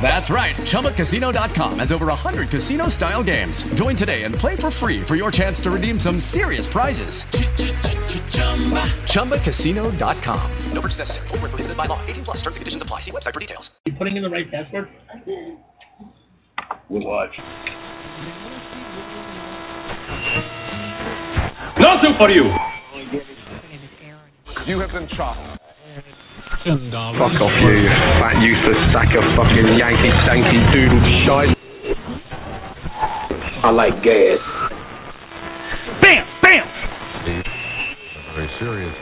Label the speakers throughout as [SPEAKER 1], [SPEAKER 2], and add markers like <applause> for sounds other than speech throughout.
[SPEAKER 1] That's right. ChumbaCasino.com has over 100 casino style games. Join today and play for free for your chance to redeem some serious prizes. ChumbaCasino.com. No purchase necessary. Void where prohibited by law. 18 plus terms and conditions apply. See website for details.
[SPEAKER 2] You putting in the right password?
[SPEAKER 3] We'll watch.
[SPEAKER 2] Nothing for you.
[SPEAKER 4] You have been shot.
[SPEAKER 2] Ten dollars.
[SPEAKER 3] Fuck off you, you fat useless sack of fucking Yankee stanky doodle shite. I like gas.
[SPEAKER 2] Bam, bam.
[SPEAKER 4] Very serious.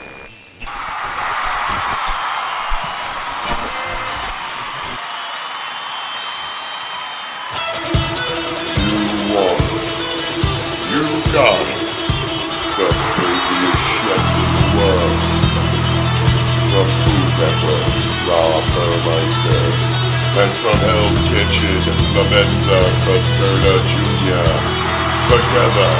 [SPEAKER 3] You want. You got. The craziest shit in the world. The Food Network, Rob Burmeister, Mental Health Kitchen, Lamenta Pasterna Jr. Together,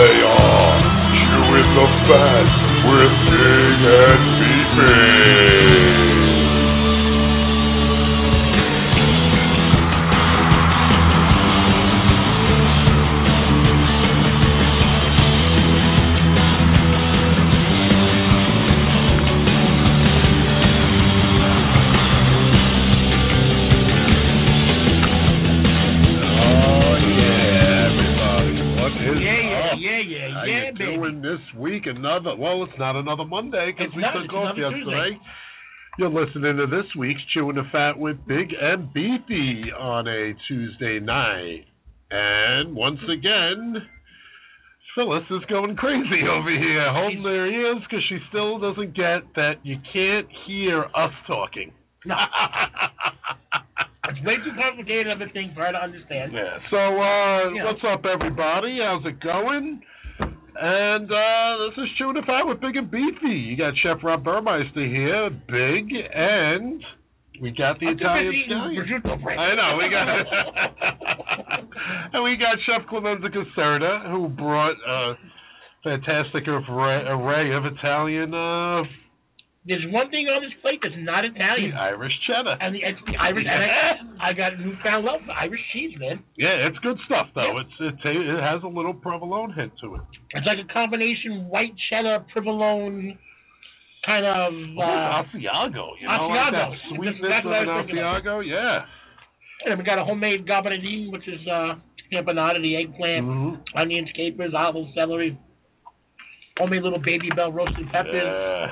[SPEAKER 3] they are Chew in the Fat with King and Beeping. Oh yeah, everybody. What is
[SPEAKER 5] Yeah, yeah,
[SPEAKER 3] up?
[SPEAKER 5] yeah, yeah,
[SPEAKER 3] Oh. How
[SPEAKER 5] yeah,
[SPEAKER 3] you
[SPEAKER 5] baby.
[SPEAKER 3] doing this week? Another? Well, it's not another Monday because
[SPEAKER 5] It's
[SPEAKER 3] we
[SPEAKER 5] not,
[SPEAKER 3] took
[SPEAKER 5] it's
[SPEAKER 3] off
[SPEAKER 5] another
[SPEAKER 3] yesterday. You're listening to this week's Chewing the Fat with Big and Beefy on a Tuesday night, and once again. Phyllis is going crazy over here, holding her ears because she still doesn't get that you can't hear us talking. <laughs>
[SPEAKER 5] It's way too complicated of a thing for her to understand.
[SPEAKER 3] Yeah. So uh,
[SPEAKER 5] Yeah.
[SPEAKER 3] what's up, everybody? How's it going? And uh, this is Chewing the Fat with Big and Beefy. You got Chef Rob Burmeister here, Big, and we got the
[SPEAKER 5] I'm too
[SPEAKER 3] Italian
[SPEAKER 5] busy eating
[SPEAKER 3] Stallion.
[SPEAKER 5] prosciutto bread.
[SPEAKER 3] I know we
[SPEAKER 5] <laughs>
[SPEAKER 3] got, <laughs> and we got Chef Clemenza Caserta, who brought a fantastic array, array of Italian, uh,
[SPEAKER 5] There's one thing on this plate that's not Italian,
[SPEAKER 3] Irish cheddar.
[SPEAKER 5] and the, it's the Irish. And I, I got newfound love for Irish cheese, man.
[SPEAKER 3] Yeah, it's good stuff though. It's it, ta- it has a little provolone hit to it.
[SPEAKER 5] It's like a combination white cheddar provolone kind of. Uh,
[SPEAKER 3] Asiago, you know, like
[SPEAKER 5] Asiago.
[SPEAKER 3] that sweetness
[SPEAKER 5] That's
[SPEAKER 3] of
[SPEAKER 5] what I
[SPEAKER 3] an
[SPEAKER 5] was thinking of.
[SPEAKER 3] Asiago, yeah.
[SPEAKER 5] and we got a homemade gabardine, which is uh, empanada, the eggplant,
[SPEAKER 3] Mhm.
[SPEAKER 5] onions, capers, olive, celery, homemade little baby bell roasted peppers,
[SPEAKER 3] Yeah,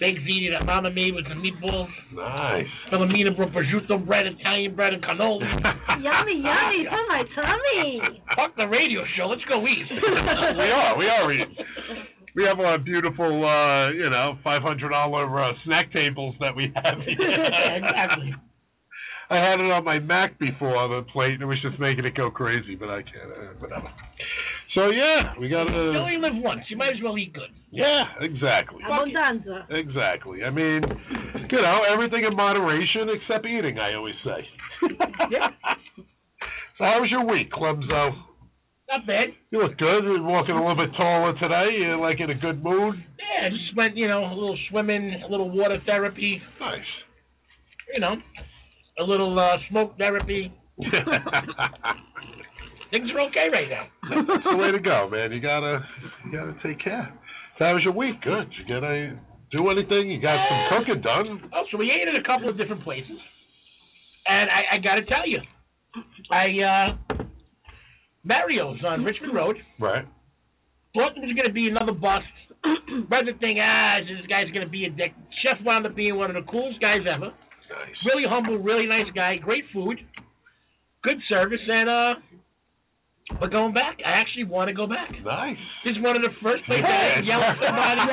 [SPEAKER 5] baked ziti that Mama made with the meatballs,
[SPEAKER 3] nice.
[SPEAKER 5] Philomena bro- prosciutto bread, Italian bread, and cannoli.
[SPEAKER 6] <laughs>
[SPEAKER 3] <laughs>
[SPEAKER 6] Yummy,
[SPEAKER 5] <laughs>
[SPEAKER 6] yummy, for my tummy.
[SPEAKER 5] Fuck the radio show. Let's go eat.
[SPEAKER 3] <laughs> we are, we are eating. We have our beautiful, uh, you know, five hundred dollar uh, snack tables that we
[SPEAKER 5] <laughs>
[SPEAKER 3] have. Here.
[SPEAKER 5] <laughs> exactly.
[SPEAKER 3] I had it on my Mac before on the plate, and it was just making it go crazy, but I can't. Uh, whatever. So yeah, we got
[SPEAKER 5] You
[SPEAKER 3] a.
[SPEAKER 5] only live once. You might as well eat good.
[SPEAKER 3] Yeah, exactly.
[SPEAKER 7] Abondanza.
[SPEAKER 3] Exactly. I mean, you know, everything in moderation except eating, I always <laughs> say. so how was your week, Clemzo?
[SPEAKER 5] <laughs> Not bad.
[SPEAKER 3] You look good. You're walking a little bit taller today. You're like in a good mood.
[SPEAKER 5] Yeah, I just went, you know, a little swimming, a little water therapy,
[SPEAKER 3] Nice. <laughs>
[SPEAKER 5] you know, a little uh, smoke therapy.
[SPEAKER 3] That's
[SPEAKER 5] Things are okay right now.
[SPEAKER 3] the <laughs> way to go, man. You gotta you gotta take care. So how was your week? Good. You gotta do anything? You got some cooking done?
[SPEAKER 5] Oh, so we ate at a couple of different places, and I, I got to tell you, I uh, Mario's on Richmond Road.
[SPEAKER 3] Right.
[SPEAKER 5] Thought there was going to be another bust. <clears throat> Rather think, ah, this guy's going to be a dick. Chef wound up being one of the coolest guys ever.
[SPEAKER 3] Nice.
[SPEAKER 5] really humble, really nice guy, great food, good service, and uh, but going back, I actually want to go back.
[SPEAKER 3] Nice.
[SPEAKER 5] This is one of the first places I didn't yell at
[SPEAKER 3] <laughs>
[SPEAKER 5] somebody, I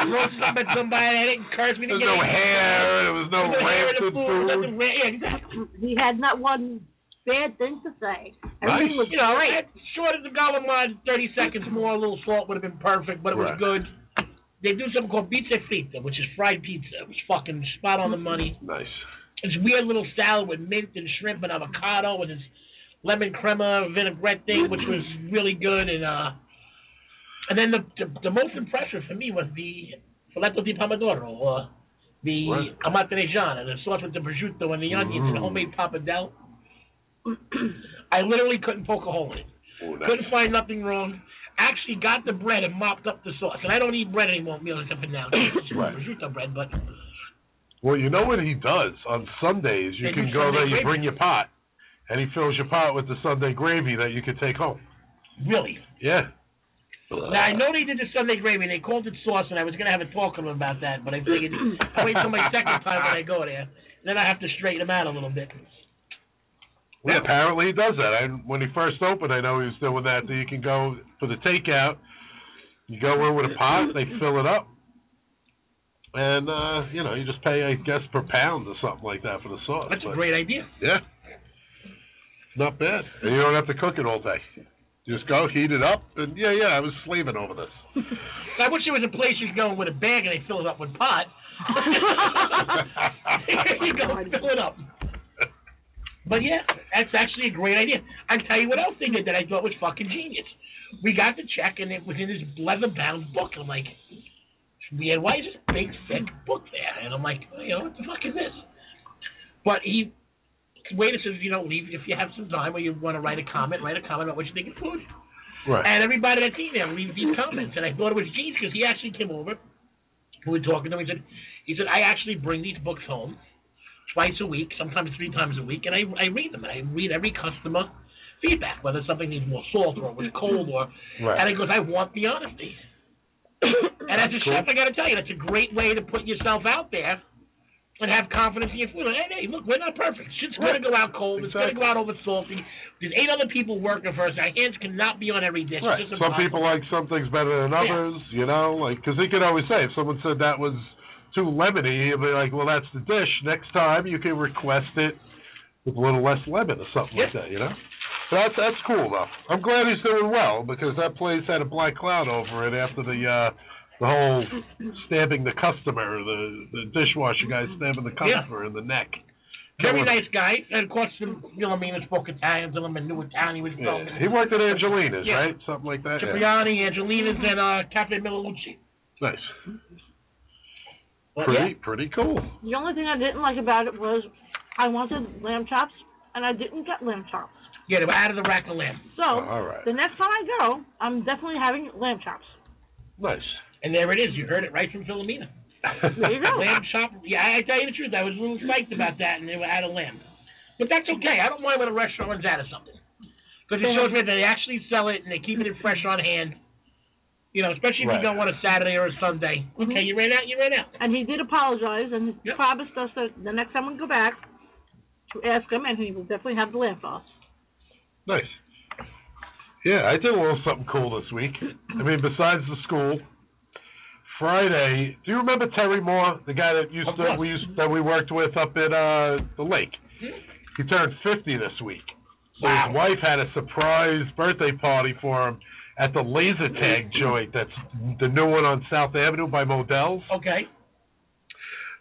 [SPEAKER 5] didn't roast up at somebody, I didn't curse me to
[SPEAKER 3] There's
[SPEAKER 5] get
[SPEAKER 3] no hair. There was no
[SPEAKER 5] There's no hair in the
[SPEAKER 3] rancid
[SPEAKER 5] food,
[SPEAKER 3] food.
[SPEAKER 5] nothing ra- yeah, exactly.
[SPEAKER 7] He had not one bad thing to say. Everything was
[SPEAKER 5] You know, I-
[SPEAKER 7] great.
[SPEAKER 5] short as the golem line, 30 seconds more, a little salt would have been perfect, but it was
[SPEAKER 3] Right.
[SPEAKER 5] good. They do something called pizza frita, which is fried pizza. It was fucking spot on the money.
[SPEAKER 3] Nice.
[SPEAKER 5] this weird little salad with mint and shrimp and avocado and this lemon crema vinaigrette thing, which was really good. And uh, and then the the, the most impressive for me was the filetto di pomodoro or the
[SPEAKER 3] Right.
[SPEAKER 5] amatriciana, the sauce with the prosciutto and the onions
[SPEAKER 3] Mm.
[SPEAKER 5] and homemade pappardelle. I literally couldn't poke a hole in it.
[SPEAKER 3] Oh, nice.
[SPEAKER 5] Couldn't find nothing wrong. Actually got the bread and mopped up the sauce. And I don't eat bread anymore, meals except for
[SPEAKER 3] <coughs>
[SPEAKER 5] now. It's
[SPEAKER 3] Right.
[SPEAKER 5] prosciutto bread, but
[SPEAKER 3] Well, you know what he does on Sundays. You
[SPEAKER 5] They
[SPEAKER 3] can
[SPEAKER 5] do
[SPEAKER 3] go
[SPEAKER 5] Sunday
[SPEAKER 3] there. You
[SPEAKER 5] gravy.
[SPEAKER 3] bring your pot, and he fills your pot with the Sunday gravy that you can take home.
[SPEAKER 5] really.
[SPEAKER 3] Yeah.
[SPEAKER 5] Now I know they did the Sunday gravy. They called it sauce, and I was gonna have a talk with them about that, but I figured I wait till my second time when I go there, and then I have to straighten them out a little bit.
[SPEAKER 3] Yeah, apparently he does that. I, when he first opened, I know he was doing that. So you can go for the takeout. You go in with a pot, they fill it up, and uh, you know you just pay, I guess, per pound or something like that for the sauce.
[SPEAKER 5] That's a
[SPEAKER 3] But,
[SPEAKER 5] great idea.
[SPEAKER 3] Yeah, not bad. And you don't have to cook it all day. Just go heat it up, and yeah, yeah, I was slaving over this.
[SPEAKER 5] I wish there was a place you could go in with a bag and they fill it up with pot. <laughs> you go and fill it up. But yeah, that's actually a great idea. I tell you what else they did that I thought was fucking genius. We got the check and it was in this leather bound book. I'm like, weird, why is this big thick book there? And I'm like, you know, what the fuck is this? But he waiter says, you know, leave if you have some time or you want to write a comment, write a comment about what you think of food.
[SPEAKER 3] Right.
[SPEAKER 5] And everybody that's emailed leaves these comments. And I thought it was genius because he actually came over. We were talking to him. He said, he said, I actually bring these books home twice a week, sometimes three times a week, and I, I read them. And I read every customer feedback, whether something needs more salt or it was cold or.
[SPEAKER 3] Right.
[SPEAKER 5] And he goes, I want the honesty. and as a chef, I got to tell you, that's a great way to put yourself out there and have confidence in your food. Like, hey, hey, look, we're not perfect. Shit's going to go out cold. It's going to
[SPEAKER 3] Exactly.
[SPEAKER 5] go out over salty. There's eight other people working for us. Our hands cannot be on every dish.
[SPEAKER 3] Right.
[SPEAKER 5] It's just
[SPEAKER 3] Some people
[SPEAKER 5] impossible.
[SPEAKER 3] like some things better than others, you know, like because he could always say if someone said that was too lemony, he'd be like, "Well, that's the dish. Next time you can request it with a little less lemon or something like
[SPEAKER 5] Yeah.
[SPEAKER 3] that," you know. So that's that's cool though. I'm glad he's doing well because that place had a black cloud over it after the uh the whole stabbing the customer, the the dishwasher guy stabbing the
[SPEAKER 5] Mm-hmm. Yeah.
[SPEAKER 3] customer in the neck.
[SPEAKER 5] Very
[SPEAKER 3] Killing-
[SPEAKER 5] nice guy. And of course, you know what I mean? I spoke Italian to him and knew Italian. He was
[SPEAKER 3] Yeah.
[SPEAKER 5] from
[SPEAKER 3] He worked at Angelina's,
[SPEAKER 5] Yeah.
[SPEAKER 3] right? Something like that. Yeah.
[SPEAKER 5] Cipriani, Angelina's, and uh, Cafe Milalucci.
[SPEAKER 3] Nice.
[SPEAKER 5] But,
[SPEAKER 3] Pretty pretty cool.
[SPEAKER 7] The only thing I didn't like about it was I wanted lamb chops and I didn't get lamb chops.
[SPEAKER 5] Yeah, yeah, they were out of the rack of lamb.
[SPEAKER 7] So
[SPEAKER 3] Oh, All right.
[SPEAKER 7] the next time I go, I'm definitely having lamb chops.
[SPEAKER 3] Nice.
[SPEAKER 5] And there it is. You heard it right from Philomena.
[SPEAKER 7] There you go.
[SPEAKER 5] lamb chop. Yeah, I, I tell you the truth, I was a little psyched about that, and they were out of lamb. But that's okay. I don't mind when a restaurant runs out of something because it shows me that they actually sell it and they keep it fresh on hand. You know, especially if
[SPEAKER 3] Right.
[SPEAKER 5] you go on a Saturday or a Sunday. Okay, you ran out. You ran out.
[SPEAKER 7] And he did apologize and
[SPEAKER 5] Yep.
[SPEAKER 7] promised us that the next time we go back to ask him and he will definitely have the lamb for us.
[SPEAKER 3] <laughs> Nice. Yeah, I did a little something cool this week. I mean, besides the school, Friday. Do you remember Terry Moore, the guy that used
[SPEAKER 5] Of
[SPEAKER 3] to
[SPEAKER 5] course.
[SPEAKER 3] we used that we worked with up at uh the lake? He turned fifty this week. So
[SPEAKER 5] Wow.
[SPEAKER 3] his wife had a surprise birthday party for him at the laser tag joint that's the new one on South Avenue by Modell's.
[SPEAKER 5] Okay.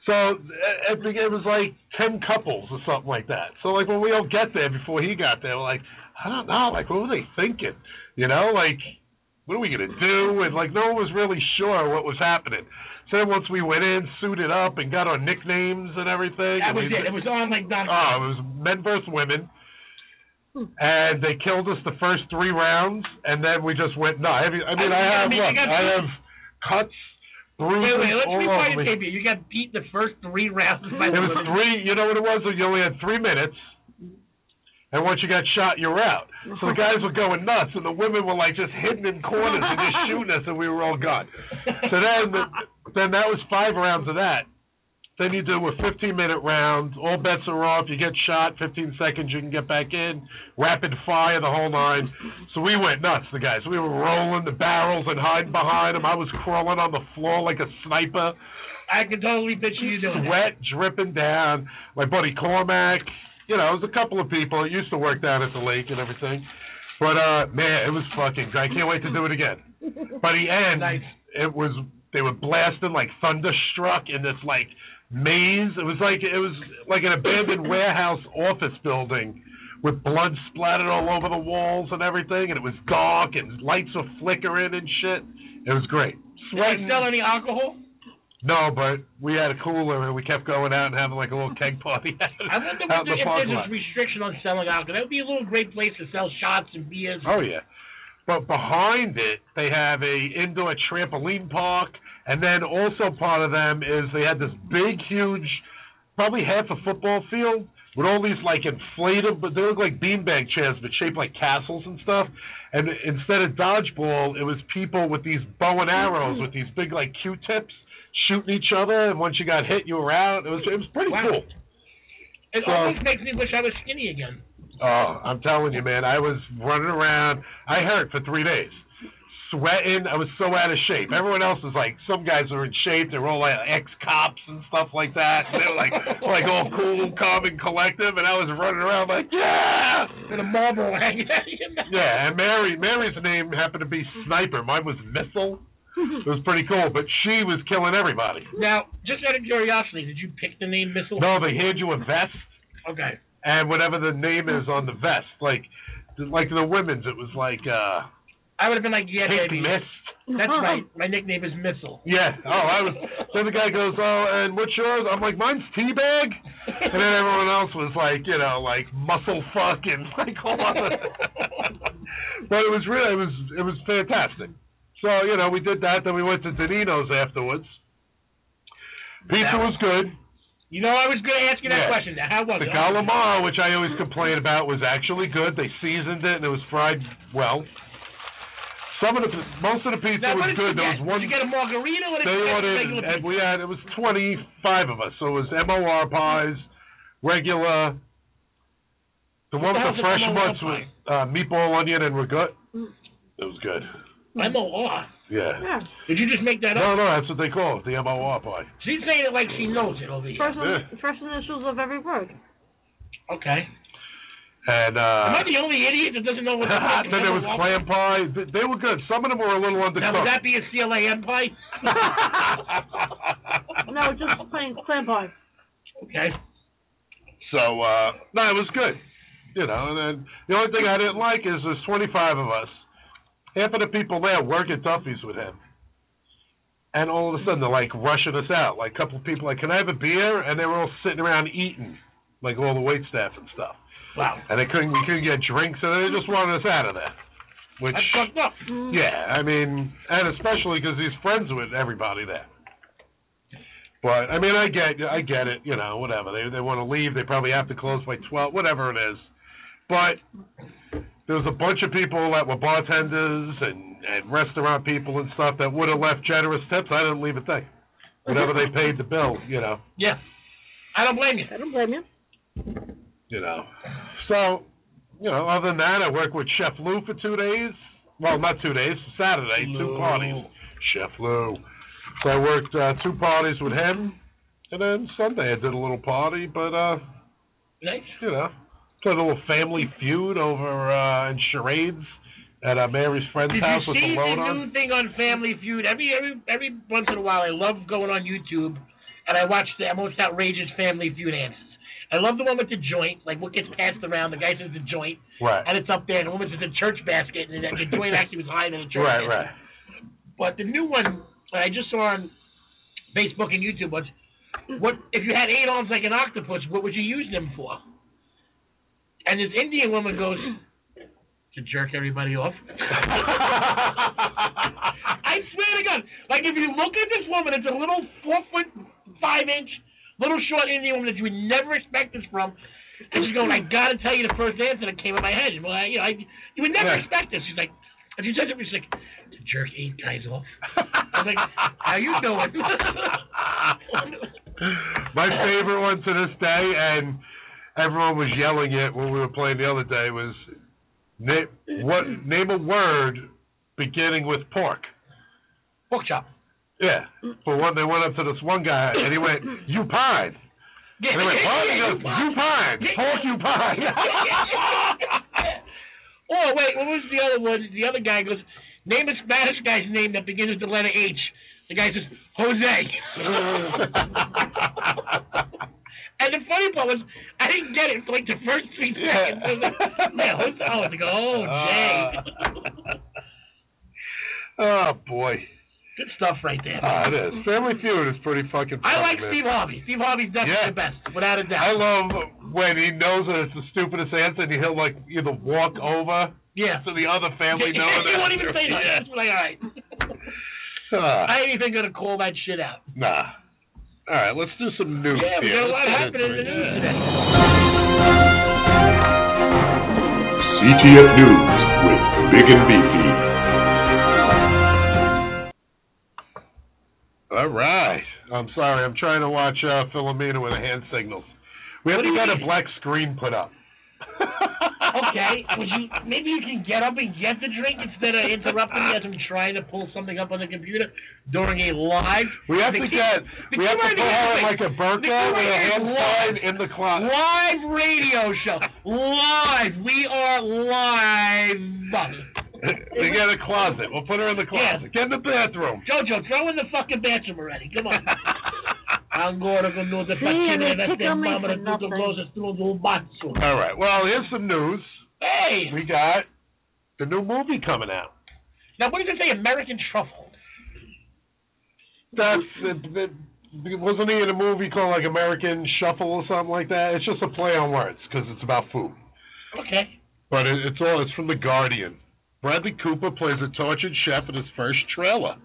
[SPEAKER 3] So uh, at the it was like ten couples or something like that. So like when we all get there before he got there, we're like, I don't know, like what were they thinking? You know, like what are we gonna do? And like no one was really sure what was happening. So then once we went in, suited up and got our nicknames and everything.
[SPEAKER 5] That
[SPEAKER 3] and
[SPEAKER 5] was
[SPEAKER 3] we-
[SPEAKER 5] it. It was on like Uh, Don.
[SPEAKER 3] Oh, it was men versus women. And they killed us the first three rounds, and then we just went. No, I mean, I, mean, I
[SPEAKER 5] I
[SPEAKER 3] have
[SPEAKER 5] mean, you
[SPEAKER 3] look,
[SPEAKER 5] got-
[SPEAKER 3] I have cuts, bruises
[SPEAKER 5] Wait, wait, let's
[SPEAKER 3] all
[SPEAKER 5] rewind
[SPEAKER 3] over
[SPEAKER 5] the
[SPEAKER 3] me.
[SPEAKER 5] tape here. You got beat the first three rounds by
[SPEAKER 3] It
[SPEAKER 5] the
[SPEAKER 3] was three. You know what it was? You only had three minutes, and once you got shot, you were out. So the guys were going nuts, and the women were like just hidden in corners and just shooting us, and we were all gone. So then, then that was five rounds of that. Then you do a 15 minute round. All bets are off. You get shot. 15 seconds, you can get back in. Rapid fire, the whole nine. So we went nuts, the guys. We were rolling the barrels and hiding behind them. I was crawling on the floor like a sniper
[SPEAKER 5] I can totally picture you doing that.
[SPEAKER 3] sweat dripping down. My buddy Cormac, you know, there's a couple of people that used to work down at the lake and everything. But uh man, it was fucking. I can't wait to do it again. By the end,
[SPEAKER 5] Nice.
[SPEAKER 3] it was they were blasting like thunderstruck in this like maze. It was like it was like an abandoned warehouse office building with blood splattered all over the walls and everything, and it was dark and lights were flickering and shit. It was great.
[SPEAKER 5] Did I
[SPEAKER 3] Sweating.
[SPEAKER 5] sell any alcohol?
[SPEAKER 3] No, but we had a cooler and we kept going out and having like a
[SPEAKER 5] <laughs>
[SPEAKER 3] little keg party out,
[SPEAKER 5] I
[SPEAKER 3] <laughs>
[SPEAKER 5] wonder what
[SPEAKER 3] out in
[SPEAKER 5] the,
[SPEAKER 3] the
[SPEAKER 5] if
[SPEAKER 3] parking
[SPEAKER 5] there's
[SPEAKER 3] lot.
[SPEAKER 5] a restriction on selling alcohol. That would be a little great place to sell shots and beers.
[SPEAKER 3] Oh yeah. But behind it, they have a indoor trampoline park, and then also part of them is they had this big, huge, probably half a football field with all these like inflatable, but they look like beanbag chairs, but shaped like castles and stuff. And instead of dodgeball, it was people with these bow and arrows
[SPEAKER 5] Mm-hmm.
[SPEAKER 3] with these big like Q-tips shooting each other, and once you got hit, you were out. It was it was pretty
[SPEAKER 5] Wow.
[SPEAKER 3] cool.
[SPEAKER 5] It
[SPEAKER 3] so-
[SPEAKER 5] always makes me wish I was skinny again.
[SPEAKER 3] Oh, I'm telling you, man. I was running around. I hurt for three days, sweating. I was so out of shape. Everyone else was like, some guys were in shape. They were all like ex cops and stuff like that. And they were like, like all cool, calm, and collective. And I was running around like, yeah,
[SPEAKER 5] With a marble hanging out of your mouth.
[SPEAKER 3] yeah. And Mary, Mary's name happened to be Sniper. Mine was Missile. It was pretty cool, but she was killing everybody.
[SPEAKER 5] Now, just out of curiosity, did you pick the name Missile?
[SPEAKER 3] No, they hand you a vest
[SPEAKER 5] Okay.
[SPEAKER 3] and whatever the name is on the vest, like, like the women's, it was like uh,
[SPEAKER 5] I would have been like, yeah,
[SPEAKER 3] Pink
[SPEAKER 5] baby.
[SPEAKER 3] Mist.
[SPEAKER 5] That's right. My nickname is Missile.
[SPEAKER 3] Yeah. Oh, I was. Then the guy goes, "Oh, and what's yours?" I'm like, "Mine's teabag." And then everyone else was like, you know, like muscle fuck and <laughs> like all other. but it was really, it was, it was fantastic. So you know, we did that. Then we went to Danino's afterwards. Pizza was good.
[SPEAKER 5] You know, I was going to ask you that
[SPEAKER 3] Yeah.
[SPEAKER 5] question. Now, how was
[SPEAKER 3] The
[SPEAKER 5] it?
[SPEAKER 3] calamari, which I always complain about, was actually good. They seasoned it and it was fried well. Some of the most of the pizza
[SPEAKER 5] Now, what
[SPEAKER 3] was
[SPEAKER 5] did
[SPEAKER 3] good.
[SPEAKER 5] you
[SPEAKER 3] There
[SPEAKER 5] get?
[SPEAKER 3] was one
[SPEAKER 5] Did you get a margarita or did
[SPEAKER 3] they
[SPEAKER 5] you get a
[SPEAKER 3] ordered,
[SPEAKER 5] regular
[SPEAKER 3] and
[SPEAKER 5] pizza?
[SPEAKER 3] we had it was twenty five of us, so it was MOR pies, regular. The
[SPEAKER 5] the
[SPEAKER 3] one with the
[SPEAKER 5] hell's
[SPEAKER 3] fresh
[SPEAKER 5] a MOR
[SPEAKER 3] ones
[SPEAKER 5] pie? Mm.
[SPEAKER 3] was uh, meatball, onion, and ragut. It was good.
[SPEAKER 5] MOR.
[SPEAKER 3] Yeah.
[SPEAKER 7] Yeah.
[SPEAKER 5] Did you just make that up?
[SPEAKER 3] No, no, that's what they call it, the MOR pie.
[SPEAKER 5] She's saying it like she knows it over here.
[SPEAKER 7] First, in- first initials of every word.
[SPEAKER 5] Okay.
[SPEAKER 3] And
[SPEAKER 5] Am I
[SPEAKER 3] uh,
[SPEAKER 5] the only idiot that doesn't know
[SPEAKER 3] <laughs>
[SPEAKER 5] what the fuck
[SPEAKER 3] then there was
[SPEAKER 5] MOR
[SPEAKER 3] clam pie. Th- They were good. Some of them were a little
[SPEAKER 5] Now, would that
[SPEAKER 3] undercooked.
[SPEAKER 5] be a CLAM pie? <laughs>
[SPEAKER 7] No, just plain clam pie.
[SPEAKER 5] okay.
[SPEAKER 3] So uh, no, it was good. You know, and then the only thing I didn't like is there's 25 of us. Half of the people there work at Duffy's with him, and all of a sudden they're like rushing us out. Like a couple of people like, "Can I have a beer?" And they were all sitting around eating, like all the wait staff and stuff.
[SPEAKER 5] Wow.
[SPEAKER 3] And they couldn't, we couldn't get drinks, so they just wanted us out of there. Which,
[SPEAKER 5] That's fucked
[SPEAKER 3] <laughs>
[SPEAKER 5] up.
[SPEAKER 3] yeah, I mean, and especially because he's friends with everybody there. But I mean, I get, I get it. You know, whatever they they want to leave, they probably have to close by twelve, whatever it is. But there was a bunch of people that were bartenders and and restaurant people and stuff that would have left generous tips. I didn't leave a thing. Whatever they paid the bill, you know,
[SPEAKER 5] Yeah. I don't blame you.
[SPEAKER 7] I don't blame you.
[SPEAKER 3] you know. So, you know, other than that, I worked with Chef Lou for two days. Well, not two days, Saturday, two parties. Chef Lou. So I worked uh, two parties with him, and then Sunday I did a little party, but uh,
[SPEAKER 5] Nice.
[SPEAKER 3] you know, played a little family feud over uh, and charades at uh, Mary's friend's
[SPEAKER 5] Did you
[SPEAKER 3] house with the
[SPEAKER 5] see
[SPEAKER 3] load
[SPEAKER 5] the
[SPEAKER 3] on.
[SPEAKER 5] new thing on Family Feud? Every every every once in a while, I love going on YouTube and I watch the most outrageous Family Feud answers. I love the one with the joint, like what gets passed around. The guy says the joint,
[SPEAKER 3] Right.
[SPEAKER 5] and it's up there. And the woman says the church basket, and the the
[SPEAKER 3] <laughs>
[SPEAKER 5] joint actually was higher than the church.
[SPEAKER 3] Right,
[SPEAKER 5] basket.
[SPEAKER 3] right.
[SPEAKER 5] But the new one that I just saw on Facebook and YouTube was, what if you had eight arms like an octopus? What would you use them for? And this Indian woman goes to jerk everybody off. I swear to God, like if you look at this woman, it's a little four foot five inch, little short Indian woman that you would never expect this from. And she's going, I gotta tell you the first answer that came in my head. Well, I, you know, I, you would never
[SPEAKER 3] Yeah.
[SPEAKER 5] expect this. She's like, and she says it, she's like, to jerk eight guys off. I <laughs> was like, how you <laughs> doing?
[SPEAKER 3] <laughs> My favorite one to this day, and everyone was yelling it when we were playing the other day, was na- what name a word beginning with pork.
[SPEAKER 5] Pork chop.
[SPEAKER 3] Yeah. For one, they went up to this one guy and he went, "You pine."
[SPEAKER 5] Yeah,
[SPEAKER 3] And they went,
[SPEAKER 5] yeah,
[SPEAKER 3] "What?"
[SPEAKER 5] yeah,
[SPEAKER 3] He
[SPEAKER 5] yeah,
[SPEAKER 3] goes,
[SPEAKER 5] you
[SPEAKER 3] "You pine. Pork, you pine."
[SPEAKER 5] <laughs>
[SPEAKER 3] <laughs>
[SPEAKER 5] oh wait, what was the other one? The other guy goes, name a Spanish guy's name that begins with the letter H. The guy says, <laughs> Jose. And the funny part was, I didn't get it for like the first three seconds. I was <laughs> like, man, what's that? I was like, oh, dang.
[SPEAKER 3] oh boy,
[SPEAKER 5] Good stuff right there.
[SPEAKER 3] Ah, it is. Family Feud is pretty fucking.
[SPEAKER 5] I
[SPEAKER 3] funny,
[SPEAKER 5] like
[SPEAKER 3] man.
[SPEAKER 5] Steve Harvey. Steve Harvey's definitely
[SPEAKER 3] Yeah.
[SPEAKER 5] the best, without a
[SPEAKER 3] I
[SPEAKER 5] doubt.
[SPEAKER 3] love when he knows that it's the stupidest answer, and he'll like either walk over
[SPEAKER 5] yeah.
[SPEAKER 3] to the other
[SPEAKER 5] <laughs>
[SPEAKER 3] family.
[SPEAKER 5] he
[SPEAKER 3] knowing that-
[SPEAKER 5] won't even say that. It's like, all right.
[SPEAKER 3] Ah,
[SPEAKER 5] I ain't even going to call that shit out.
[SPEAKER 3] nah. All right, let's do some news.
[SPEAKER 5] Yeah, we
[SPEAKER 3] here.
[SPEAKER 5] got a lot
[SPEAKER 3] Let's get
[SPEAKER 5] happening in the
[SPEAKER 3] into it.
[SPEAKER 5] news today.
[SPEAKER 8] CTF News with Big and Beefy.
[SPEAKER 3] All right. I'm sorry. I'm trying to watch uh, Philomena with the hand signals. We have
[SPEAKER 5] What
[SPEAKER 3] to
[SPEAKER 5] do you
[SPEAKER 3] get a
[SPEAKER 5] mean?
[SPEAKER 3] black screen put up.
[SPEAKER 5] Okay, would you maybe you can get up and get the drink instead of interrupting me as I'm trying to pull something up on the computer during a live.
[SPEAKER 3] We have
[SPEAKER 5] The
[SPEAKER 3] to
[SPEAKER 5] key-
[SPEAKER 3] get.
[SPEAKER 5] the key
[SPEAKER 3] We have to
[SPEAKER 5] right
[SPEAKER 3] put
[SPEAKER 5] here
[SPEAKER 3] her
[SPEAKER 5] is
[SPEAKER 3] in like a
[SPEAKER 5] the
[SPEAKER 3] burqa
[SPEAKER 5] key right
[SPEAKER 3] with a
[SPEAKER 5] here is
[SPEAKER 3] hand
[SPEAKER 5] live.
[SPEAKER 3] sign in the closet. <laughs>
[SPEAKER 5] Live radio show. Live. We are live.
[SPEAKER 3] they get a closet. We'll put her in the
[SPEAKER 5] Yeah.
[SPEAKER 3] closet. Get in the bathroom.
[SPEAKER 5] Jojo, throw in the fucking bathroom already. Come
[SPEAKER 3] <laughs>
[SPEAKER 5] on. Angora con nude
[SPEAKER 7] Damn,
[SPEAKER 5] facchine
[SPEAKER 7] it
[SPEAKER 5] veste e
[SPEAKER 7] took me
[SPEAKER 5] mamma
[SPEAKER 7] for
[SPEAKER 5] di tutto
[SPEAKER 7] nothing.
[SPEAKER 5] cosa strudo un mazzo.
[SPEAKER 3] All right. Well, here's some news.
[SPEAKER 5] Hey!
[SPEAKER 3] We got the new movie coming out.
[SPEAKER 5] Now what does it say American truffle?
[SPEAKER 3] That's it, it, wasn't he in a movie called like American Shuffle or something like that? It's just a play on words because it's about food.
[SPEAKER 5] Okay.
[SPEAKER 3] But it, it's all it's from The Guardian. Bradley Cooper plays a tortured chef in his first trailer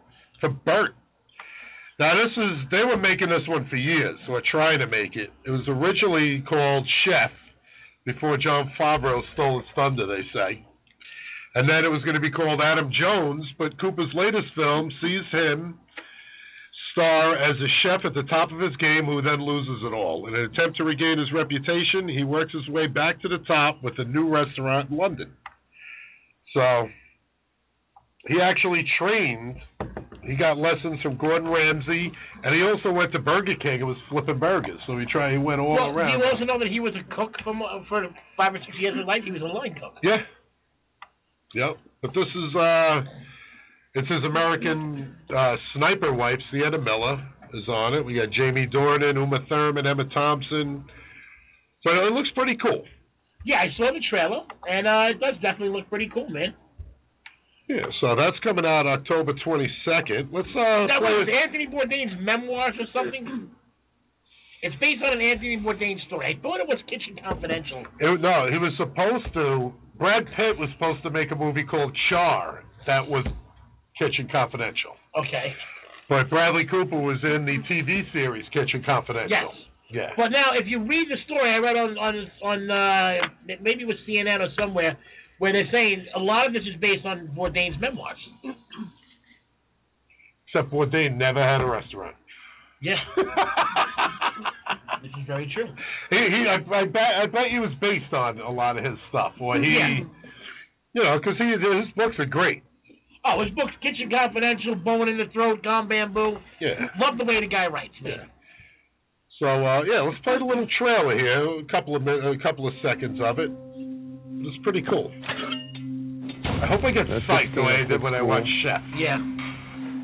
[SPEAKER 3] for Burt. Now this is they were making this one for years, or trying to make it. It was originally called Chef before John Favreau stole its thunder, they say. And then it was going to be called Adam Jones, but Cooper's latest film sees him star as a chef at the top of his game who then loses it all. In an attempt to regain his reputation, he works his way back to the top with a new restaurant in London. So he actually trained. He got lessons from Gordon Ramsay, and he also went to Burger King and was flipping burgers. So he tried. He went all
[SPEAKER 5] well,
[SPEAKER 3] around.
[SPEAKER 5] you also know that he was a cook for mo- for five or six years of his life. He was a line cook.
[SPEAKER 3] Yeah. Yep. But this is uh it's his American uh sniper wife, Sienna Miller, is on it. We got Jamie Dornan, Uma Thurman, Emma Thompson. So it looks pretty cool.
[SPEAKER 5] Yeah, I saw the trailer, and uh, it does definitely look pretty cool, man.
[SPEAKER 3] Yeah, so that's coming out October twenty second. Let's uh
[SPEAKER 5] That
[SPEAKER 3] play
[SPEAKER 5] was
[SPEAKER 3] it.
[SPEAKER 5] Anthony Bourdain's memoirs or
[SPEAKER 3] <clears throat>
[SPEAKER 5] something. It's based on an Anthony Bourdain story. I thought it was Kitchen Confidential.
[SPEAKER 3] It- no, he was supposed to Brad Pitt was supposed to make a movie called Char that was Kitchen Confidential.
[SPEAKER 5] Okay.
[SPEAKER 3] But Bradley Cooper was in the TV series Kitchen Confidential.
[SPEAKER 5] Yes.
[SPEAKER 3] Yeah.
[SPEAKER 5] But now, if you read the story I read on on on uh, maybe it was CNN or somewhere, where they're saying a lot of this is based on Bourdain's memoirs.
[SPEAKER 3] Except Bourdain never had a restaurant.
[SPEAKER 5] <laughs> Yeah. this is very true.
[SPEAKER 3] He, he I, I bet, I bet he was based on a lot of his stuff. Or he,
[SPEAKER 5] Yeah.
[SPEAKER 3] you know, because he his books are great.
[SPEAKER 5] Oh, his books, Kitchen Confidential, Bone in the Throat, Gone Bamboo.
[SPEAKER 3] Yeah.
[SPEAKER 5] Love the way the guy writes, man.
[SPEAKER 3] So uh, yeah, let's play the little trailer here, a couple of min- a couple of seconds of it. It's pretty cool. I hope I get
[SPEAKER 9] That's
[SPEAKER 3] psyched the
[SPEAKER 9] just-
[SPEAKER 3] way I did when I
[SPEAKER 9] that's
[SPEAKER 3] watched Chef.
[SPEAKER 5] Yeah.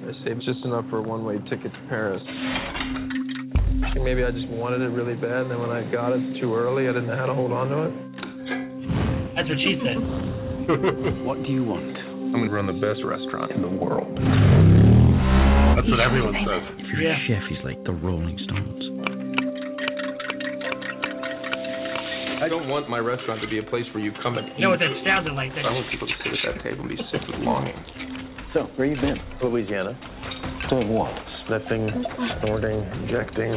[SPEAKER 9] I saved just enough for a one-way ticket to Paris. Think Maybe I just wanted it really bad, and then when I got it too early, I didn't know how to hold on to it.
[SPEAKER 5] That's what she said.
[SPEAKER 10] What do you want?
[SPEAKER 4] I'm gonna run the best restaurant in the world.
[SPEAKER 3] That's what everyone says.
[SPEAKER 10] If you're a chef, he's like the Rolling Stones.
[SPEAKER 4] I don't want my restaurant to be a place where you come and
[SPEAKER 5] You know what
[SPEAKER 4] eat.
[SPEAKER 5] that sounded like? That
[SPEAKER 4] I want people to sit at that table and be sick with longing.
[SPEAKER 9] So, where you been? Louisiana. Doing what? Sniffing, snorting, injecting.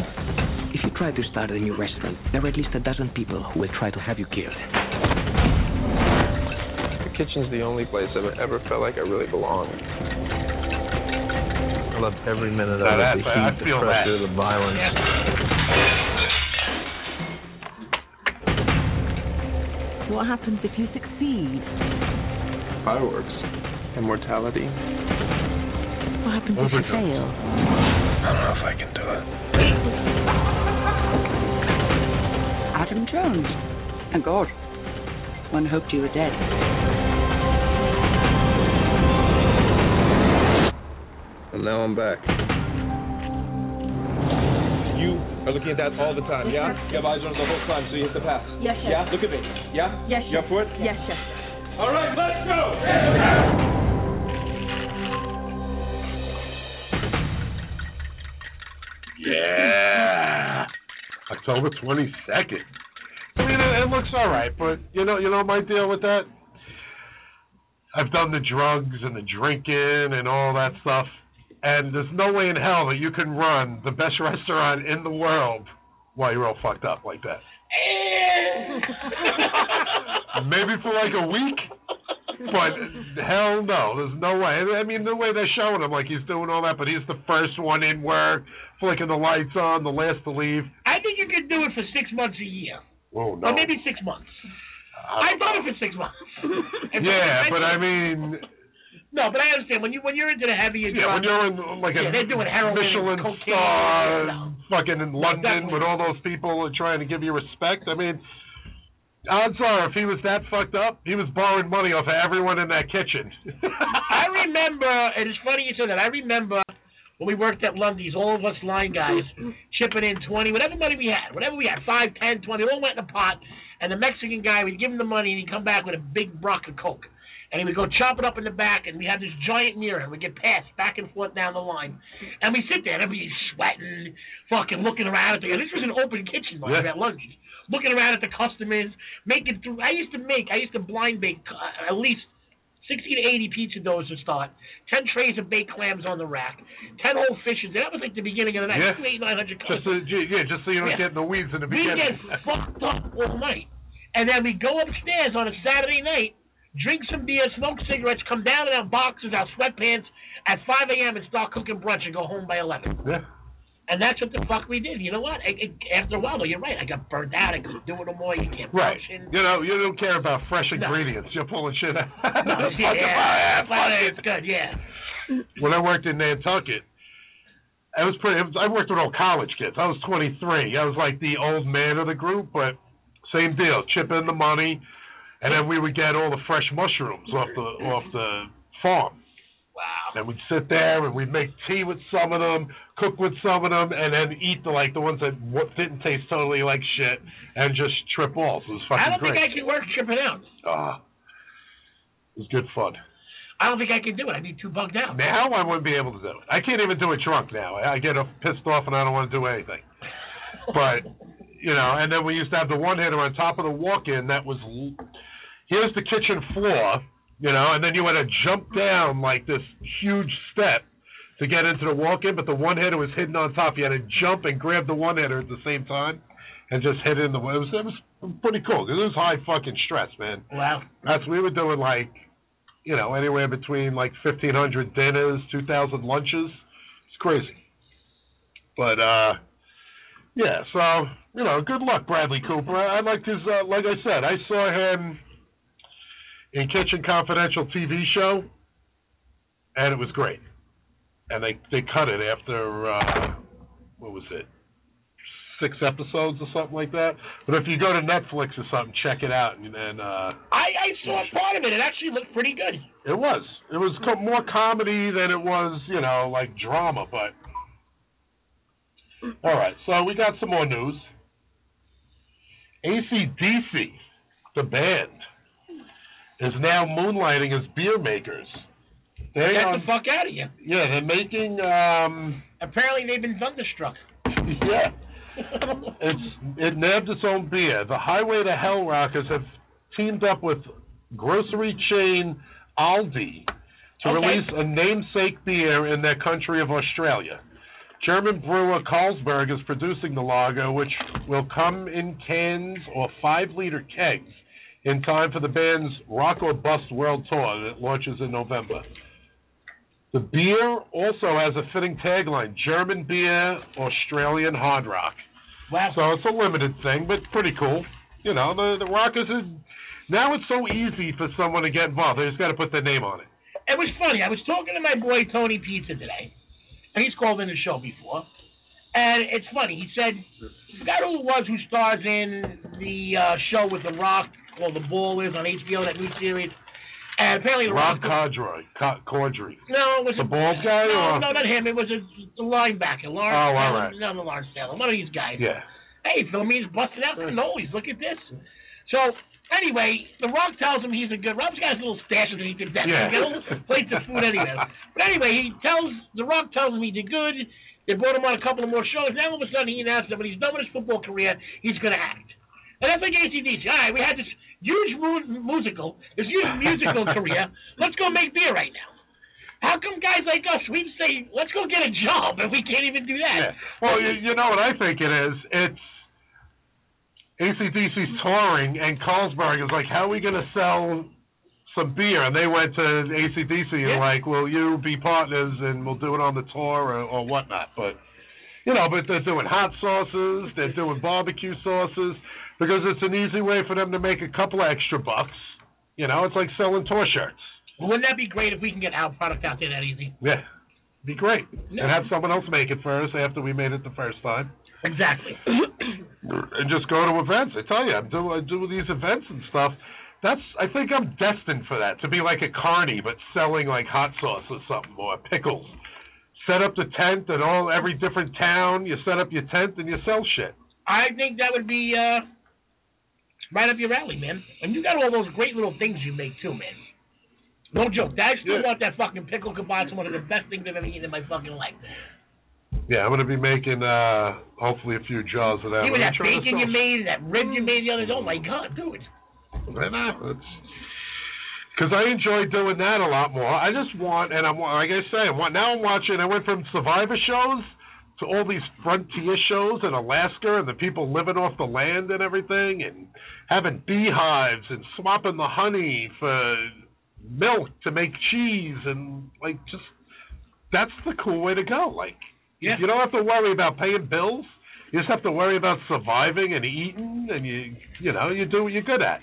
[SPEAKER 10] If you try to start a new restaurant, there are at least a dozen people who will try to have you killed.
[SPEAKER 9] The kitchen's the only place I've ever felt like I really belonged. I loved every minute
[SPEAKER 3] Now
[SPEAKER 9] of
[SPEAKER 3] that-
[SPEAKER 9] it. The
[SPEAKER 3] I
[SPEAKER 9] heat,
[SPEAKER 3] feel
[SPEAKER 9] the
[SPEAKER 3] that.
[SPEAKER 9] pressure, the violence.
[SPEAKER 11] What happens if you succeed?
[SPEAKER 9] Fireworks. Immortality.
[SPEAKER 11] What happens if you
[SPEAKER 3] Overdose.
[SPEAKER 11] fail?
[SPEAKER 4] I don't know if I can do it.
[SPEAKER 11] Adam Jones. And God. One hoped you were dead.
[SPEAKER 9] And now I'm back.
[SPEAKER 4] Are looking at that all the time, yeah? You have eyes on it the whole time, so you hit the pass.
[SPEAKER 12] Yes, yes.
[SPEAKER 4] Yeah? Look at me. Yeah?
[SPEAKER 12] Yes,
[SPEAKER 4] Your foot?
[SPEAKER 12] Yes, yes.
[SPEAKER 4] All right, let's go!
[SPEAKER 3] Yeah. October 22nd. I mean, it, it looks all right, but you know, you know my deal with that. I've done the drugs and the drinking and all that stuff, and there's no way in hell that you can run the best <laughs> restaurant in the world while you're all fucked up like that. Maybe for like a week, but hell no, there's no way. I mean, the way they're showing him, like he's doing all that, but he's the first one in work, flicking the lights on, the last to leave.
[SPEAKER 5] I think you could do it for six months a year,
[SPEAKER 3] Whoa, no.
[SPEAKER 5] or maybe six months. I, done it for six <laughs> months. And so
[SPEAKER 3] yeah,
[SPEAKER 5] I
[SPEAKER 3] but
[SPEAKER 5] think-
[SPEAKER 3] I mean,
[SPEAKER 5] No, but I understand when you when you're into the heavier
[SPEAKER 3] yeah,
[SPEAKER 5] drugs-
[SPEAKER 3] when you're in like a
[SPEAKER 5] yeah, they're doing heroin,
[SPEAKER 3] Michelin
[SPEAKER 5] and cocaine,
[SPEAKER 3] star,
[SPEAKER 5] no.
[SPEAKER 3] fucking in London with all those people are trying to give you respect. I mean, odds are if he was that fucked up, he was borrowing money off of everyone in that kitchen.
[SPEAKER 5] I remember, and it's funny you said that. I remember when we worked at Lundy's, all of us line guys chipping in twenty, whatever money we had, whatever we had, five, ten, twenty, it all went in a pot. And the Mexican guy, we'd give him the money, and he'd come back with a big rock of coke, and he would go chop it up in the back, and we had this giant mirror, and we get passed back and forth down the line, and we sit there, and everybody's sweating, fucking looking around at the. This was an open kitchen, like
[SPEAKER 13] Yeah.
[SPEAKER 5] at Lundy's, looking around at the customers, making through. I used to make, I used to blind bake uh, at least 60 to 80 pizza doughs to start, 10 trays of baked clams on the rack, 10 whole fishes. And that was like the beginning of the night.
[SPEAKER 3] Yeah.
[SPEAKER 5] Two, eight, 900
[SPEAKER 3] <laughs> just so, yeah, just so you don't
[SPEAKER 5] Yeah.
[SPEAKER 3] get in the weeds in the
[SPEAKER 5] We get
[SPEAKER 3] beginning.
[SPEAKER 5] fucked up all night. And then we go upstairs on a Saturday night, drink some beer, smoke cigarettes, come down in our boxes, our sweatpants at 5 a.m. and start cooking brunch and go home by 11.
[SPEAKER 3] Yeah.
[SPEAKER 5] And that's what the fuck we did. You know what? I, I, after a while, though, you're right. I got burned out. I couldn't do it no more. You can't
[SPEAKER 3] Right.
[SPEAKER 5] function.
[SPEAKER 3] You know, you don't care about fresh ingredients. You're pulling shit out.
[SPEAKER 5] No,
[SPEAKER 3] <laughs> Fucking
[SPEAKER 5] yeah,
[SPEAKER 3] fire,
[SPEAKER 5] but
[SPEAKER 3] fuck it.
[SPEAKER 5] it's good. Yeah.
[SPEAKER 3] when I worked in Nantucket, I was pretty. I worked with all college kids. I was 23. I was like the old man of the group, but same deal. Chip in the money, and then we would get all the fresh mushrooms off the off the farm. Wow. And we'd sit there and we'd make tea with some of them, cook with some of them, and then eat the like the ones that w- didn't taste totally like shit, and just trip balls. It was fucking
[SPEAKER 5] I don't
[SPEAKER 3] great.
[SPEAKER 5] think I can work tripping out.
[SPEAKER 3] Ah, it was good fun.
[SPEAKER 5] I don't think I can do it. I'd be too bugged out.
[SPEAKER 3] Now I wouldn't be able to do it. I can't even do it drunk now. I I get uh, pissed off and I don't want to do anything. But you know, and then we used to have the one hitter on top of the walk-in that was l- here's the kitchen floor, you know, and then you had to jump down like this huge step to get into the walk-in, but the one hitter was hidden on top. You had to jump and grab the one hitter at the same time. And just hit it in the it was, it was pretty cool 'cause it was high fucking stress, man.
[SPEAKER 5] Wow.
[SPEAKER 3] That's we were doing like, you know, anywhere between like fifteen hundred dinners, two thousand lunches. It's crazy. But uh, yeah. So you know, good luck, Bradley Cooper. I, I liked his. Uh, like I said, I saw him in Kitchen Confidential TV show, and it was great. And they they cut it after uh, what was it? Six episodes or something like that. But if you go to Netflix or something, check it out and then uh
[SPEAKER 5] I, I saw part of it. It actually looked pretty good.
[SPEAKER 3] It was. It was co- more comedy than it was, you know, like drama. But all right, so we got some more news. ACDC, the band, is now moonlighting as beer makers. They
[SPEAKER 5] Get
[SPEAKER 3] are,
[SPEAKER 5] the fuck out of here.
[SPEAKER 3] yeah, they're making um, <laughs>
[SPEAKER 5] Apparently, they've been thunderstruck.
[SPEAKER 3] yeah. It's it nabbed its own beer. The Highway to Hell Rockers have teamed up with grocery chain Aldi to
[SPEAKER 5] Okay.
[SPEAKER 3] release a namesake beer in their country of Australia. German brewer Carlsberg is producing the lager, which will come in cans or five liter kegs in time for the band's Rock or Bust World Tour that launches in November. The beer also has a fitting tagline German beer, Australian hard rock.
[SPEAKER 5] Wow.
[SPEAKER 3] So it's a limited thing, but pretty cool. You know, the, the rockers are. Now it's so easy for someone to get involved. They just got to put their name on it.
[SPEAKER 5] It was funny. I was talking to my boy Tony Pizza today, and he's called in the show before. And it's funny. He said, I forgot who it was who stars in the uh, show with The Rock called The Ball is on HBO, that new series. And apparently the
[SPEAKER 3] Rob
[SPEAKER 5] Roscoe-
[SPEAKER 3] Cordray. Co- Cordray.
[SPEAKER 5] No, it was a,
[SPEAKER 3] The bald guy
[SPEAKER 5] No,
[SPEAKER 3] or-
[SPEAKER 5] no, not him. It was a, a linebacker. Lawrence
[SPEAKER 3] Oh, all
[SPEAKER 5] Salem-
[SPEAKER 3] right.
[SPEAKER 5] No, no, Lawrence Salem. One of these guys.
[SPEAKER 3] Yeah.
[SPEAKER 5] Hey, Philomene busted out the nose. Look at this. So anyway, The Rock tells him he's a good. Rob's got his little stash of he did that.
[SPEAKER 2] Yeah.
[SPEAKER 5] He got a little plates of food anyway. But anyway, he tells The Rock tells him he did good. They brought him on a couple of more shows. Now all of a sudden he announced that when he's done with his football career, he's going to act. And that's like ACDC. All right, we had this huge mu- musical, this huge musical career. Let's go make beer right now. How come guys like us, we say, let's go get a job, and we can't even do that?
[SPEAKER 3] Well, you, you know what I think it is? It's ACDC's touring, and Carlsberg is like, how are we going to sell some beer? And they went to ACDC and like, will you be partners, and we'll do it on the tour or, or whatnot. But, you know, but they're doing hot sauces, they're doing barbecue sauces, because it's an easy way for them to make a couple extra bucks. You know, it's like selling tour shirts.
[SPEAKER 5] Wouldn't that be great if we can get our product out there that easy?
[SPEAKER 3] Yeah. Be great.
[SPEAKER 5] No.
[SPEAKER 3] And have someone else make it for us after we made it the first time.
[SPEAKER 5] Exactly.
[SPEAKER 3] and just go to events. I tell you, I do I do these events and stuff. That's I think I'm destined for that to be like a carny, but selling like hot sauce or something or pickles. Set up the tent and all every different town. You set up your tent and you sell shit.
[SPEAKER 5] <clears throat> I think that would be uh, right up your alley, man. And you got all those great little things you make, too, man. No joke. I still want that fucking pickle kibbutz, one of the best things I've ever eaten in my fucking life.
[SPEAKER 3] Yeah, I'm gonna be making uh hopefully a few jars of that.
[SPEAKER 5] Even
[SPEAKER 3] I'm
[SPEAKER 5] that
[SPEAKER 3] trying to
[SPEAKER 5] bacon
[SPEAKER 3] sell
[SPEAKER 5] you made, that rib you made the other day. Oh, my God, dude.
[SPEAKER 3] I know. Because I enjoy doing that a lot more. I just want, and I'm like I say, I'm, wa- now I'm watching. I went from Survivor shows to all these frontier shows in Alaska, and the people living off the land and everything, and having beehives and swapping the honey for milk to make cheese, and like just that's the cool way to go. Like
[SPEAKER 5] Yeah.
[SPEAKER 3] you don't have to worry about paying bills. You just have to worry about surviving and eating, and you you know you do what you're good at.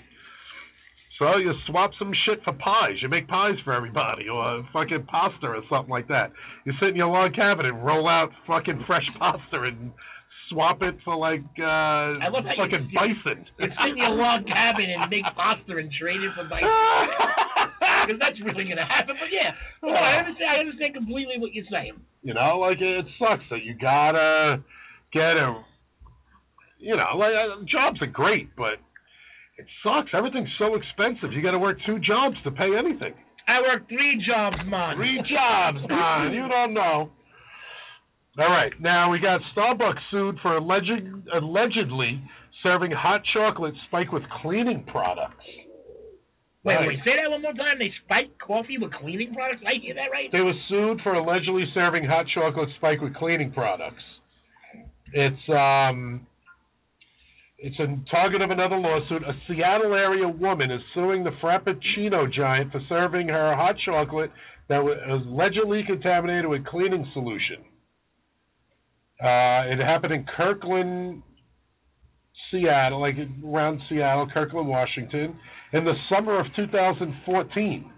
[SPEAKER 3] So you swap some shit for pies. You make pies for everybody, or fucking pasta or something like that. You sit in your log cabin and roll out fucking fresh pasta and swap it for like uh
[SPEAKER 5] I love how you-
[SPEAKER 3] fucking
[SPEAKER 5] you-
[SPEAKER 3] bison.
[SPEAKER 5] You sit
[SPEAKER 3] <laughs>
[SPEAKER 5] in your log <laughs> cabin and make pasta and trade it for bison. <laughs> Because that's really going to happen. But yeah, no,
[SPEAKER 3] Ah.
[SPEAKER 5] I understand. I understand completely what you're saying.
[SPEAKER 3] You know, like it sucks that you gotta get a. You know, like uh, jobs are great, but it sucks. Everything's so expensive. You got to work two jobs to pay anything.
[SPEAKER 5] I work three jobs, man. <laughs>
[SPEAKER 3] Three jobs, man. You don't know. All right, now we got Starbucks sued for alleged, allegedly serving hot chocolate spiked with cleaning products.
[SPEAKER 5] Wait,
[SPEAKER 3] Right.
[SPEAKER 5] wait. Say that one more time. They spike coffee with cleaning products. I hear that
[SPEAKER 3] <clears throat>
[SPEAKER 5] right.
[SPEAKER 3] They were sued for allegedly serving hot chocolate spiked with cleaning products. It's um, it's a target of another lawsuit. A Seattle area woman is suing the Frappuccino giant for serving her hot chocolate that was allegedly contaminated with cleaning solution. Uh, it happened in Kirkland, Seattle, like around Seattle, Kirkland, Washington, in the summer of 2014.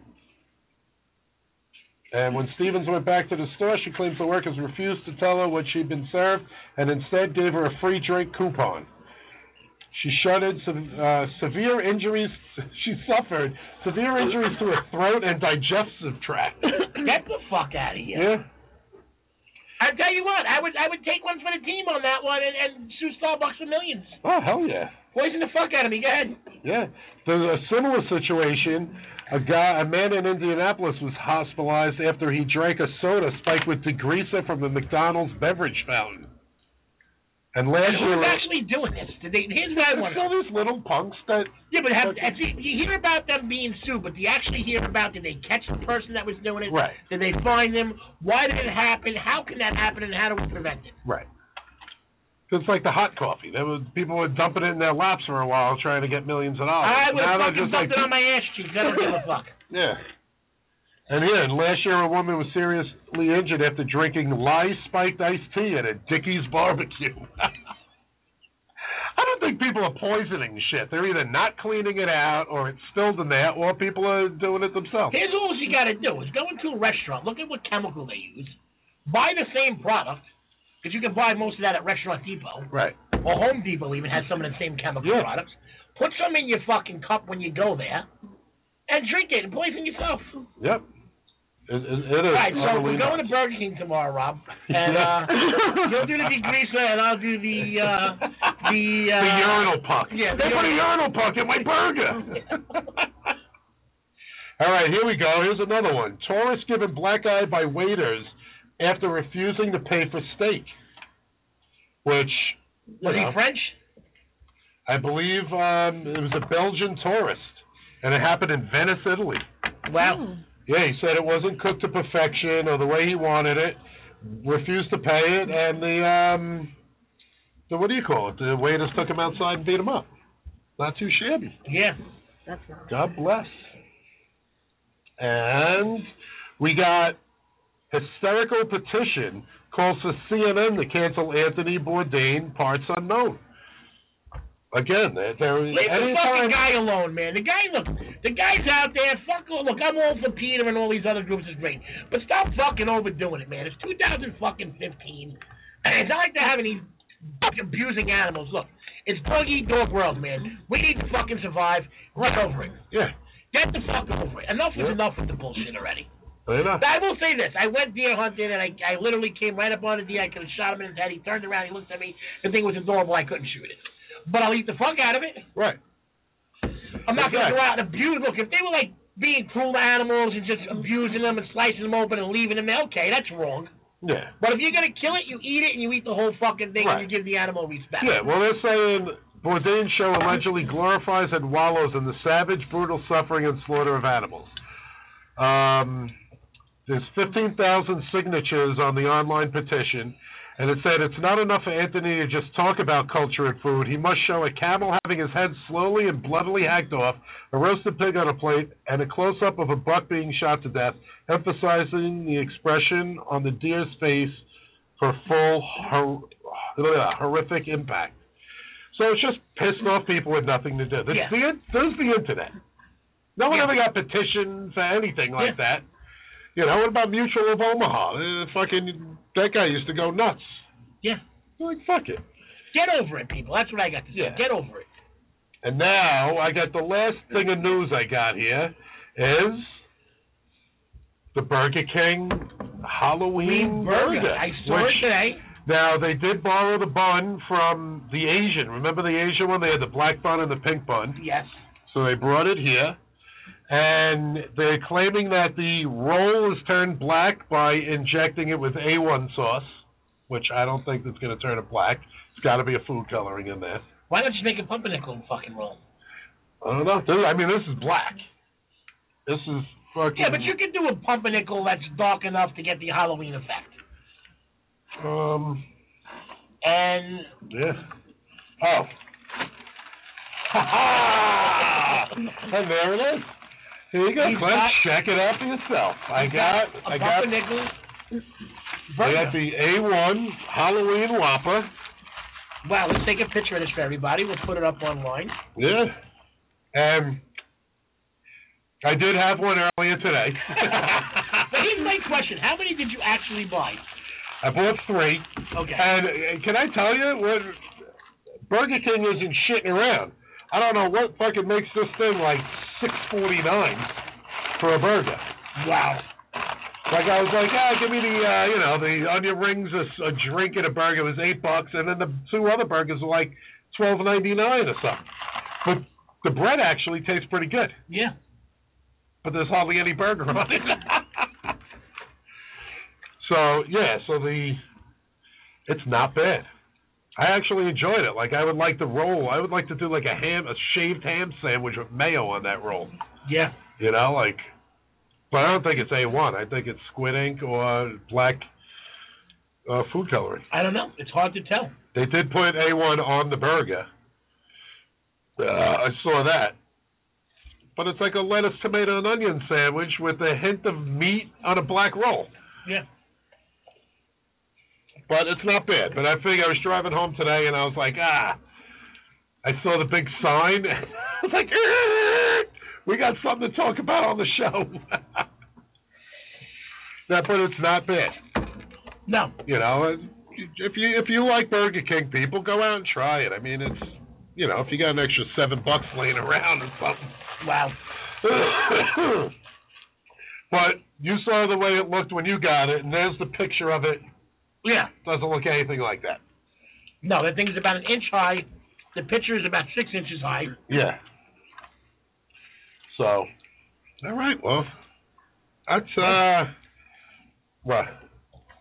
[SPEAKER 3] And when Stevens went back to the store, she claims the workers refused to tell her what she'd been served and instead gave her a free drink coupon. She shuddered. Some, uh, severe injuries. <laughs> She suffered severe injuries to her throat and digestive tract.
[SPEAKER 5] Get the fuck out of here.
[SPEAKER 3] Yeah.
[SPEAKER 5] I tell you what, I would I would take one for the team on that one and, and sue Starbucks for millions.
[SPEAKER 3] Oh hell yeah.
[SPEAKER 5] Poison the fuck out of me. Go ahead.
[SPEAKER 3] Yeah, there's a similar situation. A guy, a man in Indianapolis was hospitalized after he drank a soda spiked with degreaser from the McDonald's beverage fountain. And last
[SPEAKER 5] Who's
[SPEAKER 3] year,
[SPEAKER 5] actually doing this? Did they, here's what I want.
[SPEAKER 3] It's all these little punks that.
[SPEAKER 5] Yeah, but have, have you, you hear about them being sued, but do you actually hear about did they catch the person that was doing it?
[SPEAKER 3] Right.
[SPEAKER 5] Did they find them? Why did it happen? How can that happen? And how do we prevent it?
[SPEAKER 3] Right. It's like the hot coffee. There was people were dumping it in their laps for a while, trying to get millions of dollars.
[SPEAKER 5] I would
[SPEAKER 3] Now
[SPEAKER 5] have
[SPEAKER 3] they're
[SPEAKER 5] fucking
[SPEAKER 3] just like,
[SPEAKER 5] dumped it on my ass cheeks. I don't give a fuck.
[SPEAKER 3] Yeah. And here, and last year, a woman was seriously injured after drinking lye spiked iced tea at a Dickie's barbecue. <laughs> I don't think people are poisoning shit. They're either not cleaning it out, or it's spilled in there, or people are doing it themselves.
[SPEAKER 5] Here's all you got to do is go into a restaurant, look at what chemical they use, buy the same product, because you can buy most of that at Restaurant Depot.
[SPEAKER 3] Right.
[SPEAKER 5] Or Home Depot even has some of the same chemical products. Put some in your fucking cup when you go there, and drink it and poison yourself.
[SPEAKER 3] Yep. It, it, it is.
[SPEAKER 5] All right, so
[SPEAKER 3] utterly
[SPEAKER 5] we're going
[SPEAKER 3] nuts.
[SPEAKER 5] to Burger King tomorrow,
[SPEAKER 3] <laughs>
[SPEAKER 5] Rob. And
[SPEAKER 3] Yeah.
[SPEAKER 5] uh, you'll do the degreaser, and I'll do the
[SPEAKER 3] <laughs>
[SPEAKER 5] uh, the uh,
[SPEAKER 3] the urinal puck.
[SPEAKER 5] Yeah,
[SPEAKER 3] they
[SPEAKER 5] the
[SPEAKER 3] put a
[SPEAKER 5] urinal-
[SPEAKER 3] urinal puck in my burger. All right, here we go. Here's another one. Tourist given black eye by waiters after refusing to pay for steak. Which
[SPEAKER 5] Was
[SPEAKER 3] you know,
[SPEAKER 5] he French?
[SPEAKER 3] I believe um, it was a Belgian tourist, and it happened in Venice, Italy.
[SPEAKER 5] Wow.
[SPEAKER 3] Yeah, he said it wasn't cooked to perfection or the way he wanted it. Refused to pay it, and the um, the what do you call it? The waiters took him outside and beat him up. Not too shabby.
[SPEAKER 5] Yeah.
[SPEAKER 7] That's not.
[SPEAKER 3] God bless. And we got hysterical petition calls for CNN to cancel Anthony Bourdain parts unknown. Again, there, there
[SPEAKER 5] Leave the fucking
[SPEAKER 3] anytime
[SPEAKER 5] guy alone, man. The guy, look, the guy's out there. Fuck, all- look, I'm all for Peter and all these other groups is great, but stop fucking overdoing it, man. It's 2015. <clears throat> It's not like they're having these abusing animals. Look, it's dog eat dog world, man. We need to fucking survive. Get over it.
[SPEAKER 3] Yeah.
[SPEAKER 5] Get the fuck over it. Enough is enough with the bullshit already.
[SPEAKER 3] Fair enough.
[SPEAKER 5] But I will say this: I went deer hunting, and I, I literally came right up on the deer. I could have shot him in his head. He turned around, he looked at me. The thing was adorable. I couldn't shoot it, but I'll eat the fuck out of it.
[SPEAKER 3] Right.
[SPEAKER 5] I'm not going to
[SPEAKER 3] Exactly.
[SPEAKER 5] go out and abuse. Look, if they were like being cruel to animals and just abusing them and slicing them open and leaving them, okay, that's wrong.
[SPEAKER 3] Yeah.
[SPEAKER 5] But if you're going to kill it, you eat it and you eat the whole fucking thing and you give the animal respect.
[SPEAKER 3] Yeah, well, they're saying Bourdain's show allegedly glorifies and wallows in the savage, brutal suffering and slaughter of animals. Um, there's 15,000 signatures on the online petition, and it said it's not enough for Anthony to just talk about culture and food. He must show a camel having his head slowly and bloodily hacked off, a roasted pig on a plate, and a close up of a buck being shot to death, emphasizing the expression on the deer's face for full hor- horrific impact. So it's just pissing off people with nothing to do. There's,
[SPEAKER 5] Yeah.
[SPEAKER 3] the, in- there's the internet. No one ever got petitioned for anything like that. You know, what about Mutual of Omaha? Uh, fucking that guy used to go nuts.
[SPEAKER 5] Yeah.
[SPEAKER 3] Like fuck it.
[SPEAKER 5] Get over it, people. That's what I got to say.
[SPEAKER 3] Yeah.
[SPEAKER 5] Get over it.
[SPEAKER 3] And now I got the last thing of news I got here is the Burger King Halloween burger.
[SPEAKER 5] I saw
[SPEAKER 3] which-
[SPEAKER 5] it today.
[SPEAKER 3] Now they did borrow the bun from the Asian. Remember the Asian one? They had the black bun and the pink bun.
[SPEAKER 5] Yes.
[SPEAKER 3] So they brought it here, and they're claiming that the roll is turned black by injecting it with A1 sauce, which I don't think that's going to turn it black. It's got to be a food coloring in there.
[SPEAKER 5] Why don't you make a pumpernickel and fucking roll?
[SPEAKER 3] I don't know. This, I mean, this is black. This is fucking.
[SPEAKER 5] Yeah, but you can do a pumpernickel that's dark enough to get the Halloween effect.
[SPEAKER 3] Um.
[SPEAKER 5] And
[SPEAKER 3] Yeah. Oh. <laughs> Ha ha! And there it is. Here you go,
[SPEAKER 5] He's
[SPEAKER 3] Clint.
[SPEAKER 5] got-
[SPEAKER 3] Check it out for yourself. I
[SPEAKER 5] He's
[SPEAKER 3] got,
[SPEAKER 5] got a
[SPEAKER 3] I got,
[SPEAKER 5] pumpernickel
[SPEAKER 3] I
[SPEAKER 5] burger.
[SPEAKER 3] got the A1 Halloween Whopper.
[SPEAKER 5] Wow, let's take a picture of this for everybody. We'll put it up online.
[SPEAKER 3] Yeah. Um, I did have one earlier today.
[SPEAKER 5] But here's my question: How many did you actually buy?
[SPEAKER 3] I bought three.
[SPEAKER 5] Okay.
[SPEAKER 3] And uh, can I tell you what? Burger King isn't shitting around. I don't know what fucking makes this thing like six forty nine for a burger.
[SPEAKER 5] Wow.
[SPEAKER 3] Like I was like, ah, give me the uh, you know the onion rings, a, a drink, and a burger It was eight bucks, and then the two other burgers were like twelve ninety nine or something. But the bread actually tastes pretty good.
[SPEAKER 5] Yeah.
[SPEAKER 3] But there's hardly any burger on it. <laughs> so yeah, so the it's not bad. I actually enjoyed it. Like I would like to roll. I would like to do like a ham, a shaved ham sandwich with mayo on that roll.
[SPEAKER 5] Yeah.
[SPEAKER 3] You know, like, but I don't think it's A1. I think it's squid ink or black uh, food coloring.
[SPEAKER 5] I don't know. It's hard to tell.
[SPEAKER 3] They did put A1 on the burger. Uh, I saw that. But it's like a lettuce, tomato, and onion sandwich with a hint of meat on a black roll.
[SPEAKER 5] Yeah.
[SPEAKER 3] But it's not bad. But I think I was driving home today and I was like, ah, I saw the big sign. <laughs> I was like, "Ah, we got something to talk about on the show. <laughs> that, but it's not bad.
[SPEAKER 5] No.
[SPEAKER 3] You know, if you if you like Burger King, people go out and try it. I mean, it's you know, if you got an extra seven bucks laying around or something, <coughs>
[SPEAKER 5] Wow.
[SPEAKER 3] but you saw the way it looked when you got it, and there's the picture of it.
[SPEAKER 5] Yeah.
[SPEAKER 3] Doesn't look anything like that.
[SPEAKER 5] No, that thing is about an inch high. The picture is about six inches high.
[SPEAKER 3] Yeah. So, all right, well, that's uh, what?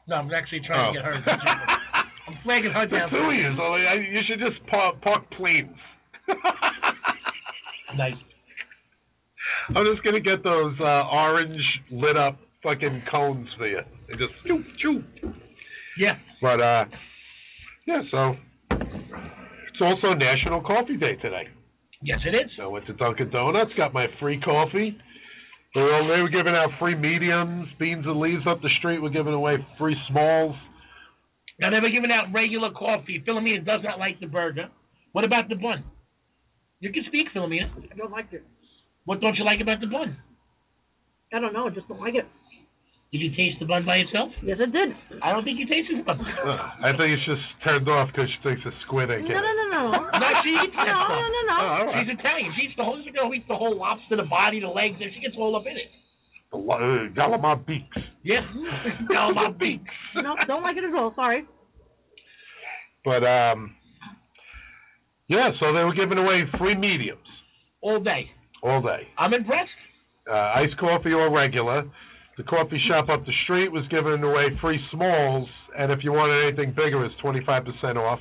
[SPEAKER 5] No, I'm actually trying to
[SPEAKER 3] Oh.
[SPEAKER 5] get her. attention. <laughs> I'm flagging her
[SPEAKER 3] The
[SPEAKER 5] down.
[SPEAKER 3] two of yous, only I- you should just park, park planes. <laughs>
[SPEAKER 5] nice.
[SPEAKER 3] I'm just gonna get those uh, orange lit up fucking cones for you, and just choo choo.
[SPEAKER 5] Yeah.
[SPEAKER 3] But uh, yeah, so it's also National Coffee Day today.
[SPEAKER 5] Yes, it is.
[SPEAKER 3] So I went to Dunkin' Donuts, got my free coffee. They were, they were giving out free mediums, beans and leaves up the street. We're giving away free smalls.
[SPEAKER 5] Now they were giving out regular coffee. Philomena does not like the burger. What about the bun? You can speak, Philomena.
[SPEAKER 7] I don't like it.
[SPEAKER 5] What don't you like about the bun?
[SPEAKER 7] I don't know. I just don't like it.
[SPEAKER 5] Did you taste the bun by itself?
[SPEAKER 7] Yes, I did.
[SPEAKER 5] I don't think you tasted the bun.
[SPEAKER 3] I think it's just turned off because she thinks it's squid
[SPEAKER 7] No,
[SPEAKER 3] again.
[SPEAKER 7] no, no,
[SPEAKER 3] <laughs>
[SPEAKER 7] no.
[SPEAKER 5] No, she eats
[SPEAKER 7] no,
[SPEAKER 5] that
[SPEAKER 7] no,
[SPEAKER 5] stuff.
[SPEAKER 3] Oh, <laughs>
[SPEAKER 7] no,
[SPEAKER 3] all
[SPEAKER 7] no.
[SPEAKER 3] right.
[SPEAKER 5] She's Italian. She eats the whole. She's gonna eat the whole lobster, the body, the legs, and she gets all up in it.
[SPEAKER 3] The lo- uh, Gallimard beaks.
[SPEAKER 5] <laughs> Yeah. Down my beak.
[SPEAKER 7] No, don't like it at all. Sorry.
[SPEAKER 3] But um, yeah. So they were giving away free mediums
[SPEAKER 5] All day.
[SPEAKER 3] all day,
[SPEAKER 5] I'm impressed.
[SPEAKER 3] uh, iced coffee or regular. The coffee shop up the street was giving away free smalls, and if you wanted anything bigger, it's twenty five percent off,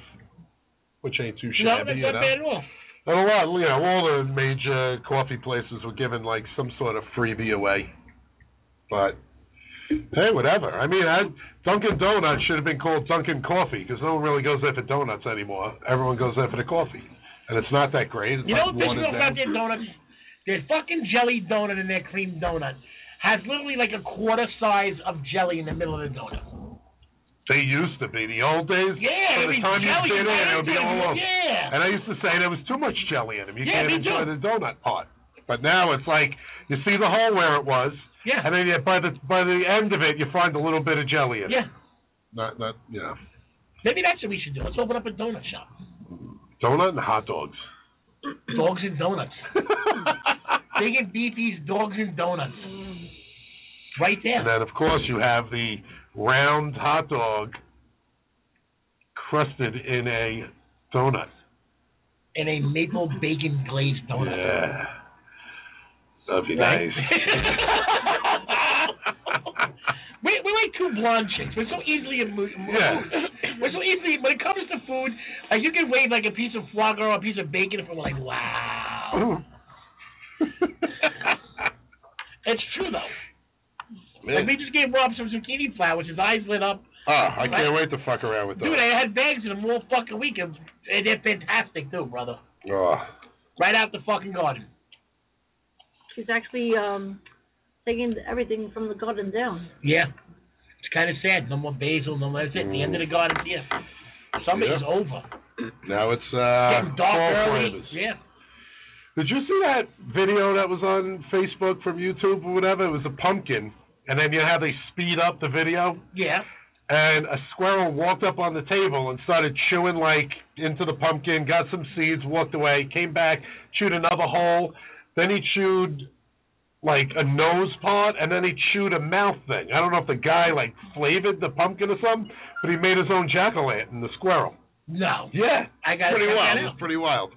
[SPEAKER 3] which ain't too
[SPEAKER 5] no,
[SPEAKER 3] shabby,
[SPEAKER 5] that's
[SPEAKER 3] you
[SPEAKER 5] not
[SPEAKER 3] know.
[SPEAKER 5] bad at all.
[SPEAKER 3] And a lot, you know, all the major coffee places were giving like some sort of freebie away. But hey, whatever. I mean, I, Dunkin' Donuts should have been called Dunkin' Coffee because no one really goes there for donuts anymore. Everyone goes there for the coffee, and it's not that great. It's
[SPEAKER 5] You know
[SPEAKER 3] not
[SPEAKER 5] what pisses me
[SPEAKER 3] watered
[SPEAKER 5] off about
[SPEAKER 3] down.
[SPEAKER 5] their donuts? Their fucking jelly donut and their cream donut has literally like a quarter size of jelly in the middle of the donut.
[SPEAKER 3] They used to be the old days.
[SPEAKER 5] Yeah,
[SPEAKER 3] by
[SPEAKER 5] it'd
[SPEAKER 3] the
[SPEAKER 5] be
[SPEAKER 3] time you
[SPEAKER 5] jelly
[SPEAKER 3] get in,
[SPEAKER 5] and
[SPEAKER 3] it would be
[SPEAKER 5] everything,
[SPEAKER 3] all over.
[SPEAKER 5] yeah.
[SPEAKER 3] And I used to say there was too much jelly in them. You
[SPEAKER 5] Yeah,
[SPEAKER 3] can't
[SPEAKER 5] me
[SPEAKER 3] enjoy
[SPEAKER 5] too.
[SPEAKER 3] the donut part. But now it's like you see the hole where it was,
[SPEAKER 5] Yeah.
[SPEAKER 3] and then you, by the by the end of it, you find a little bit of jelly in it.
[SPEAKER 5] Yeah.
[SPEAKER 3] Not not you know
[SPEAKER 5] Maybe that's what we should do. Let's open up a donut shop.
[SPEAKER 3] donut and hot dogs.
[SPEAKER 5] Dogs and donuts. Big and beefy's dogs and donuts. Right
[SPEAKER 3] And
[SPEAKER 5] there.
[SPEAKER 3] then of course you have the round hot dog crusted in a donut.
[SPEAKER 5] And a maple bacon glazed donut.
[SPEAKER 3] Yeah. That'd be
[SPEAKER 5] Right?
[SPEAKER 3] nice.
[SPEAKER 5] <laughs> We we like two blonde chicks. We're so easily immo-
[SPEAKER 3] Yeah.
[SPEAKER 5] We're so easily when it comes to food, like you can wave like a piece of foie gras or a piece of bacon, and we're like, wow. <laughs> it's true though. Like we just gave Rob some zucchini flowers. His eyes lit up.
[SPEAKER 3] Ah, I can't wait to fuck around with those.
[SPEAKER 5] Dude, I had bags in them all fucking week, and and they're fantastic too, brother.
[SPEAKER 3] Oh,
[SPEAKER 5] Right out the fucking garden.
[SPEAKER 7] She's actually um taking everything from the garden down.
[SPEAKER 5] Yeah. It's kind of sad. No more basil. No more. That's it. The end of the garden. Yeah. Summer
[SPEAKER 3] Yeah.
[SPEAKER 5] is over.
[SPEAKER 3] now it's
[SPEAKER 5] Getting dark
[SPEAKER 3] uh, fall
[SPEAKER 5] early.
[SPEAKER 3] flavors.
[SPEAKER 5] Yeah.
[SPEAKER 3] Did you see that video that was on Facebook from YouTube or whatever? It was a pumpkin, and then you know how they speed up the video,
[SPEAKER 5] Yeah.
[SPEAKER 3] and a squirrel walked up on the table and started chewing like into the pumpkin, got some seeds, walked away, came back, chewed another hole, then he chewed like a nose part, and then he chewed a mouth thing. I don't know if the guy like flavored the pumpkin or something, but he made his own jack o' lantern, the squirrel.
[SPEAKER 5] No.
[SPEAKER 3] Yeah,
[SPEAKER 5] I got
[SPEAKER 3] pretty
[SPEAKER 5] check
[SPEAKER 3] wild.
[SPEAKER 5] That out.
[SPEAKER 3] It's pretty wild.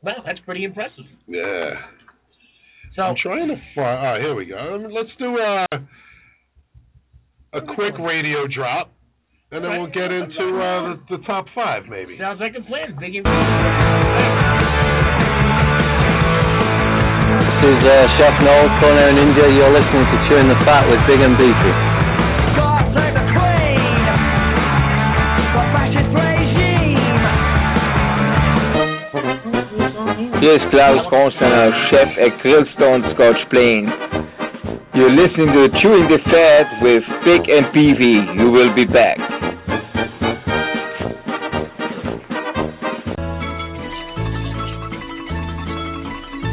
[SPEAKER 5] Wow, that's pretty impressive.
[SPEAKER 3] Yeah.
[SPEAKER 5] So
[SPEAKER 3] I'm trying to find. Oh, here we go. Um, Let's do a a quick radio drop, and then we'll get into uh, the, the top five, maybe.
[SPEAKER 5] sounds like a plan. Big and
[SPEAKER 12] This is uh, Chef Noel, Culinary Ninja. You're listening to Chewing the Fat with Big and Beefy. Hier ist Klaus Bronsteiner, Chef at Grillstone Scotch Plain. You're listening to Chewing the Fat with Big and Beefy. You will be back.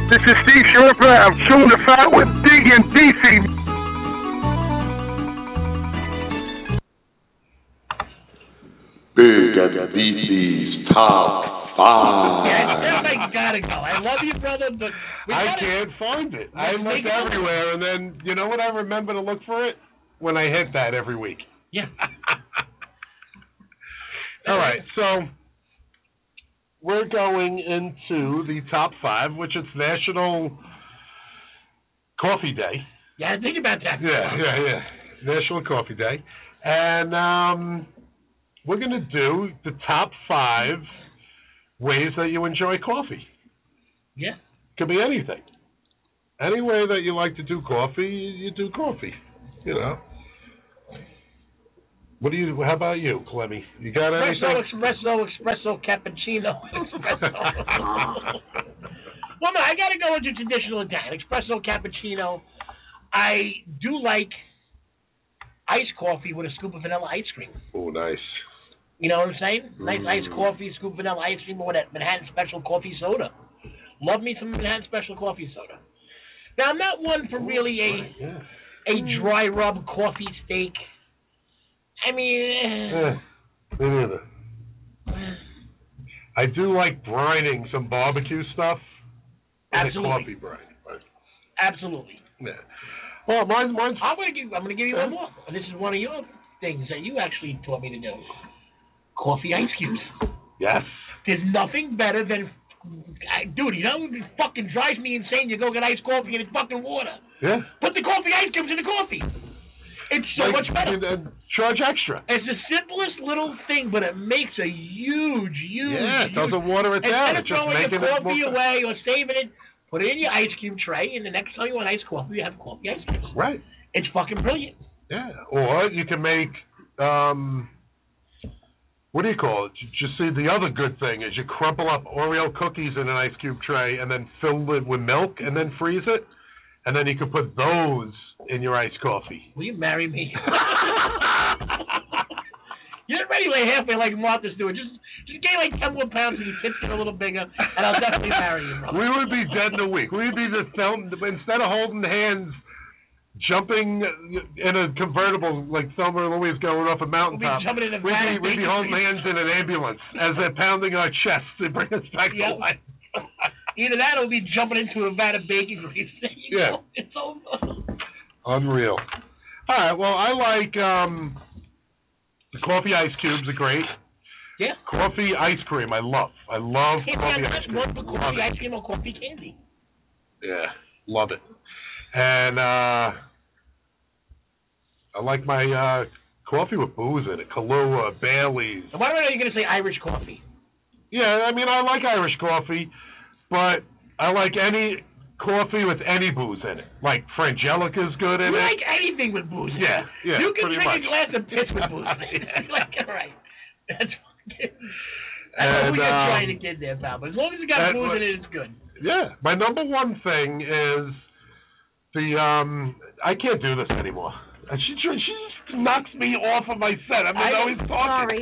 [SPEAKER 13] This is Steve Shorter. I'm chewing the fat with Big and Beefy.
[SPEAKER 8] Big and Beefy's Top
[SPEAKER 12] Fuck.
[SPEAKER 5] Yes, I gotta go. I love you, brother, but we
[SPEAKER 3] I
[SPEAKER 5] gotta,
[SPEAKER 3] can't find it. I
[SPEAKER 5] Let's make
[SPEAKER 3] looked
[SPEAKER 5] it happen.
[SPEAKER 3] everywhere, and then you know what? I remember to look for it when I hit that every week.
[SPEAKER 5] Yeah.
[SPEAKER 3] All right, so we're going into the top five, which is National Coffee Day.
[SPEAKER 5] Yeah, think about that.
[SPEAKER 3] Yeah, yeah, yeah. National Coffee Day, and um, we're gonna do the top five ways that you enjoy coffee.
[SPEAKER 5] Yeah.
[SPEAKER 3] Could be anything. Any way that you like to do coffee, you you do coffee. You know. What do you? How about you, Clemmy? You got
[SPEAKER 5] Espresso,
[SPEAKER 3] anything?
[SPEAKER 5] espresso, espresso, cappuccino, espresso. well, no, I gotta go into traditional Italian. Espresso, cappuccino. I do like iced coffee with a scoop of vanilla ice cream.
[SPEAKER 3] <laughs> Oh, nice.
[SPEAKER 5] You know what I'm saying? Nice
[SPEAKER 3] Mm.
[SPEAKER 5] iced coffee, scoop of vanilla ice cream, or that Manhattan Special coffee soda. Love me some Manhattan Special coffee soda. Now, I'm not one for really a
[SPEAKER 3] Yeah.
[SPEAKER 5] a dry rub coffee steak. I mean, eh,
[SPEAKER 3] Eh, me neither. I do like brining some barbecue stuff. and a
[SPEAKER 5] Absolutely.
[SPEAKER 3] coffee brine. but-
[SPEAKER 5] absolutely.
[SPEAKER 3] Yeah. Well, mine's mine's.
[SPEAKER 5] I'm gonna give I'm gonna give you one more. This is one of your things that you actually taught me to do. Coffee ice cubes.
[SPEAKER 3] Yes.
[SPEAKER 5] There's nothing better than, I- dude. You know what fucking drives me insane? You go get iced coffee and it's fucking water.
[SPEAKER 3] Yeah.
[SPEAKER 5] Put the coffee ice cubes in the coffee. It's so
[SPEAKER 3] Like,
[SPEAKER 5] much better.
[SPEAKER 3] and- uh, and charge extra.
[SPEAKER 5] It's the simplest little thing, but it makes a huge, huge.
[SPEAKER 3] Yeah, it
[SPEAKER 5] huge-
[SPEAKER 3] doesn't water it down.
[SPEAKER 5] Instead of
[SPEAKER 3] It's just
[SPEAKER 5] throwing
[SPEAKER 3] making
[SPEAKER 5] your
[SPEAKER 3] it
[SPEAKER 5] coffee
[SPEAKER 3] more.
[SPEAKER 5] away or saving it, put it in your ice cube tray, and the next time you want ice coffee, you have coffee ice cubes.
[SPEAKER 3] Right.
[SPEAKER 5] It's fucking brilliant.
[SPEAKER 3] Yeah. Or you can make um what do you call it? J- Just see the other good thing is you crumple up Oreo cookies in an ice cube tray and then fill it with milk and then freeze it. And then you can put those in your iced coffee.
[SPEAKER 5] Will you marry me? <laughs> You're ready like halfway like Martha's doing. Just just gain like ten more pounds and your tits get a little bigger, and I'll definitely marry you. Bro.
[SPEAKER 3] We would be dead in a week. We would be the film instead of holding hands, jumping in a convertible like Thelma and Louise going off a mountaintop.
[SPEAKER 5] jumping in a
[SPEAKER 3] we'd
[SPEAKER 5] van
[SPEAKER 3] be,
[SPEAKER 5] and
[SPEAKER 3] we'd be
[SPEAKER 5] Baker
[SPEAKER 3] holding
[SPEAKER 5] Street.
[SPEAKER 3] hands in an ambulance as they're pounding our chests to bring us back
[SPEAKER 5] <laughs> Yep.
[SPEAKER 3] to life.
[SPEAKER 5] Either that or we'll be jumping into a vat of bacon grease. <laughs> You
[SPEAKER 3] Yeah.
[SPEAKER 5] know, It's over.
[SPEAKER 3] Unreal. All right. Well, I like um, the coffee ice cubes are great.
[SPEAKER 5] Yeah.
[SPEAKER 3] Coffee ice cream, I love. I love
[SPEAKER 5] Can't
[SPEAKER 3] coffee
[SPEAKER 5] be
[SPEAKER 3] ice
[SPEAKER 5] much
[SPEAKER 3] cream.
[SPEAKER 5] more for
[SPEAKER 3] Love
[SPEAKER 5] coffee
[SPEAKER 3] it.
[SPEAKER 5] ice cream or coffee candy.
[SPEAKER 3] Yeah, love it. And uh, I like my uh, coffee with booze in it. Kahlua, Bailey's.
[SPEAKER 5] And why are you gonna say Irish coffee?
[SPEAKER 3] Yeah, I mean, I like Irish coffee, but I like any coffee with any booze in it. Like Frangelica's good in
[SPEAKER 5] You
[SPEAKER 3] it.
[SPEAKER 5] like anything with booze. in it.
[SPEAKER 3] Yeah, yeah,
[SPEAKER 5] You can
[SPEAKER 3] pretty
[SPEAKER 5] drink
[SPEAKER 3] much.
[SPEAKER 5] a glass of piss with
[SPEAKER 3] <laughs>
[SPEAKER 5] booze. <laughs> in it. It's like, all right, that's fucking. I know
[SPEAKER 3] And,
[SPEAKER 5] we got
[SPEAKER 3] um,
[SPEAKER 5] trying to get there, pal, but as long as you got
[SPEAKER 3] that
[SPEAKER 5] booze
[SPEAKER 3] was-
[SPEAKER 5] in it, it's good.
[SPEAKER 3] Yeah, my number one thing is the um. I can't do this anymore. Uh, She tr- she just knocks me off of my set. I'm
[SPEAKER 5] I-
[SPEAKER 3] always talking.
[SPEAKER 5] sorry.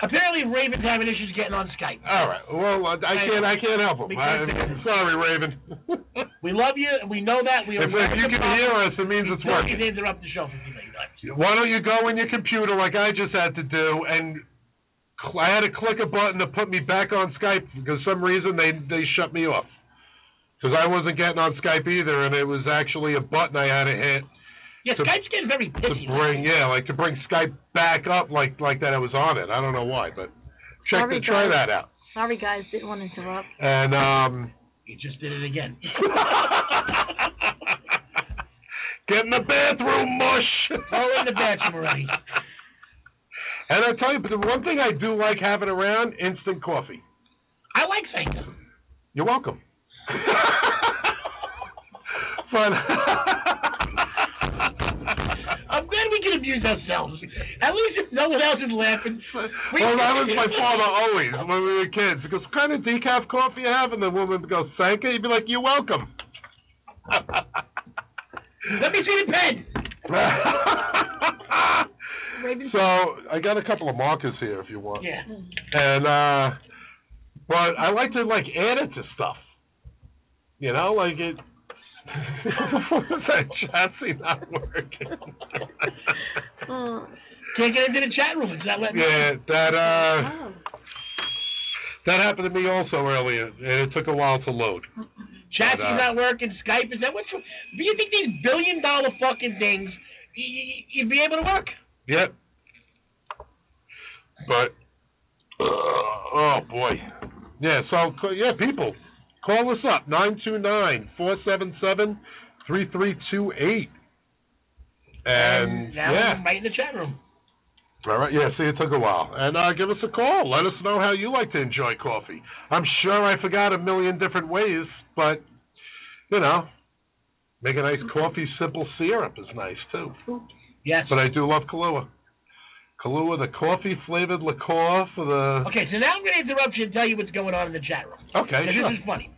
[SPEAKER 5] Apparently, Raven's having issues getting on Skype.
[SPEAKER 3] All right. Well, I, I can't. I can't help him. I, am sorry,
[SPEAKER 7] <laughs>
[SPEAKER 3] Raven.
[SPEAKER 5] We love you, and we know that. We are
[SPEAKER 3] If, if you can hear us, it means it's
[SPEAKER 5] Don't
[SPEAKER 3] working.
[SPEAKER 5] you interrupt the show for too many times.
[SPEAKER 3] Why don't you go in your computer like I just had to do and cl- I had to click a button to put me back on Skype because some reason they they shut me off because I wasn't getting on Skype either and it was actually a button I had to hit
[SPEAKER 5] Yeah,
[SPEAKER 3] To-
[SPEAKER 5] Skype's getting very
[SPEAKER 3] to
[SPEAKER 5] pissy.
[SPEAKER 3] bring yeah like to bring Skype back up like like that I was on it I don't know why but check
[SPEAKER 7] Sorry,
[SPEAKER 3] the, try
[SPEAKER 7] guys.
[SPEAKER 3] that out
[SPEAKER 7] Sorry, guys, didn't want to interrupt.
[SPEAKER 3] and um
[SPEAKER 5] You just did it again. <laughs>
[SPEAKER 3] <laughs> get in the bathroom mush
[SPEAKER 5] Oh, in the bathroom already.
[SPEAKER 3] and I tell you but the one thing I do like having around instant coffee
[SPEAKER 5] I like
[SPEAKER 3] <laughs>
[SPEAKER 5] Sanctum. <laughs>
[SPEAKER 3] You're welcome. <laughs> Fun.
[SPEAKER 5] I'm glad we can amuse ourselves. At least if no one else is laughing. we-
[SPEAKER 3] well, that was my father always when we were kids. He goes, "What kind of decaf coffee you have?" And the woman would go, "Sanka." He'd be like, "You're
[SPEAKER 5] <laughs>
[SPEAKER 3] welcome." <laughs>
[SPEAKER 5] Let me see the pen.
[SPEAKER 3] so I got a couple of markers here if you want.
[SPEAKER 5] Yeah.
[SPEAKER 3] And uh but I like to like add it to stuff. You know, like it <laughs> what is that chassis not working? <laughs>
[SPEAKER 5] Uh, Can't get into the chat room. It's not letting me.
[SPEAKER 3] yeah, that uh That happened to me also earlier, and it took a while to load.
[SPEAKER 5] Chat's
[SPEAKER 3] But, uh,
[SPEAKER 5] not working. Skype is not. What's? Do you think these billion dollar fucking things? y- y- You'd be able to work.
[SPEAKER 3] Yep. But uh, oh boy, yeah. So c- yeah, people, call us up 929-477-3328. And
[SPEAKER 5] now
[SPEAKER 3] yeah,
[SPEAKER 5] I'm right in the chat room.
[SPEAKER 3] all right. Yeah, see, it took a while. And uh, give us a call. Let us know how you like to enjoy coffee. I'm sure I forgot a million different ways, but you know, make a nice coffee simple syrup is nice too.
[SPEAKER 5] Yes.
[SPEAKER 3] But I do love Kahlua. Kahlua, the coffee flavored liqueur for the.
[SPEAKER 5] Okay, so now I'm going to interrupt you and tell you what's going on in the chat room.
[SPEAKER 3] Uh,
[SPEAKER 5] Because
[SPEAKER 3] Okay, sure.
[SPEAKER 5] This is funny.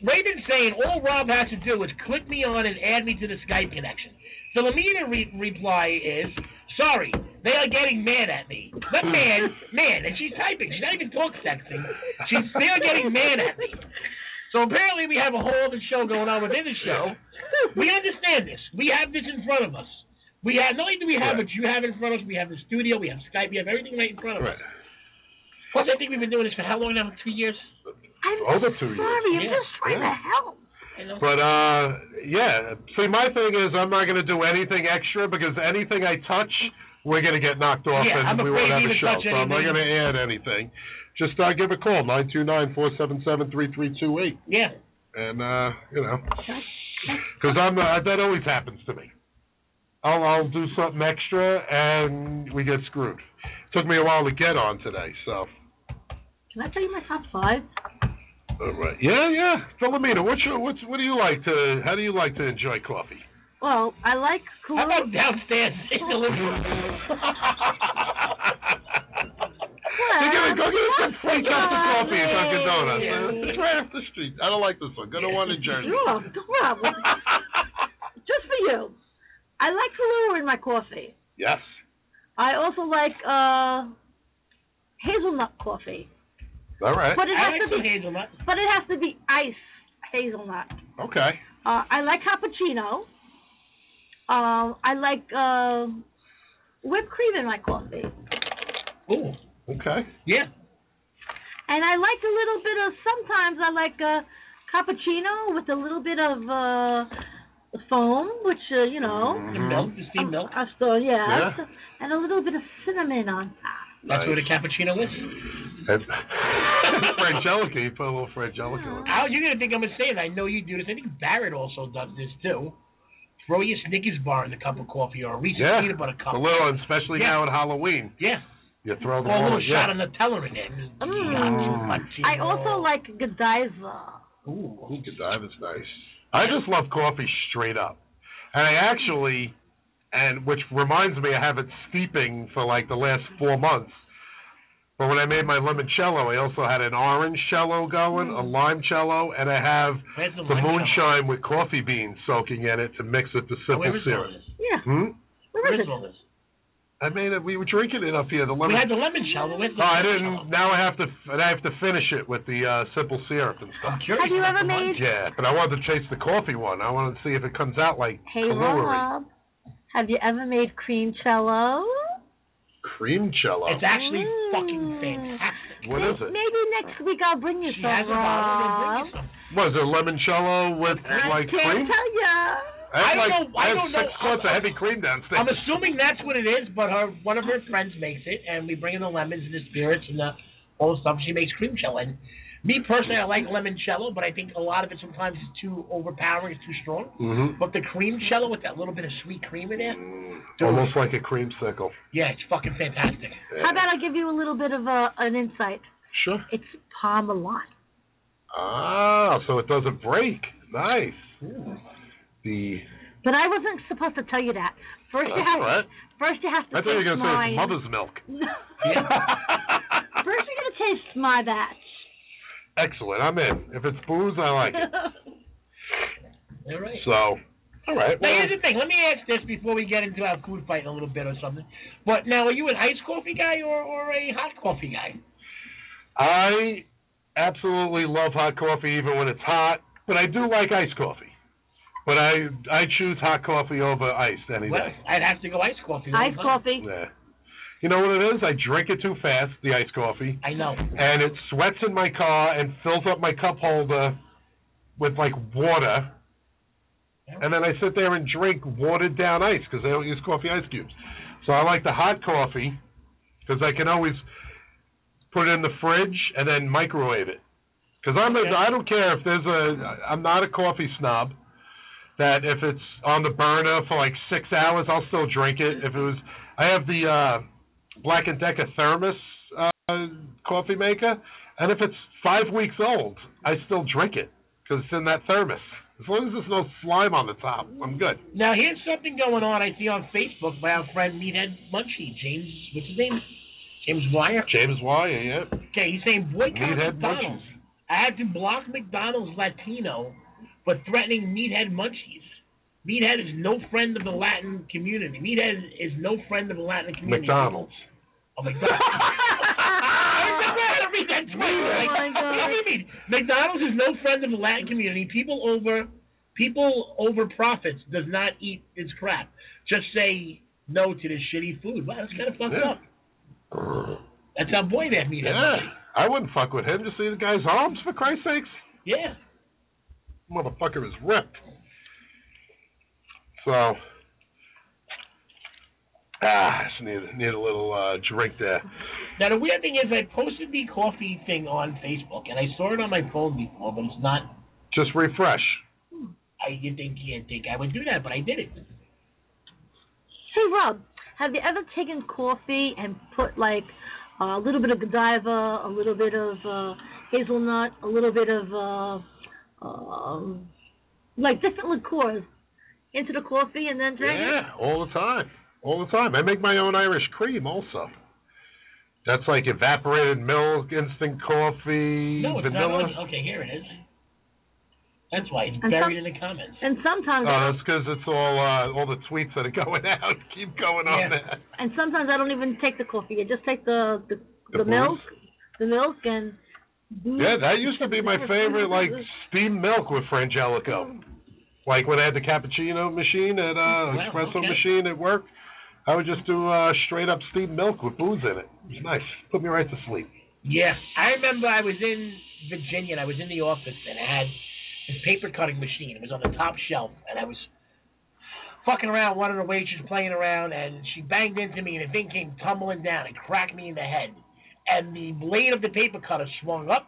[SPEAKER 5] Raven's saying all Rob has to do is click me on and add me to the Skype connection. So the immediate re- reply is, sorry, they are getting mad at me.
[SPEAKER 3] Hmm.
[SPEAKER 5] But man, man, and she's typing. She's not even talk sexing. She's still getting mad at me. So apparently we have a whole other show going on within the show. We understand this. We have this in front of us. We have not only do we have what you have in front of us, we have the studio, we have Skype, we have everything right in front of us. Plus, I think we've been doing this for how long now? Two years.
[SPEAKER 3] I'm Over two years. sorry, I'm
[SPEAKER 5] Yeah.
[SPEAKER 3] just trying to Yeah.
[SPEAKER 5] help.
[SPEAKER 3] But uh, yeah. See, my thing is, I'm not going to do anything extra because anything I touch, we're going to get knocked off
[SPEAKER 5] Yeah,
[SPEAKER 3] and
[SPEAKER 5] I'm
[SPEAKER 3] we
[SPEAKER 5] afraid
[SPEAKER 3] won't
[SPEAKER 5] to
[SPEAKER 3] have a
[SPEAKER 5] even
[SPEAKER 3] show.
[SPEAKER 5] touch
[SPEAKER 3] So I'm not
[SPEAKER 5] anything.
[SPEAKER 3] going to add anything. Just uh, give a call nine two nine four seven seven three three two eight.
[SPEAKER 5] Yeah.
[SPEAKER 3] And uh, you know, because I'm uh, that always happens to me. I'll I'll do something extra and we get screwed. Took me a while to get on today, so.
[SPEAKER 7] Can I tell you my top five?
[SPEAKER 3] All right. Yeah, yeah. Philomena, what's your what's what do you like to how do you like to enjoy coffee? <laughs>
[SPEAKER 7] Well, I like cool.
[SPEAKER 5] How about downstairs <laughs> in the living
[SPEAKER 7] <laughs>
[SPEAKER 5] room?
[SPEAKER 3] Hey, give me- go get us some free cups of coffee at Dunkin' Donuts. Uh, It's right off the street. I don't like this one. Go to one in Jersey.
[SPEAKER 7] Rob, Rob, just for you. I like Kahlua in my coffee.
[SPEAKER 3] <laughs> Yes.
[SPEAKER 7] I also like uh hazelnut coffee,
[SPEAKER 3] All right.
[SPEAKER 7] But it
[SPEAKER 5] I
[SPEAKER 7] has
[SPEAKER 5] like
[SPEAKER 7] to
[SPEAKER 5] some
[SPEAKER 7] be-
[SPEAKER 5] hazelnut.
[SPEAKER 7] but it has to be iced hazelnut.
[SPEAKER 3] Okay.
[SPEAKER 7] Uh, I like cappuccino. Um, I like uh, whipped cream in my coffee,
[SPEAKER 5] Ooh.
[SPEAKER 3] Okay.
[SPEAKER 5] Yeah.
[SPEAKER 7] and I like a little bit of. Sometimes I like a cappuccino with a little bit of uh, foam, which uh, you know,
[SPEAKER 5] The milk, the steamed milk.
[SPEAKER 7] I still yeah,
[SPEAKER 5] Yeah.
[SPEAKER 7] and a little bit of cinnamon on top.
[SPEAKER 5] That's what a cappuccino is.
[SPEAKER 3] <laughs> And- Frangelica, you put a little Frangelica on.
[SPEAKER 5] Al, you're gonna think I'm insane. I know you do this. I think Barrett also does this too. Throw your Snickers bar in a cup of coffee or a Reese's
[SPEAKER 3] Yeah.
[SPEAKER 5] peanut butter cup.
[SPEAKER 3] A little, and especially
[SPEAKER 5] Yeah.
[SPEAKER 3] now at Halloween.
[SPEAKER 5] Yeah.
[SPEAKER 3] You throw the
[SPEAKER 5] Or a little
[SPEAKER 3] water-
[SPEAKER 5] shot
[SPEAKER 3] yeah.
[SPEAKER 5] of Nutella in it.
[SPEAKER 7] Mm.
[SPEAKER 5] Oh.
[SPEAKER 7] I also like Godiva.
[SPEAKER 3] Ooh, Godiva's nice. I just love coffee straight up. And I actually, and which reminds me, I have it steeping for like the last four months. But when I made my limoncello, I also had an orange cello going, a lime cello, and I have
[SPEAKER 5] Mm. Where's the
[SPEAKER 3] the
[SPEAKER 5] limoncello?
[SPEAKER 3] moonshine with coffee beans soaking in it to mix with the
[SPEAKER 5] Oh,
[SPEAKER 3] simple
[SPEAKER 5] where is all
[SPEAKER 3] syrup.
[SPEAKER 5] this?
[SPEAKER 7] Yeah.
[SPEAKER 3] Hmm?
[SPEAKER 5] Where is all this?
[SPEAKER 3] I made it. We were drinking it up here. The lemon.
[SPEAKER 5] We had the lemon shower. Where's the
[SPEAKER 3] Oh, I
[SPEAKER 5] lemon
[SPEAKER 3] didn't. Now I have to. And I have to finish it with the uh, simple syrup and stuff.
[SPEAKER 7] Have you ever made
[SPEAKER 3] Yeah, but I wanted to chase the coffee one. I wanted to see if it comes out like
[SPEAKER 7] Hey
[SPEAKER 3] Kaluri.
[SPEAKER 7] Rob, have you ever made cream cello?
[SPEAKER 3] cream cello.
[SPEAKER 5] It's actually fucking fantastic.
[SPEAKER 3] What is it?
[SPEAKER 7] Maybe next week I'll bring you
[SPEAKER 5] She
[SPEAKER 7] some.
[SPEAKER 5] has a bottle.
[SPEAKER 7] Rob.
[SPEAKER 5] We'll bring you some.
[SPEAKER 3] Was it lemon cello with like
[SPEAKER 7] I can't
[SPEAKER 3] cream?
[SPEAKER 7] tell ya.
[SPEAKER 3] I have
[SPEAKER 5] I
[SPEAKER 3] like
[SPEAKER 5] don't know- I
[SPEAKER 3] have
[SPEAKER 5] don't
[SPEAKER 3] six
[SPEAKER 5] know.
[SPEAKER 3] quarts of
[SPEAKER 5] I'm-
[SPEAKER 3] heavy cream downstairs.
[SPEAKER 5] I'm assuming that's what it is, but her one of her friends makes it, and we bring in the lemons and the spirits and the whole stuff. She makes cream cello. And me personally, I like limoncello, but I think a lot of it sometimes is too overpowering, it's too strong.
[SPEAKER 3] Mhm.
[SPEAKER 5] But the cream cello with that little bit of sweet cream in there,
[SPEAKER 3] Almost like a creamsicle.
[SPEAKER 5] yeah, it's fucking fantastic.
[SPEAKER 7] How about I give you a little bit of uh, an insight?
[SPEAKER 3] Sure.
[SPEAKER 7] It's Parmalat.
[SPEAKER 3] Ah, so it doesn't break. Nice. The
[SPEAKER 7] But I wasn't supposed to tell you that. First you
[SPEAKER 3] That's
[SPEAKER 7] have
[SPEAKER 3] all right.
[SPEAKER 7] first you have to
[SPEAKER 3] I thought you were
[SPEAKER 7] taste
[SPEAKER 3] gonna say
[SPEAKER 7] mine.
[SPEAKER 3] it's mother's milk.
[SPEAKER 7] <laughs> first you're gonna taste my batch.
[SPEAKER 3] Excellent. I'm in. If it's booze, I like it.
[SPEAKER 5] All right.
[SPEAKER 3] So, all right.
[SPEAKER 5] Now
[SPEAKER 3] well-
[SPEAKER 5] here's the thing. Let me ask this before we get into our food fight in a little bit or something. But now, are you an iced coffee guy or or a hot coffee guy?
[SPEAKER 3] I absolutely love hot coffee even when it's hot, but I do like iced coffee. But I I choose hot coffee over iced any
[SPEAKER 5] Well,
[SPEAKER 3] day.
[SPEAKER 5] I'd have to go iced coffee.
[SPEAKER 7] Iced coffee.
[SPEAKER 3] Yeah. You know what it is? I drink it too fast, the iced coffee.
[SPEAKER 5] I know.
[SPEAKER 3] And it sweats in my car and fills up my cup holder with like water. And then I sit there and drink watered down ice because I don't use coffee ice cubes. So I like the hot coffee because I can always put it in the fridge and then microwave it. Because I'm a, I don't care if there's a I'm not a coffee snob. That if it's on the burner for like six hours, I'll still drink it. If it was, I have the uh, Black and Decker thermos uh, coffee maker, and if it's five weeks old, I still drink it because it's in that thermos. As long as there's no slime on the top, I'm good.
[SPEAKER 5] Now here's something going on I see on Facebook by our friend Meathead Munchie, James what's his name? James Wire.
[SPEAKER 3] James Wire, yeah.
[SPEAKER 5] Okay, he's saying boycott
[SPEAKER 3] Meathead
[SPEAKER 5] McDonald's. I had to block McDonald's Latino for threatening Meathead Munchies. Meathead is no friend of the Latin community. Meathead is, is no friend of the Latin community.
[SPEAKER 3] McDonald's.
[SPEAKER 5] Oh
[SPEAKER 3] <laughs>
[SPEAKER 5] McDonald's.
[SPEAKER 3] Oh
[SPEAKER 5] what do you mean? McDonald's is no friend of the Latin community. People over people over profits does not eat its crap. Just say no to this shitty food. Wow, that's kind of fucked
[SPEAKER 3] Yeah.
[SPEAKER 5] up. That's our boy that meat.
[SPEAKER 3] Yeah, I wouldn't fuck with him. Just see the guy's arms, for Christ's sakes.
[SPEAKER 5] Yeah.
[SPEAKER 3] Motherfucker is ripped. So, ah, just need, need a little uh, drink there.
[SPEAKER 5] Now the weird thing is, I posted the coffee thing on Facebook, and I saw it on my phone before, but it's not.
[SPEAKER 3] Just refresh.
[SPEAKER 5] I didn't think you'd think I would do that, but I did it.
[SPEAKER 7] Hey Rob, have you ever taken coffee and put like a little bit of Godiva, a little bit of uh, hazelnut, a little bit of uh, um, like different liqueurs into the coffee and then drink
[SPEAKER 3] Yeah, all the time. All the time. I make my own Irish cream also. That's like evaporated milk, instant coffee,
[SPEAKER 5] No, it's not
[SPEAKER 3] vanilla.
[SPEAKER 5] on. Okay, here it is. That's why it's
[SPEAKER 3] And
[SPEAKER 5] buried in the comments.
[SPEAKER 7] it? And sometimes,
[SPEAKER 3] Oh, that's because it's all uh, all the tweets that are <laughs> going out. Keep going on there.
[SPEAKER 7] and sometimes I don't even take the coffee. I just take the the,
[SPEAKER 3] The
[SPEAKER 7] the,
[SPEAKER 3] brews?
[SPEAKER 7] milk, the milk and.
[SPEAKER 3] Yeah, that used to be my favorite, like steamed milk with Frangelico. Like when I had the cappuccino machine at uh
[SPEAKER 5] Wow,
[SPEAKER 3] espresso
[SPEAKER 5] okay.
[SPEAKER 3] machine at work, I would just do uh straight up steamed milk with booze in it. It was nice. Put me right to sleep.
[SPEAKER 5] Yes, I remember I was in Virginia and I was in the office and I had this paper cutting machine. It was on the top shelf and I was fucking around, one of the waitresses playing around, and she banged into me and the thing came tumbling down and cracked me in the head. And the blade of the paper cutter swung up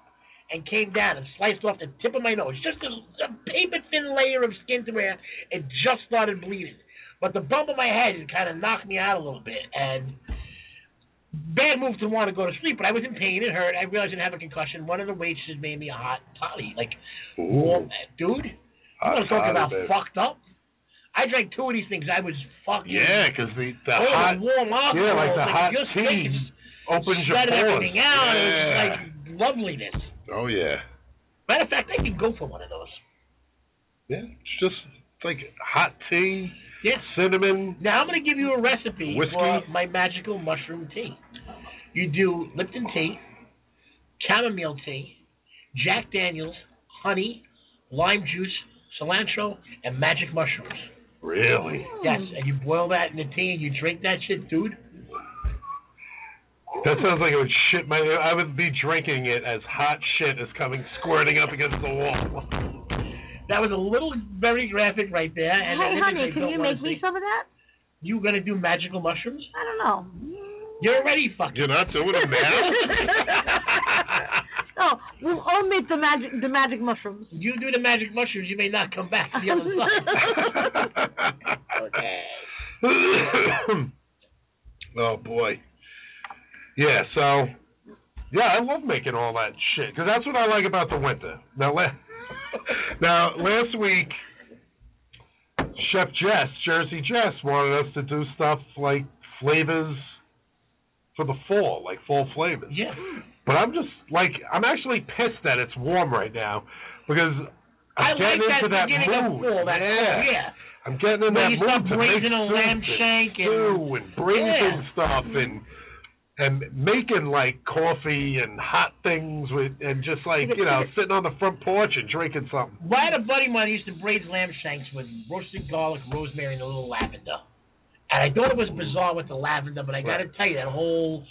[SPEAKER 5] and came down and sliced off the tip of my nose. Just a, a paper thin layer of skin to where it just started bleeding. But the bump on my head kind of knocked me out a little bit and bad move to want to go to sleep, but I was in pain. It hurt. I realized I didn't have a concussion. One of the waitresses made me a hot toddy. Like, warm, dude. You
[SPEAKER 3] Hot
[SPEAKER 5] want to talk
[SPEAKER 3] toddy,
[SPEAKER 5] about
[SPEAKER 3] baby.
[SPEAKER 5] fucked up? I drank two of these things. I was fucking.
[SPEAKER 3] Yeah, because the the
[SPEAKER 5] Oh, the
[SPEAKER 3] hot
[SPEAKER 5] warm alcohol,
[SPEAKER 3] yeah, like
[SPEAKER 5] like
[SPEAKER 3] the hot
[SPEAKER 5] your
[SPEAKER 3] tea
[SPEAKER 5] face
[SPEAKER 3] opens your
[SPEAKER 5] shredded
[SPEAKER 3] pores.
[SPEAKER 5] everything out.
[SPEAKER 3] Yeah.
[SPEAKER 5] It was like loveliness.
[SPEAKER 3] oh yeah,
[SPEAKER 5] Matter of fact, I could go for one of those.
[SPEAKER 3] yeah. It's just like hot tea,
[SPEAKER 5] Yes.
[SPEAKER 3] cinnamon.
[SPEAKER 5] Now I'm going to give you a recipe
[SPEAKER 3] Whiskey?
[SPEAKER 5] for my magical mushroom tea. You do Lipton tea, chamomile tea, Jack Daniels, honey, lime juice, cilantro, and magic mushrooms.
[SPEAKER 3] Really?
[SPEAKER 5] Yes, and you boil that in the tea and you drink that shit, dude.
[SPEAKER 3] That sounds like it would shit my. I would be drinking it as hot shit is coming squirting up against the wall. <laughs>
[SPEAKER 5] That was a little very graphic right there. And
[SPEAKER 7] hey
[SPEAKER 5] I
[SPEAKER 7] honey,
[SPEAKER 5] didn't- I
[SPEAKER 7] can
[SPEAKER 5] don't
[SPEAKER 7] you
[SPEAKER 5] wanna
[SPEAKER 7] make me
[SPEAKER 5] say-
[SPEAKER 7] some of that?
[SPEAKER 5] You gonna do magical mushrooms?
[SPEAKER 7] I don't know.
[SPEAKER 5] You're already <laughs> fucking.
[SPEAKER 3] You're not doing
[SPEAKER 5] <laughs>
[SPEAKER 3] it now.
[SPEAKER 7] Oh, we'll all make the magic the magic mushrooms.
[SPEAKER 5] You do the magic mushrooms, you may not come
[SPEAKER 7] <laughs>
[SPEAKER 5] back to the other side. okay.
[SPEAKER 3] oh boy. Yeah. So. Yeah, I love making all that shit because that's what I like about the winter. Now, la- <laughs> now last week, Chef Jess, Jersey Jess, wanted us to do stuff like flavors for the fall, like fall flavors.
[SPEAKER 5] Yeah.
[SPEAKER 3] But I'm just like I'm actually pissed that it's warm right now because I'm
[SPEAKER 5] I
[SPEAKER 3] getting
[SPEAKER 5] like
[SPEAKER 3] into
[SPEAKER 5] that
[SPEAKER 3] that
[SPEAKER 5] beginning of
[SPEAKER 3] mood.
[SPEAKER 5] fall, that
[SPEAKER 3] yeah.
[SPEAKER 5] fall, yeah.
[SPEAKER 3] I'm getting in
[SPEAKER 5] Where
[SPEAKER 3] that
[SPEAKER 5] you
[SPEAKER 3] mood
[SPEAKER 5] start
[SPEAKER 3] to make
[SPEAKER 5] braising a
[SPEAKER 3] soup
[SPEAKER 5] lamb
[SPEAKER 3] and
[SPEAKER 5] shank and-
[SPEAKER 3] stew and braising
[SPEAKER 5] Yeah.
[SPEAKER 3] stuff and and making like coffee and hot things with and just like you know sitting on the front porch and drinking something.
[SPEAKER 5] Why had a buddy of mine who used to braise lamb shanks with roasted garlic, rosemary, and a little lavender. And I thought it was bizarre with the lavender, but I got to tell you that whole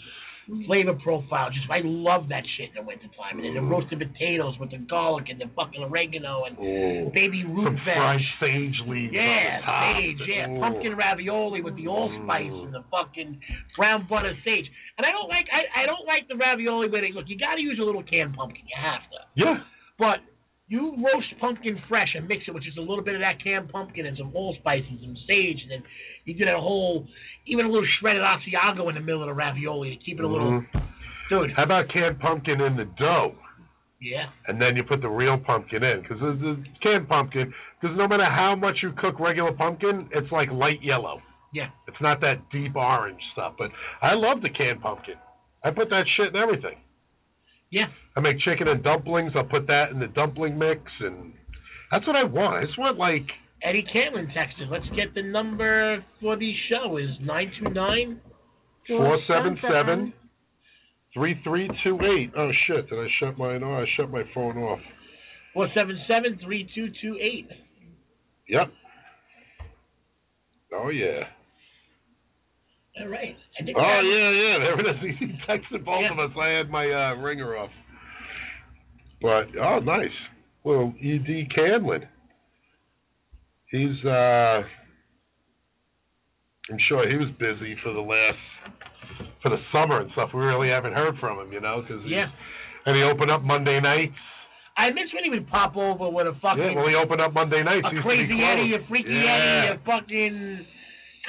[SPEAKER 5] flavor profile. Just I love that shit in the wintertime. And then the roasted potatoes with the garlic and the fucking oregano and
[SPEAKER 3] Oh.
[SPEAKER 5] baby root
[SPEAKER 3] Some
[SPEAKER 5] veg.
[SPEAKER 3] fresh sage leaves.
[SPEAKER 5] Yeah,
[SPEAKER 3] on top.
[SPEAKER 5] sage. Yeah,
[SPEAKER 3] Ooh.
[SPEAKER 5] pumpkin ravioli with the allspice and the fucking brown butter sage. And I don't like I, I don't like the ravioli where they look. You got to use a little canned pumpkin. You have to.
[SPEAKER 3] Yeah.
[SPEAKER 5] But you roast pumpkin fresh and mix it with just a little bit of that canned pumpkin and some allspice and some sage, and then you do that whole, even a little shredded Asiago in the middle of the ravioli to keep it a little.
[SPEAKER 3] Mhm.
[SPEAKER 5] Dude.
[SPEAKER 3] How about canned pumpkin in the dough?
[SPEAKER 5] Yeah.
[SPEAKER 3] And then you put the real pumpkin in, because the, the canned pumpkin, because no matter how much you cook regular pumpkin, it's like light yellow.
[SPEAKER 5] Yeah.
[SPEAKER 3] It's not that deep orange stuff. But I love the canned pumpkin. I put that shit in everything.
[SPEAKER 5] Yeah.
[SPEAKER 3] I make chicken and dumplings. I'll put that in the dumpling mix, and that's what I want. I just want like
[SPEAKER 5] Eddie Cantlin texted. Let's get the number for the show is nine two nine.
[SPEAKER 3] four seven seven three three two eight. Oh shit! Did I shut mine? Oh, I shut my phone off.
[SPEAKER 5] Four seven seven three two two eight.
[SPEAKER 3] Yep. Oh yeah.
[SPEAKER 5] All right. I
[SPEAKER 3] Oh
[SPEAKER 5] think
[SPEAKER 3] yeah,
[SPEAKER 5] that-
[SPEAKER 3] yeah. There it is. <laughs> He texted both of us. I had my uh, ringer off. But oh, nice. Well, Ed Canlin. He's. uh I'm sure he was busy for the last for the summer and stuff. We really haven't heard from him, you know, because
[SPEAKER 5] Yeah.
[SPEAKER 3] and he opened up Monday nights.
[SPEAKER 5] I miss when he would pop over with a fucking.
[SPEAKER 3] Yeah, well, he opened up Monday nights.
[SPEAKER 5] a
[SPEAKER 3] He used to be
[SPEAKER 5] crazy
[SPEAKER 3] closed.
[SPEAKER 5] Eddie, a freaky
[SPEAKER 3] Yeah.
[SPEAKER 5] Eddie, a fucking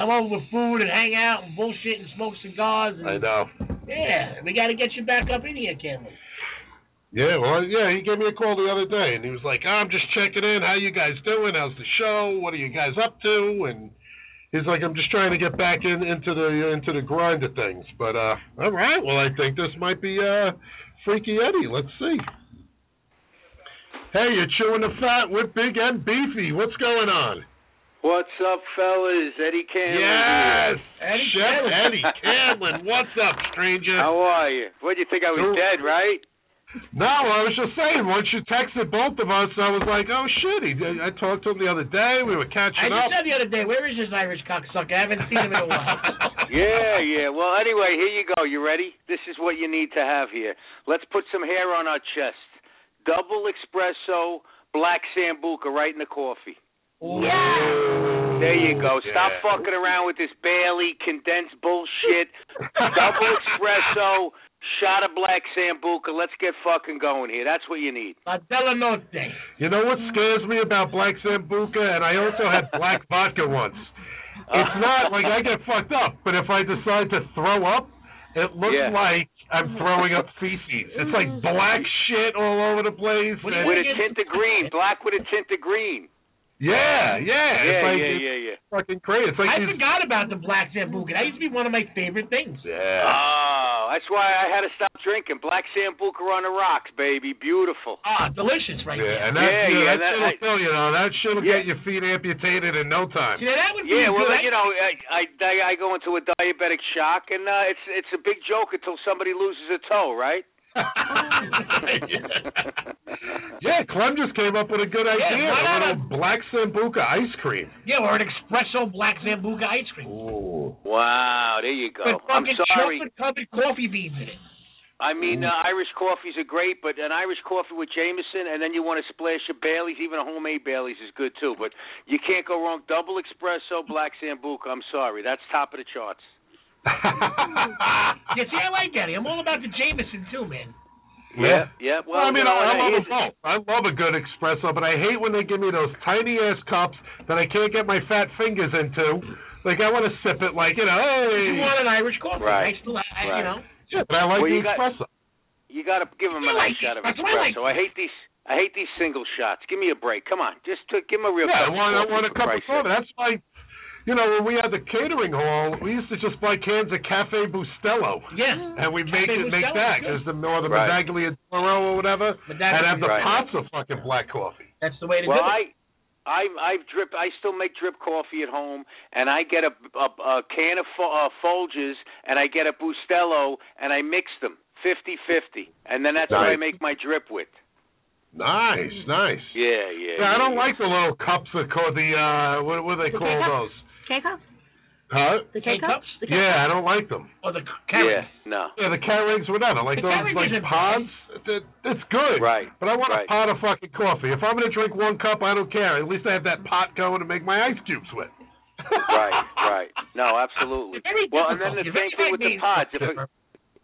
[SPEAKER 5] come over with food and hang out and bullshit and smoke cigars. And,
[SPEAKER 3] I know.
[SPEAKER 5] Yeah, we got to get you back up in here, Cameron.
[SPEAKER 3] Yeah, well, yeah, he gave me a call the other day, and he was like, "I'm just checking in. How you guys doing? How's the show? What are you guys up to?" And he's like, "I'm just trying to get back in into the into the grind of things." But uh, all right, well, I think this might be uh, Freaky Eddie. Let's see. Hey, you're chewing the fat with Big and Beefy. What's going on?
[SPEAKER 14] What's up, fellas? Eddie Canlin.
[SPEAKER 3] Yes, Chef Eddie Canlin. What's up, stranger?
[SPEAKER 14] How are you? What do you think I was
[SPEAKER 3] Dude.
[SPEAKER 14] dead, right?
[SPEAKER 3] No, I was just saying. Once you texted both of us, I was like, "Oh shit!" He did. I talked to him the other day. We were
[SPEAKER 5] I
[SPEAKER 3] catching
[SPEAKER 5] just
[SPEAKER 3] up.
[SPEAKER 5] said the other day, where is this Irish cocksucker? I haven't seen him in a while.
[SPEAKER 14] <laughs> Yeah, yeah. Well, anyway, here you go. You ready? This is what you need to have here. Let's put some hair on our chest. Double espresso, black sambuca right in the coffee. Yeah. There you go. Stop
[SPEAKER 13] Yeah.
[SPEAKER 14] fucking around with this Bailey condensed bullshit. Double espresso, shot of black sambuca. Let's get fucking going here. That's what you need.
[SPEAKER 5] La Bella Notte.
[SPEAKER 3] You know what scares me about black sambuca, and I also had
[SPEAKER 5] <laughs>
[SPEAKER 3] black vodka once. It's not like I get fucked up, but if I decide to throw up, it looks
[SPEAKER 14] Yeah.
[SPEAKER 3] like I'm throwing up feces. It's like black shit all over the place.
[SPEAKER 14] With
[SPEAKER 3] and-
[SPEAKER 14] a tint of green, black with a tint of green.
[SPEAKER 3] Yeah, yeah.
[SPEAKER 14] yeah,
[SPEAKER 3] it's like,
[SPEAKER 14] yeah,
[SPEAKER 3] it's
[SPEAKER 14] yeah, yeah.
[SPEAKER 3] Fucking crazy. It's like
[SPEAKER 5] I
[SPEAKER 3] these-
[SPEAKER 5] forgot about the black Zambuca. That used to be one of my favorite things.
[SPEAKER 3] Yeah.
[SPEAKER 14] Oh, that's why I had to stop drinking. Black Sambuca on the rocks, baby. Beautiful.
[SPEAKER 5] Ah, delicious right
[SPEAKER 3] Yeah,
[SPEAKER 14] there.
[SPEAKER 3] and that, yeah,
[SPEAKER 14] yeah, yeah,
[SPEAKER 3] that,
[SPEAKER 14] that-
[SPEAKER 3] shit'll kill you, know. That shit'll
[SPEAKER 14] Yeah.
[SPEAKER 3] get your feet amputated in no time.
[SPEAKER 5] Yeah, that would
[SPEAKER 14] yeah, well, you know, Oh, I, I I go into a diabetic shock, and uh, it's it's a big joke until somebody loses a toe, right?
[SPEAKER 3] <laughs> Yeah, Clem just came up with a good
[SPEAKER 5] Yeah,
[SPEAKER 3] idea.
[SPEAKER 5] why
[SPEAKER 3] a
[SPEAKER 5] not
[SPEAKER 3] little black sambuca ice
[SPEAKER 5] <laughs>
[SPEAKER 3] cream.
[SPEAKER 5] Yeah, or an espresso black Zambuca ice cream.
[SPEAKER 14] wow, there you go.
[SPEAKER 5] With
[SPEAKER 14] I'm
[SPEAKER 5] fucking
[SPEAKER 14] sorry.
[SPEAKER 5] chocolate covered coffee beans in it.
[SPEAKER 14] I mean, uh, Irish coffees are great, but an Irish coffee with Jameson, and then you want to splash your Bailey's. Even a homemade Bailey's is good too, but you can't go wrong. Double espresso, black sambuca. I'm sorry, that's top of the charts.
[SPEAKER 5] Yeah, see, I like that. I'm all about the Jameson too, man.
[SPEAKER 14] Yeah, yeah. Well,
[SPEAKER 3] I mean,
[SPEAKER 14] you know,
[SPEAKER 3] I,
[SPEAKER 14] and
[SPEAKER 3] I love
[SPEAKER 14] here's-
[SPEAKER 3] them both. I love a good espresso, but I hate when they give me those tiny ass cups that I can't get my fat fingers into. Like I want to sip it, like you know, hey.
[SPEAKER 5] You want an Irish coffee? I
[SPEAKER 3] Right.
[SPEAKER 5] still, I, I-
[SPEAKER 14] Right.
[SPEAKER 5] you know.
[SPEAKER 3] Yeah, but I like
[SPEAKER 14] Well,
[SPEAKER 3] the
[SPEAKER 14] you got-
[SPEAKER 3] espresso.
[SPEAKER 14] You got to give him a
[SPEAKER 5] I
[SPEAKER 14] nice
[SPEAKER 5] like
[SPEAKER 14] shot of
[SPEAKER 5] espresso. I like
[SPEAKER 14] espresso. I hate these. I hate these single shots. Give me a break. Come on, just to, give him a real.
[SPEAKER 3] yeah, I
[SPEAKER 14] cup of
[SPEAKER 3] want, I
[SPEAKER 14] coffee,
[SPEAKER 3] want a
[SPEAKER 14] for
[SPEAKER 3] cup of
[SPEAKER 14] Christ's
[SPEAKER 3] coffee.
[SPEAKER 14] sake.
[SPEAKER 3] That's why, you know, when we had the catering hall, we used to just buy cans of Cafe Bustelo.
[SPEAKER 5] Yeah.
[SPEAKER 3] And we
[SPEAKER 5] Cafe
[SPEAKER 3] make it,
[SPEAKER 5] Bustelo
[SPEAKER 3] make
[SPEAKER 5] is
[SPEAKER 3] that
[SPEAKER 5] good.
[SPEAKER 3] as the or the
[SPEAKER 14] Right.
[SPEAKER 3] Medaglia Toro or whatever,
[SPEAKER 5] Medaglia
[SPEAKER 3] and have the
[SPEAKER 14] Right.
[SPEAKER 3] pots of fucking black coffee.
[SPEAKER 5] That's the way to
[SPEAKER 14] Well,
[SPEAKER 5] do it.
[SPEAKER 14] I, I, I drip. I still make drip coffee at home, and I get a a, a can of Fo- uh, Folgers, and I get a Bustelo, and I mix them 50-50. and then that's what I
[SPEAKER 3] Nice.
[SPEAKER 14] make my drip with.
[SPEAKER 3] Nice, nice.
[SPEAKER 14] Yeah, yeah.
[SPEAKER 3] Yeah, I don't like the little cups that call the uh, what, what do they
[SPEAKER 7] The
[SPEAKER 3] call
[SPEAKER 7] teacup?
[SPEAKER 3] those?
[SPEAKER 7] K cup?
[SPEAKER 3] Huh?
[SPEAKER 7] The K cups? The K
[SPEAKER 3] Yeah, I
[SPEAKER 7] cups?
[SPEAKER 3] don't like them.
[SPEAKER 5] Or Oh, the
[SPEAKER 14] Yeah, no.
[SPEAKER 3] Yeah, the cat rings were not. I like
[SPEAKER 14] The cat
[SPEAKER 3] those
[SPEAKER 14] rings
[SPEAKER 3] like
[SPEAKER 14] isn't
[SPEAKER 3] pods. That, that's good.
[SPEAKER 14] Right.
[SPEAKER 3] But I want
[SPEAKER 14] right.
[SPEAKER 3] a pot of fucking coffee. If I'm gonna drink one cup, I don't care. At least I have that pot going to make my ice cubes with.
[SPEAKER 14] right, right. No, absolutely.
[SPEAKER 3] Very
[SPEAKER 14] Well, and then the
[SPEAKER 3] difficult.
[SPEAKER 14] same
[SPEAKER 3] It's
[SPEAKER 14] thing
[SPEAKER 3] very
[SPEAKER 14] with the
[SPEAKER 3] amazing.
[SPEAKER 14] pods. If,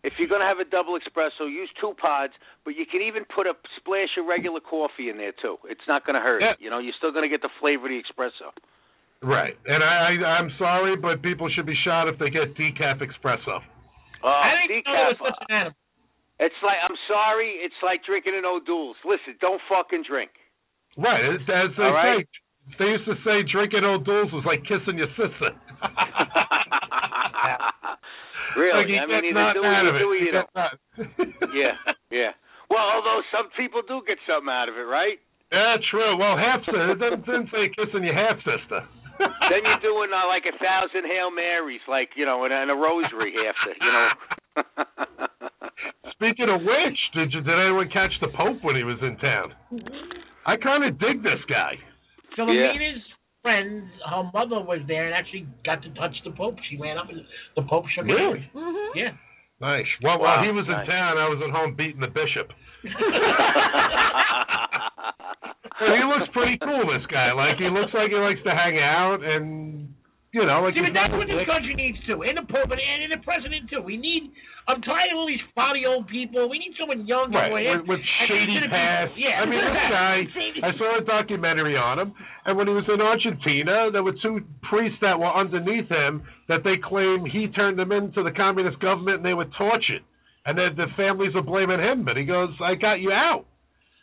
[SPEAKER 14] if you're going to have a double espresso, use two pods, but you can even put a splash of regular coffee in there too. It's not going to hurt.
[SPEAKER 3] Yeah.
[SPEAKER 14] You know, you're still going to get the flavor of the espresso.
[SPEAKER 3] Right. And I, I I'm sorry, but people should be shot if they get decaf espresso.
[SPEAKER 14] Oh,
[SPEAKER 3] I didn't know it
[SPEAKER 14] decaf.
[SPEAKER 3] was such an animal.
[SPEAKER 14] It's like I'm sorry. It's like drinking an O'Doul's. Listen, don't fucking drink.
[SPEAKER 3] Right. As, as they
[SPEAKER 14] All right.
[SPEAKER 3] say, they used to say drinking old duels was like kissing your sister. <laughs> Like,
[SPEAKER 14] really?
[SPEAKER 3] you
[SPEAKER 14] I
[SPEAKER 3] get
[SPEAKER 14] mean, either
[SPEAKER 3] nothing
[SPEAKER 14] do
[SPEAKER 3] out
[SPEAKER 14] or
[SPEAKER 3] of
[SPEAKER 14] you
[SPEAKER 3] it.
[SPEAKER 14] do or
[SPEAKER 3] You
[SPEAKER 14] you
[SPEAKER 3] get
[SPEAKER 14] don't. yeah, yeah. Well, although some people do get something out of it, right?
[SPEAKER 3] <laughs> Yeah, true. Well, half sister. It doesn't, didn't say kissing your half sister.
[SPEAKER 14] then
[SPEAKER 3] <laughs>
[SPEAKER 14] you're doing uh, like a thousand Hail Marys, like you know, and, and a rosary after, you know.
[SPEAKER 3] <laughs> Speaking of which, did you did anyone catch the Pope when he was in town? I kind of dig this guy.
[SPEAKER 5] Philomena's friend, her mother was there and actually got to touch the Pope. She ran up and the Pope shook her
[SPEAKER 3] Really?
[SPEAKER 5] hand. Mm-hmm. Yeah.
[SPEAKER 3] Nice. Well,
[SPEAKER 5] Wow,
[SPEAKER 3] while he was
[SPEAKER 5] nice.
[SPEAKER 3] in town, I was at home beating the bishop.
[SPEAKER 14] <laughs>
[SPEAKER 3] But he looks pretty cool, this guy. Like he looks like he likes to hang out, and you know,
[SPEAKER 5] See,
[SPEAKER 3] like
[SPEAKER 5] but
[SPEAKER 3] he's
[SPEAKER 5] that's
[SPEAKER 3] not-
[SPEAKER 5] what this country needs too, and the Pope and, and the President too. We need. I'm tired of all these potty old people. We need someone young
[SPEAKER 3] Right,
[SPEAKER 5] and more
[SPEAKER 3] with, with
[SPEAKER 5] and
[SPEAKER 3] shady
[SPEAKER 5] considered people.
[SPEAKER 3] past.
[SPEAKER 5] Yeah,
[SPEAKER 3] I mean, this
[SPEAKER 5] <laughs>
[SPEAKER 3] guy. I saw a documentary on him, and when he was in Argentina, there were two priests that were underneath him that they claim he turned them into the communist government, and they were tortured. And then the families are blaming him, but he goes, "I got you out."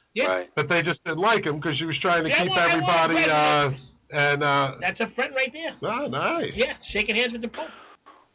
[SPEAKER 5] Yeah.
[SPEAKER 3] But they just didn't like him because he was trying to
[SPEAKER 5] Yeah,
[SPEAKER 3] keep
[SPEAKER 5] well, I want
[SPEAKER 3] everybody.
[SPEAKER 5] red
[SPEAKER 3] uh And uh
[SPEAKER 5] That's a friend right there.
[SPEAKER 3] Oh, nice.
[SPEAKER 5] Yeah, shaking hands with the Pope.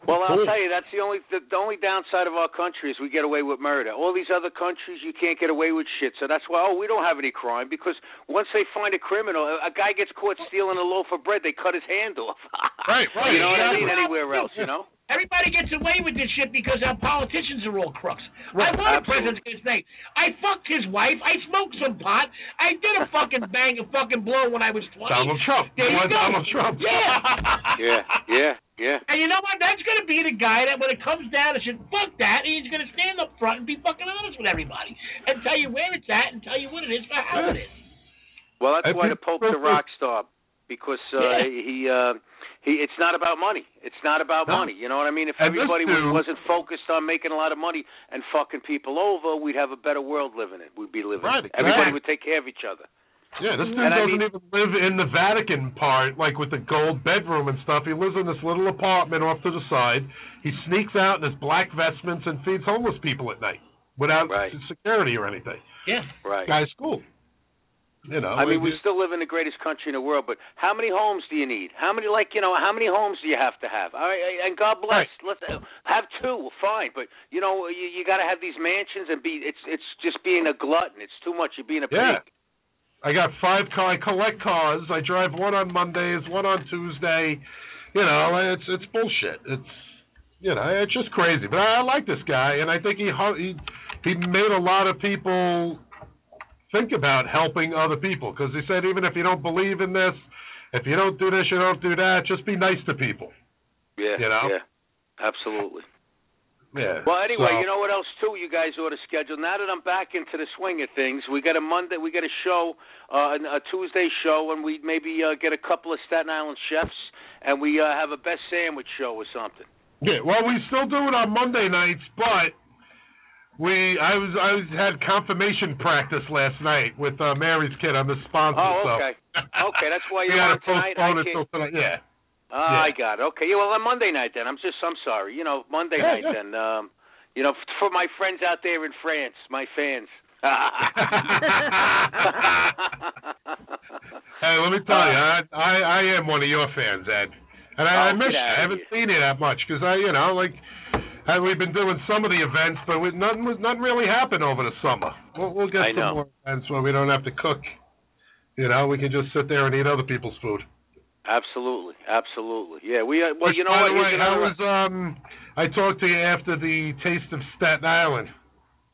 [SPEAKER 14] well, I'll
[SPEAKER 5] Cool.
[SPEAKER 14] tell you, that's the only the, the only downside of our country is we get away with murder. All these other countries, you can't get away with shit. So that's why, oh, we don't have any crime because once they find a criminal, a, a guy gets caught stealing a loaf of bread, they cut his hand off.
[SPEAKER 3] right,
[SPEAKER 14] You know what I mean? Anywhere else, you know?
[SPEAKER 5] Everybody gets away with this shit because our politicians are all crooks. I
[SPEAKER 14] Right,
[SPEAKER 5] want a
[SPEAKER 14] absolutely.
[SPEAKER 5] president's gonna say, I fucked his wife, I smoked some pot, I did a fucking bang a fucking blow when I was twenty.
[SPEAKER 14] Donald Trump.
[SPEAKER 5] There
[SPEAKER 14] You
[SPEAKER 5] you
[SPEAKER 14] want
[SPEAKER 5] go.
[SPEAKER 14] Donald Trump.
[SPEAKER 5] Yeah.
[SPEAKER 14] <laughs> Yeah, yeah, yeah.
[SPEAKER 5] And you know what? That's going to be the guy that when it comes down to shit, fuck that, and he's going to stand up front and be fucking honest with everybody and tell you where it's at and tell you what it is for how it is.
[SPEAKER 14] Well, that's
[SPEAKER 5] I
[SPEAKER 14] why the Pope's a rock star because
[SPEAKER 5] Yeah.
[SPEAKER 14] uh, he uh, he. It's not about money. It's not about
[SPEAKER 5] No.
[SPEAKER 14] money. You know what I mean? If
[SPEAKER 3] And this
[SPEAKER 14] everybody
[SPEAKER 3] dude-
[SPEAKER 14] was, wasn't focused on making a lot of money and fucking people over, we'd have a better world living in. We'd be living.
[SPEAKER 3] Right,
[SPEAKER 14] in. Everybody
[SPEAKER 3] exactly.
[SPEAKER 14] would take care of each other.
[SPEAKER 3] Yeah, this dude
[SPEAKER 14] And I
[SPEAKER 3] doesn't
[SPEAKER 14] mean-
[SPEAKER 3] even live in the Vatican part, like with the gold bedroom and stuff. He lives in this little apartment off to the side. He sneaks out in his black vestments and feeds homeless people at night without security or anything.
[SPEAKER 5] Yeah.
[SPEAKER 14] Right.
[SPEAKER 3] Guy's cool. You know.
[SPEAKER 14] I mean, we
[SPEAKER 3] it-
[SPEAKER 14] still live in the greatest country in the world, but how many homes do you need? How many, like you know, how many homes do you have to have? All right, and God bless. Let's uh, have two, fine, but you know, you, you got to have these mansions and be. It's it's just being a glutton. It's too much. You're being a
[SPEAKER 3] Yeah.
[SPEAKER 14] pig.
[SPEAKER 3] I got five car. I collect cars. I drive one on Mondays, one on Tuesday. You know, it's it's bullshit. It's you know, it's just crazy. But I, I like this guy, and I think he hu- he he made a lot of people think about helping other people because he said even if you don't believe in this, if you don't do this, you don't do that. Just be nice to people.
[SPEAKER 14] Yeah.
[SPEAKER 3] You know?
[SPEAKER 14] Yeah. Absolutely.
[SPEAKER 3] Yeah.
[SPEAKER 14] Well, anyway,
[SPEAKER 3] So-
[SPEAKER 14] you know what else too? You guys ought to schedule. Now that I'm back into the swing of things, we got a Monday, we got a show, uh, an- a Tuesday show, and we maybe uh, get a couple of Staten Island chefs, and we uh, have a best sandwich show or something.
[SPEAKER 3] Yeah, well, we still do it on Monday nights, but we I was I was had confirmation practice last night with uh, Mary's kid on the sponsor. <laughs>
[SPEAKER 14] Oh, okay, okay, that's why
[SPEAKER 3] So
[SPEAKER 14] you're
[SPEAKER 3] we
[SPEAKER 14] on
[SPEAKER 3] had to
[SPEAKER 14] tonight.
[SPEAKER 3] postpone
[SPEAKER 14] I
[SPEAKER 3] it till
[SPEAKER 14] can't-
[SPEAKER 3] tonight. Yeah.
[SPEAKER 14] Ah, I got it. Okay, yeah, well, on Monday night then. I'm just, I'm sorry. You know, Monday
[SPEAKER 3] Yeah, <laughs>
[SPEAKER 14] night
[SPEAKER 3] yeah.
[SPEAKER 14] then. Um, you know, f- for my friends out there in France, my fans.
[SPEAKER 3] Hey, let me tell you, I, I I am one of your fans, Ed, and I, I
[SPEAKER 14] Oh,
[SPEAKER 3] miss
[SPEAKER 14] get
[SPEAKER 3] you. I
[SPEAKER 14] out of
[SPEAKER 3] haven't seen you that much because I, you know, like I, we've been doing some of the events, but we, nothing was- nothing really happened over the summer. We'll, we'll get
[SPEAKER 14] I
[SPEAKER 3] some
[SPEAKER 14] know.
[SPEAKER 3] more events where we don't have to cook. You know, we can just sit there and eat other people's food.
[SPEAKER 14] Absolutely, absolutely. Yeah, we. Uh, well,
[SPEAKER 3] Which,
[SPEAKER 14] you know
[SPEAKER 3] by
[SPEAKER 14] what?
[SPEAKER 3] the way,
[SPEAKER 14] here's
[SPEAKER 3] I
[SPEAKER 14] another-
[SPEAKER 3] was um I talked to you after the Taste of Staten Island.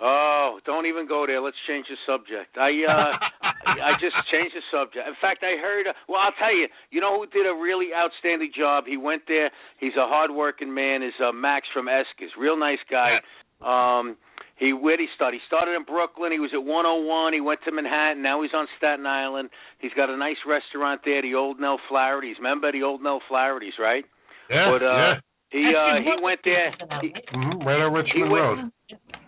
[SPEAKER 14] Oh, don't even go there. Let's change the subject. I
[SPEAKER 3] <laughs>
[SPEAKER 14] uh I just changed the subject. In fact, I heard uh, well, I'll tell you. You know who did a really outstanding job? He went there. He's a hard-working man. Is uh, Max from Eskis. Real nice guy. Um he where did he start? He started in Brooklyn. He was at 101. He went to Manhattan. Now he's on Staten Island. He's got a nice restaurant there, the Old Nell Flaherty's. Remember the Old Nell Flaherty's, right?
[SPEAKER 3] <laughs> Yeah,
[SPEAKER 14] But, uh,
[SPEAKER 3] yeah.
[SPEAKER 14] He uh he went there. He,
[SPEAKER 3] Mhm, right on Richmond
[SPEAKER 14] went-
[SPEAKER 3] Road.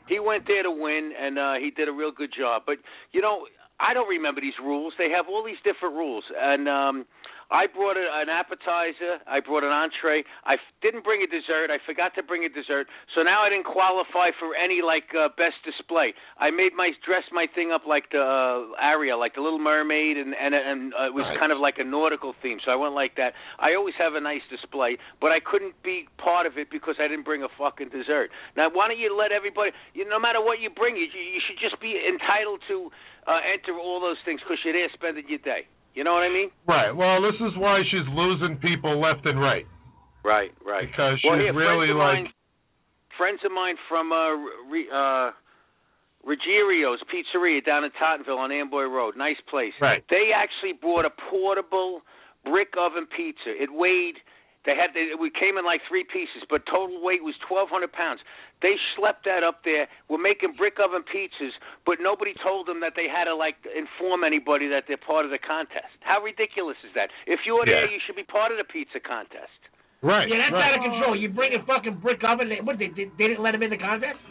[SPEAKER 14] he went there to win and uh he did a real good job but you know i don't remember these rules they have all these different rules and um i brought a, an appetizer i brought an entree I f- didn't bring a dessert i forgot to bring a dessert so now i didn't qualify for any like uh, best display i made my dress my thing up like the uh, aria like the little mermaid and and and uh, it was kind of like a nautical theme so i went like that i always have a nice display but i couldn't be part of it because i didn't bring a fucking dessert now, why don't you let everybody? You, no matter what you bring, you you should just be entitled to uh, enter all those things because you're there spending your day. You know what I mean?
[SPEAKER 3] Right. Well, this is why she's losing people left and right.
[SPEAKER 14] Right, right.
[SPEAKER 3] Because she's
[SPEAKER 14] well, here, friends
[SPEAKER 3] really
[SPEAKER 14] of
[SPEAKER 3] like,
[SPEAKER 14] mine, friends of mine from uh, re, uh, Ruggiero's Pizzeria down in Tottenville on Amboy Road, nice place.
[SPEAKER 3] Right.
[SPEAKER 14] They actually brought a portable brick oven pizza. It weighed. They had they, we came in like three pieces, but total weight was twelve hundred pounds. They schlepped that up there. We're making brick oven pizzas, but nobody told them that they had to like inform anybody that they're part of the contest. How ridiculous is that? If you were there,
[SPEAKER 5] Yeah.
[SPEAKER 14] you should be part of the pizza contest.
[SPEAKER 3] Right.
[SPEAKER 5] Yeah, that's
[SPEAKER 14] right.
[SPEAKER 5] out of control. You bring a fucking brick oven. They, what, they, they, they didn't let him in the contest?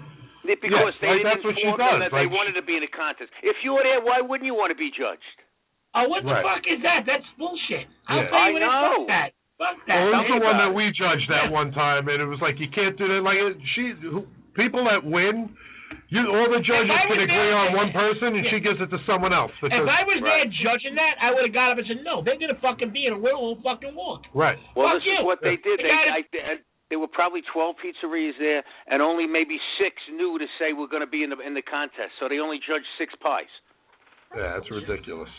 [SPEAKER 14] They- Because
[SPEAKER 5] like,
[SPEAKER 14] they
[SPEAKER 5] that's
[SPEAKER 14] didn't
[SPEAKER 5] what she
[SPEAKER 14] inform them
[SPEAKER 5] does,
[SPEAKER 14] that they
[SPEAKER 5] like, she-
[SPEAKER 14] wanted to be in a contest. If you were there, why wouldn't you want to be judged?
[SPEAKER 5] Oh, what the
[SPEAKER 14] Right.
[SPEAKER 5] fuck is that? That's bullshit.
[SPEAKER 3] Yeah.
[SPEAKER 5] I'll tell you
[SPEAKER 14] I
[SPEAKER 5] what
[SPEAKER 14] know.
[SPEAKER 5] Fuck that. Fuck that. Tell
[SPEAKER 3] well,
[SPEAKER 5] me
[SPEAKER 3] this is the one
[SPEAKER 5] about
[SPEAKER 3] that we judged that one time, and it was like you can't do that. Like it, she, who, people that win, you all the judges
[SPEAKER 5] I
[SPEAKER 3] can
[SPEAKER 5] was
[SPEAKER 3] agree
[SPEAKER 5] there-
[SPEAKER 3] on one person, and she gives it to someone else.
[SPEAKER 5] it.
[SPEAKER 3] because-
[SPEAKER 5] If I was there judging that, I would have got up and said, no, they're going to fucking be in a real fucking walk.
[SPEAKER 3] <laughs> right.
[SPEAKER 14] Well,
[SPEAKER 5] Fuck
[SPEAKER 14] this
[SPEAKER 5] you.
[SPEAKER 14] is what they did.
[SPEAKER 5] They
[SPEAKER 14] They,
[SPEAKER 5] gotta-
[SPEAKER 14] I, they, there were probably 12 pizzerias there, and only maybe six knew to say we're going to be in the in the contest. So they only judged six pies.
[SPEAKER 3] Yeah, it's ridiculous.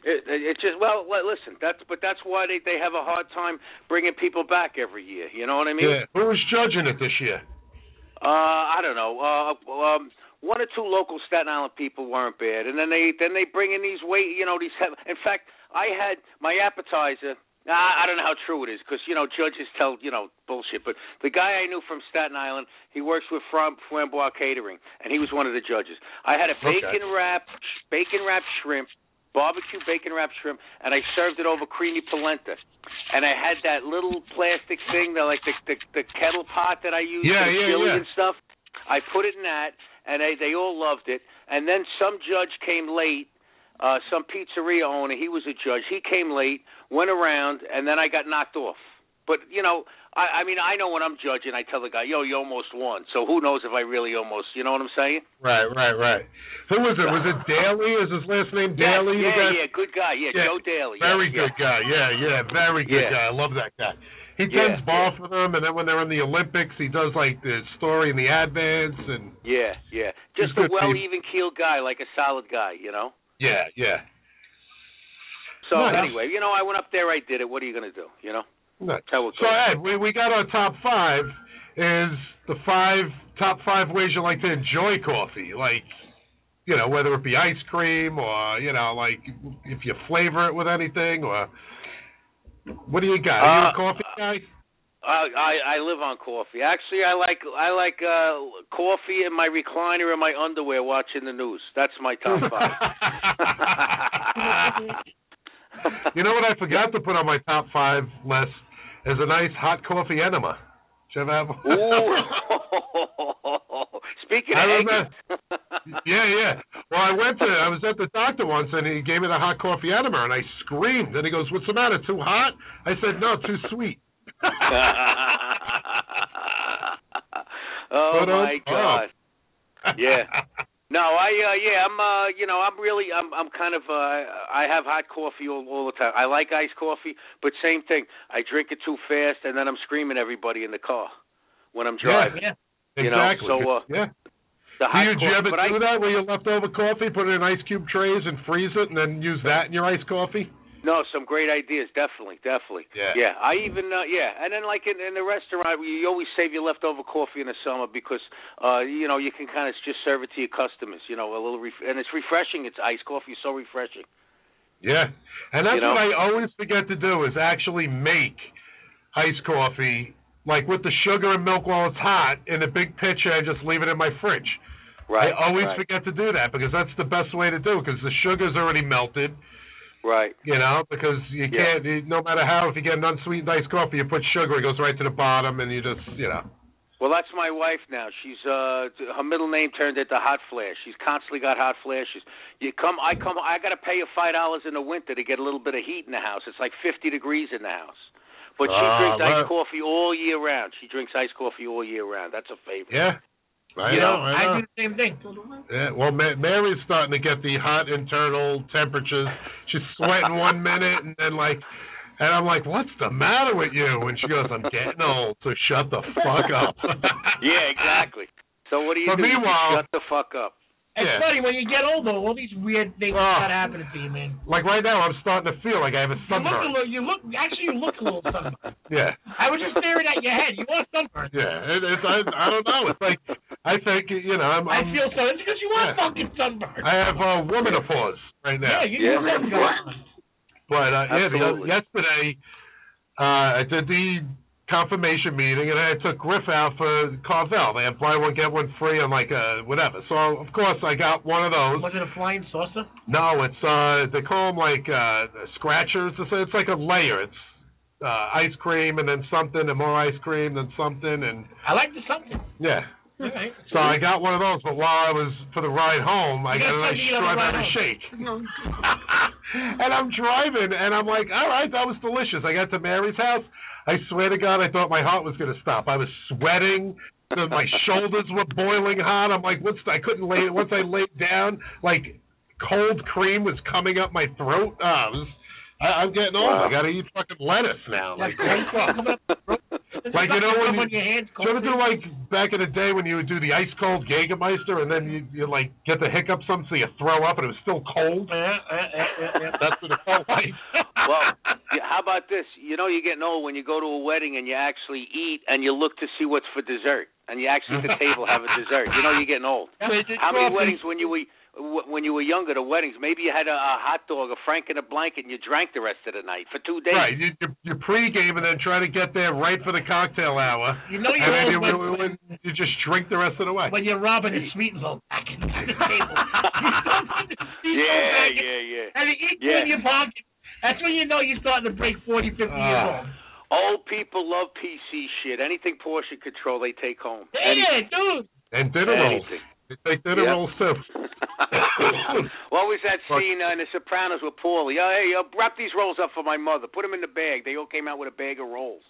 [SPEAKER 14] It, it, it's just well, well, listen. That's but that's why they they have a hard time bringing people back every year. You know what I mean?
[SPEAKER 3] yeah. Who was judging it this year?
[SPEAKER 14] Uh, I don't know. Uh, um, one or two local Staten Island people weren't bad, and then they then they bring in these weight, you know, these. Heavy, in fact, I had my appetizer. Nah, I don't know how true it is because you know judges tell you know bullshit. But the guy I knew from Staten Island, he works with Fram Frambois Catering, and he was one of the judges. I had a
[SPEAKER 15] Okay.
[SPEAKER 14] bacon wrap, bacon wrap shrimp, barbecue bacon wrap shrimp, and I served it over creamy polenta. And I had that little plastic thing that like the the, the kettle pot that I use
[SPEAKER 15] Yeah,
[SPEAKER 14] for the
[SPEAKER 15] yeah,
[SPEAKER 14] chili
[SPEAKER 15] yeah.
[SPEAKER 14] and stuff. I put it in that, and they they all loved it. And then some judge came late. Uh, some pizzeria owner, he was a judge. He came late, went around, and then I got knocked off. But you know, I, I mean, I know when I'm judging, I tell the guy, "Yo, you almost won." So who knows if I really almost? You know what I'm saying?
[SPEAKER 3] Right, right, right. Who was it? Was
[SPEAKER 14] <laughs>
[SPEAKER 3] it Daly? Is his last name Daly?
[SPEAKER 14] Yeah,
[SPEAKER 3] You
[SPEAKER 14] yeah,
[SPEAKER 3] got-
[SPEAKER 14] yeah, good guy. Yeah,
[SPEAKER 3] Yeah,
[SPEAKER 14] Joe Daly. yeah,
[SPEAKER 3] Very
[SPEAKER 14] yeah.
[SPEAKER 3] good guy. Yeah, yeah, very good
[SPEAKER 14] Yeah.
[SPEAKER 3] guy. I love that guy. He
[SPEAKER 14] Yeah,
[SPEAKER 3] tends ball for them, and then when they're in the Olympics, he does like the story in the advance, and
[SPEAKER 14] Yeah, yeah. Just
[SPEAKER 3] He's
[SPEAKER 14] a
[SPEAKER 3] good
[SPEAKER 14] well
[SPEAKER 3] people.
[SPEAKER 14] even keeled guy, like a solid guy, you know?
[SPEAKER 3] yeah, yeah.
[SPEAKER 14] So
[SPEAKER 3] Nice.
[SPEAKER 14] anyway, you know, I went up there, I did it. What are you gonna do? You know?
[SPEAKER 3] Nice.
[SPEAKER 14] That was
[SPEAKER 3] So Ed, we we got our top five. Is the five top five ways you like to enjoy coffee? Like, you know, whether it be ice cream or you know, like if you flavor it with anything or what do you got? Are you a
[SPEAKER 14] Uh,
[SPEAKER 3] coffee guy?
[SPEAKER 14] I, I I live on coffee. Actually, I like I like uh coffee in my recliner and my underwear watching the news. That's my <laughs> top
[SPEAKER 3] <laughs>
[SPEAKER 14] five.
[SPEAKER 3] You know what I forgot to put on my top five list is a nice hot coffee enema. Did you ever have one?
[SPEAKER 14] Oh. Ooh. <laughs> Speaking
[SPEAKER 3] I
[SPEAKER 14] of
[SPEAKER 3] remember-
[SPEAKER 14] <laughs> eggs.
[SPEAKER 3] <laughs> yeah, yeah. Well, I went to I was at the doctor once and he gave me the hot coffee enema and I screamed and he goes, "What's the matter? Too hot?" I said, "No, too sweet."
[SPEAKER 14] <laughs> oh
[SPEAKER 3] But, uh,
[SPEAKER 14] my
[SPEAKER 3] oh.
[SPEAKER 14] god. Yeah.
[SPEAKER 3] <laughs>
[SPEAKER 14] No, I uh yeah, I'm uh you know, I'm really I'm I'm kind of uh I have hot coffee all, all the time. I like iced coffee, but same thing. I drink it too fast and then I'm screaming at everybody in the car when I'm driving.
[SPEAKER 5] Yeah.
[SPEAKER 14] You know,
[SPEAKER 3] exactly.
[SPEAKER 14] so, uh,
[SPEAKER 3] yeah.
[SPEAKER 14] The
[SPEAKER 3] Do you,
[SPEAKER 14] hot
[SPEAKER 3] do you
[SPEAKER 14] coffee,
[SPEAKER 3] ever
[SPEAKER 14] but I
[SPEAKER 3] do that where you leftover coffee, put it in ice cube trays and freeze it, and then use that in your iced coffee?
[SPEAKER 14] No, some great ideas, definitely, definitely.
[SPEAKER 3] Yeah.
[SPEAKER 14] Yeah, I even uh, yeah, and then like in, in the restaurant, you always save your leftover coffee in the summer because uh, you know you can kind of just serve it to your customers. You know, a little ref- and it's refreshing. It's iced coffee, so refreshing.
[SPEAKER 3] Yeah, and that's
[SPEAKER 14] You know?
[SPEAKER 3] what I always forget to do is actually make iced coffee, like with the sugar and milk while it's hot, in a big pitcher and just leave it in my fridge. I
[SPEAKER 14] Right.
[SPEAKER 3] always
[SPEAKER 14] right,
[SPEAKER 3] forget to do that because that's the best way to do it because the sugar's already melted.
[SPEAKER 14] Right.
[SPEAKER 3] You know, because you
[SPEAKER 14] Yeah.
[SPEAKER 3] can't. You, no matter how, if you get an unsweetened iced coffee, you put sugar, it goes right to the bottom, and you just, you know.
[SPEAKER 14] Well, that's my wife now. She's uh t- her middle name turned into Hot Flash. She's constantly got hot flashes. You come, I come, I gotta pay you five dollars in the winter to get a little bit of heat in the house. It's like fifty degrees in the house. But she
[SPEAKER 3] Ah,
[SPEAKER 14] drinks
[SPEAKER 3] right.
[SPEAKER 14] iced coffee all year round. She drinks iced coffee all year round. That's a favorite.
[SPEAKER 3] Yeah. I
[SPEAKER 14] You know,
[SPEAKER 3] know. I know.
[SPEAKER 5] do the same thing.
[SPEAKER 3] Yeah, well, Ma- Mary's starting to get the hot internal temperatures. She's
[SPEAKER 5] <laughs>
[SPEAKER 3] sweating one minute, and then like, and I'm like, "What's the matter with you?" And she goes, "I'm getting old, so shut the fuck
[SPEAKER 5] <laughs>
[SPEAKER 3] up."
[SPEAKER 14] yeah, exactly. So what do you
[SPEAKER 3] But
[SPEAKER 14] do? You just
[SPEAKER 3] meanwhile-
[SPEAKER 14] shut the fuck up.
[SPEAKER 5] It's
[SPEAKER 3] Yeah.
[SPEAKER 5] funny when you get older, all these weird things
[SPEAKER 3] Ah.
[SPEAKER 5] start happening to you, man.
[SPEAKER 3] like right now, I'm starting to feel like I have a
[SPEAKER 5] You look a
[SPEAKER 3] sunburn.
[SPEAKER 5] little. You look. Actually, you look a little sunburned.
[SPEAKER 3] Yeah,
[SPEAKER 5] I was just staring at your head. You are sunburned.
[SPEAKER 3] yeah. It, it's I, I don't know. It's like I think you know I'm.
[SPEAKER 5] I
[SPEAKER 3] I'm
[SPEAKER 5] feel so. It's because you are
[SPEAKER 3] Um, Yeah.
[SPEAKER 5] fucking sunburned.
[SPEAKER 3] I have uh, womanopause right now.
[SPEAKER 5] yeah, you you look sunburned.
[SPEAKER 3] But uh, yeah, the,
[SPEAKER 5] Absolutely.
[SPEAKER 3] yesterday uh, I did the confirmation meeting, and I took Griff out for Carvel. They had buy one get one free on like uh whatever. So of course I got one of those.
[SPEAKER 5] Was it a flying saucer?
[SPEAKER 3] No, it's uh they call them like uh scratchers. It's, it's like a layer. It's uh, ice cream and then something and more ice cream then something and
[SPEAKER 5] I like the something.
[SPEAKER 3] yeah.
[SPEAKER 5] All right.
[SPEAKER 3] So I got one of those, but while I was for the ride home, I
[SPEAKER 5] You
[SPEAKER 3] got
[SPEAKER 5] gotta
[SPEAKER 3] a nice
[SPEAKER 5] fucking get on the
[SPEAKER 3] strawberry
[SPEAKER 5] ride home.
[SPEAKER 3] shake. <laughs> and I'm driving, and I'm like, all right, that was delicious. I got to Mary's house. I swear to God, I thought my heart was going to stop. I was sweating. The- My shoulders were boiling hot. I'm like, what's I couldn't lay. Once I laid down, like cold cream was coming up my throat. Uh, I was, I, I'm getting old. I got to eat fucking lettuce now. Like, like you know when
[SPEAKER 5] your hands
[SPEAKER 3] you ever do like back in the day when you would do the ice cold Jägermeister and then you you like get the hiccups on so you throw up and it was still cold. That's what it felt like.
[SPEAKER 14] <laughs> well, yeah, how about this? You know, you're getting old when you go to a wedding and you actually eat and you look to see what's for dessert, and you actually at the table have a dessert. You know, you're getting old. How many weddings when you were wh- when you were younger? The weddings, maybe you had a, a hot dog, a frank, and a blanket, and you drank the rest of the night for two days. <laughs>
[SPEAKER 3] Right, you you, you pregame and then try to get there right for the cocktail hour.
[SPEAKER 5] You know
[SPEAKER 3] and
[SPEAKER 5] you're
[SPEAKER 3] then
[SPEAKER 5] old
[SPEAKER 3] you,
[SPEAKER 5] when-
[SPEAKER 3] when, when you just drink the rest of the way.
[SPEAKER 5] When you're robbing the sweet and low back into
[SPEAKER 3] <laughs>
[SPEAKER 5] the table. <laughs>
[SPEAKER 14] Yeah, yeah, yeah.
[SPEAKER 5] And you eat
[SPEAKER 14] Yeah.
[SPEAKER 5] in your pocket. That's when you know you're starting to break 40, 50 years
[SPEAKER 14] Ah.
[SPEAKER 5] old.
[SPEAKER 14] Old people love PC shit. Anything portion control, they take home. <laughs>
[SPEAKER 5] Yeah, dude.
[SPEAKER 3] And dinner rolls.
[SPEAKER 14] Anything.
[SPEAKER 3] You take dinner
[SPEAKER 14] Yeah.
[SPEAKER 3] rolls too.
[SPEAKER 14] what was that
[SPEAKER 3] Fuck.
[SPEAKER 14] scene uh, in The Sopranos with Paulie? Oh, hey, uh, wrap these rolls up for my mother. Put them in the bag. They all came out with a bag of rolls.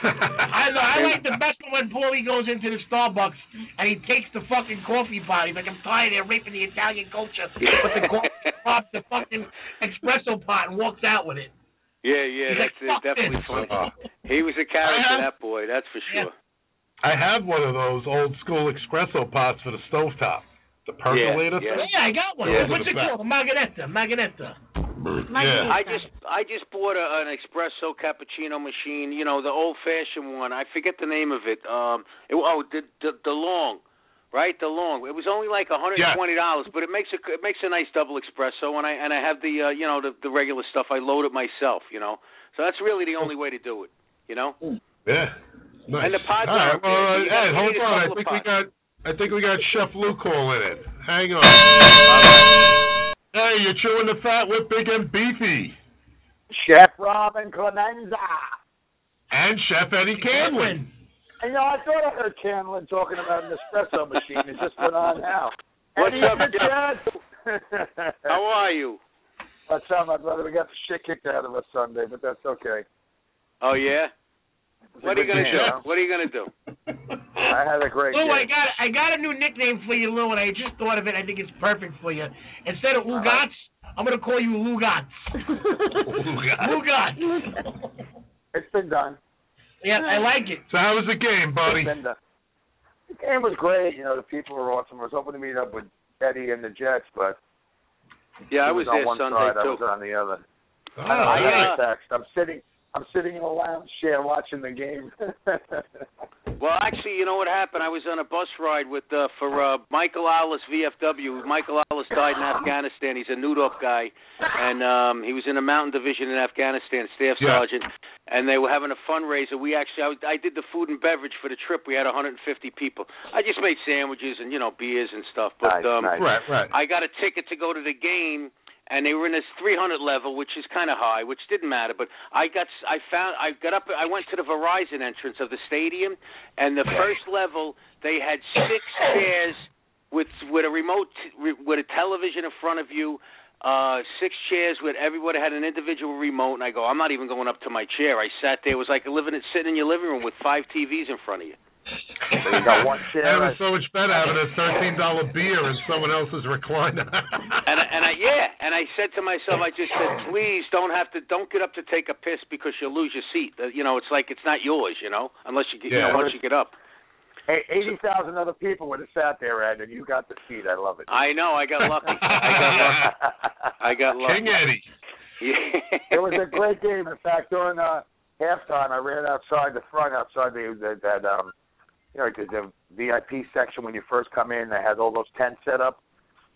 [SPEAKER 5] I know. I like the best one when Paulie goes into the Starbucks and he takes the fucking coffee pot. He's like, I'm tired of raping the Italian culture. But the coffee
[SPEAKER 14] <laughs>
[SPEAKER 5] pops the fucking espresso pot and walks out with it.
[SPEAKER 14] Yeah, yeah,
[SPEAKER 5] He's like,
[SPEAKER 14] that's uh,
[SPEAKER 5] "Fuck
[SPEAKER 14] definitely Uh-huh.
[SPEAKER 5] this."
[SPEAKER 14] funny. He was a character, that boy. That's for sure.
[SPEAKER 3] <laughs> I have one of those old school espresso pots for the stovetop. The percolator
[SPEAKER 14] Yeah,
[SPEAKER 3] thing.
[SPEAKER 5] Yeah, I got one.
[SPEAKER 3] Yeah.
[SPEAKER 5] What's it called? Margaretta. Margaretta.
[SPEAKER 3] Yeah.
[SPEAKER 14] I just I just bought a, an espresso cappuccino machine. You know, the old fashioned one. I forget the name of it. Um, it, oh, the, the the long, right? The long. It was only like a hundred and twenty dollars, but it makes a it makes a nice double espresso. And I and I have the uh, you know the the regular stuff. I load it myself. You know, so that's really the only way to do it. You know.
[SPEAKER 3] Yeah. Nice.
[SPEAKER 14] And the pods
[SPEAKER 3] All right,
[SPEAKER 14] are up
[SPEAKER 3] well,
[SPEAKER 14] there,
[SPEAKER 3] uh,
[SPEAKER 14] so you
[SPEAKER 3] Ed,
[SPEAKER 14] gotta
[SPEAKER 3] hold
[SPEAKER 14] eat a
[SPEAKER 3] on. I
[SPEAKER 14] couple of
[SPEAKER 3] think we
[SPEAKER 14] pods.
[SPEAKER 3] got I think we got Chef Lou calling in. Hang on. All right. Hey, you're chewing the fat with Big and Beefy.
[SPEAKER 15] Chef Robin Clemenza.
[SPEAKER 3] And Chef Eddie Canlin.
[SPEAKER 15] And, you know, I thought I heard Chandler talking about an espresso machine. It just went on now.
[SPEAKER 14] What's
[SPEAKER 15] Eddie in
[SPEAKER 14] up,
[SPEAKER 15] the chat.
[SPEAKER 14] How are you?
[SPEAKER 15] That's how my brother. We got the shit kicked out of us Sunday, but that's okay.
[SPEAKER 14] Oh yeah. What are you gonna
[SPEAKER 15] Yeah.
[SPEAKER 14] do? What are you gonna do?
[SPEAKER 15] I had a great
[SPEAKER 5] Lou, I
[SPEAKER 15] day.
[SPEAKER 5] got I got a new nickname for you, Lou, and I just thought of it. I think it's perfect for you. Instead of Ugats, I'm gonna call you Lugats.
[SPEAKER 3] <laughs>
[SPEAKER 7] Oh
[SPEAKER 5] Lugats.
[SPEAKER 15] It's been done.
[SPEAKER 5] Yeah, I like it.
[SPEAKER 3] So how was the game, buddy?
[SPEAKER 15] It's been done. The game was great. You know, the people were awesome. I was hoping to meet up with Eddie and the Jets, but
[SPEAKER 14] Yeah, I
[SPEAKER 15] he was,
[SPEAKER 14] was
[SPEAKER 15] on
[SPEAKER 14] there
[SPEAKER 15] one
[SPEAKER 14] Sunday
[SPEAKER 15] side, I
[SPEAKER 14] too.
[SPEAKER 15] was on the other. I
[SPEAKER 14] Oh,
[SPEAKER 15] don't have
[SPEAKER 14] yeah.
[SPEAKER 15] a text. I'm sitting. I'm sitting in a lounge chair watching the game. <laughs>
[SPEAKER 14] Well, actually, you know what happened? I was on a bus ride with uh, for uh, Michael Allis VFW. Michael Allis died in Afghanistan. He's a Nudop guy, and um, he was in the Mountain Division in Afghanistan, Staff
[SPEAKER 16] Yeah.
[SPEAKER 14] Sergeant. And they were having a fundraiser. We actually, I, was, I did the food and beverage for the trip. We had 150 people. I just made sandwiches and you know beers and stuff. But
[SPEAKER 16] Nice,
[SPEAKER 14] um,
[SPEAKER 16] nice. Right, right.
[SPEAKER 14] I got a ticket to go to the game, and they were in this 300 level, which is kind of high, which didn't matter. But I got, I found, I got up, I went to the Verizon entrance of the stadium, and the first level they had six chairs with with a remote, t- with a television in front of you. Uh, six chairs with everyone had an individual remote, and I go, I'm not even going up to my chair. I sat there, it was like living in sitting in your living room with five TVs in front of you.
[SPEAKER 15] you
[SPEAKER 3] <laughs>
[SPEAKER 15] got one
[SPEAKER 3] That was so much better having a thirteen dollar beer in someone else's recliner.
[SPEAKER 14] and I, and I yeah, and I said to myself, I just said, please don't have to, don't get up to take a piss because you'll lose your seat. Uh, You know, it's like it's not yours, you know, unless you get, you
[SPEAKER 15] Yeah.
[SPEAKER 14] know, once you get up.
[SPEAKER 15] Hey, eighty thousand other people would have sat there, Ed, and you got the seat. I love it.
[SPEAKER 14] I know, I got lucky. I got lucky.
[SPEAKER 3] <laughs>
[SPEAKER 14] I got lucky.
[SPEAKER 15] King Eddie.
[SPEAKER 14] Yeah.
[SPEAKER 15] it was a great game. In fact, during uh, halftime, I ran outside the front, outside the, the that um, you know, the, the VIP section when you first come in. They had all those tents set up,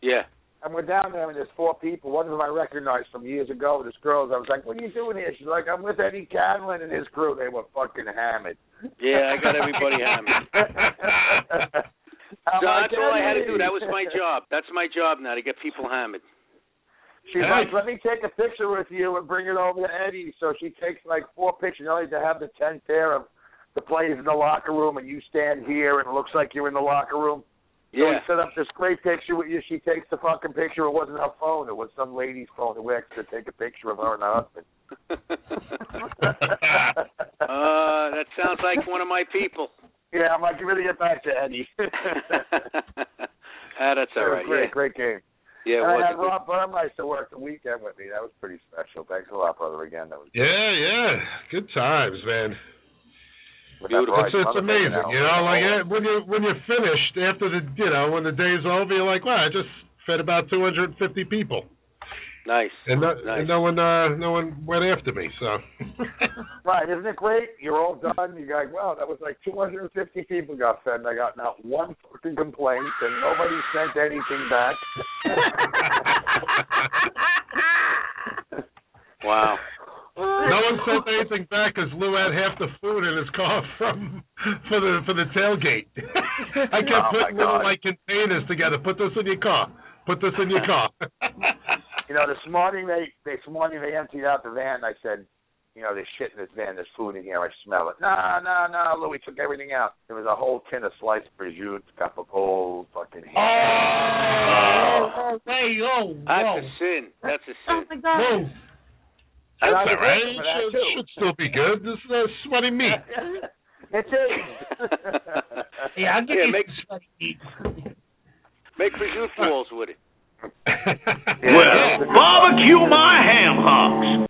[SPEAKER 14] Yeah.
[SPEAKER 15] and we're down there, and there's four people. One of them I recognized from years ago. This girl's. I was like, "What are you doing here?" She's like, "I'm with Eddie Canlin and his crew. They were fucking hammered."
[SPEAKER 14] Yeah, I got everybody
[SPEAKER 3] <laughs>
[SPEAKER 14] hammered.
[SPEAKER 15] I'm
[SPEAKER 14] So
[SPEAKER 15] like,
[SPEAKER 14] that's all I had to
[SPEAKER 15] "Eddie!"
[SPEAKER 14] do. That was my job. That's my job now to get people hammered.
[SPEAKER 15] She's like, let me take a picture with you and bring it over to Eddie. So she takes like four pictures. Only to have the tenth pair of the players in the locker room, and you stand here, and it looks like you're in the locker room. So we
[SPEAKER 14] Yeah.
[SPEAKER 15] set up this great picture with you. She takes the fucking picture. It wasn't her phone. It was some lady's phone. who asked to take a picture of her and her husband.
[SPEAKER 14] <laughs> Uh, that sounds like one of my people.
[SPEAKER 15] <laughs>
[SPEAKER 14] <laughs>
[SPEAKER 15] yeah, I'm like, you really get back to Eddie. <laughs>
[SPEAKER 14] Ah, that's all
[SPEAKER 15] It was
[SPEAKER 14] right.
[SPEAKER 15] Great,
[SPEAKER 14] yeah.
[SPEAKER 15] great game.
[SPEAKER 14] Yeah, it
[SPEAKER 15] and
[SPEAKER 14] was
[SPEAKER 15] I
[SPEAKER 14] a
[SPEAKER 15] had
[SPEAKER 14] good-
[SPEAKER 15] Rob Burmeister work the weekend with me. That was pretty special. Thanks a lot, brother. Again, that was
[SPEAKER 3] <laughs> yeah, yeah, good times, man.
[SPEAKER 15] But that's
[SPEAKER 3] Beautiful.
[SPEAKER 15] right.
[SPEAKER 3] It's, it's
[SPEAKER 15] Motherfucker
[SPEAKER 3] amazing,
[SPEAKER 15] now.
[SPEAKER 3] you know. Like eh, when you when you're finished after the you know when the day's over, you're like, wow, I just fed about 250 people,
[SPEAKER 14] nice.
[SPEAKER 3] and no,
[SPEAKER 14] nice.
[SPEAKER 3] and no one uh, no one went after me.
[SPEAKER 14] <laughs>
[SPEAKER 3] So
[SPEAKER 15] Right, isn't it great? You're all done. You're like, wow, that was like 250 people got fed, and I got not one fucking complaint, and nobody sent
[SPEAKER 3] <laughs>
[SPEAKER 15] anything back.
[SPEAKER 14] Wow.
[SPEAKER 3] no one sent anything back because Lou had half the food in his car from for the for the tailgate. <laughs> I
[SPEAKER 15] Oh,
[SPEAKER 3] kept
[SPEAKER 15] my
[SPEAKER 3] putting little
[SPEAKER 15] God.
[SPEAKER 3] like containers together. Put this in your car. Put this in your car.
[SPEAKER 15] <laughs> You know, this morning they this morning they emptied out the van. And I said, you know, there's shit in this van. There's food in here. I smell it. No, no, no, Louis took everything out. There was a whole tin of sliced prosciutto, cup of whole fucking.
[SPEAKER 5] Oh, hey, oh,
[SPEAKER 14] That's a sin. That's a sin.
[SPEAKER 7] Oh my God.
[SPEAKER 3] Whoa.
[SPEAKER 15] And
[SPEAKER 3] That's
[SPEAKER 15] I was
[SPEAKER 3] all right.
[SPEAKER 15] waiting
[SPEAKER 3] It
[SPEAKER 15] for that,
[SPEAKER 3] should,
[SPEAKER 15] too.
[SPEAKER 3] should still be good. This is uh, sweaty meat.
[SPEAKER 15] It's
[SPEAKER 14] <laughs>
[SPEAKER 5] Yeah, I'll give you
[SPEAKER 14] Yeah, make-
[SPEAKER 5] some sweaty meat.
[SPEAKER 14] Make prosciutto balls with it.
[SPEAKER 16] Well, barbecue my ham hocks.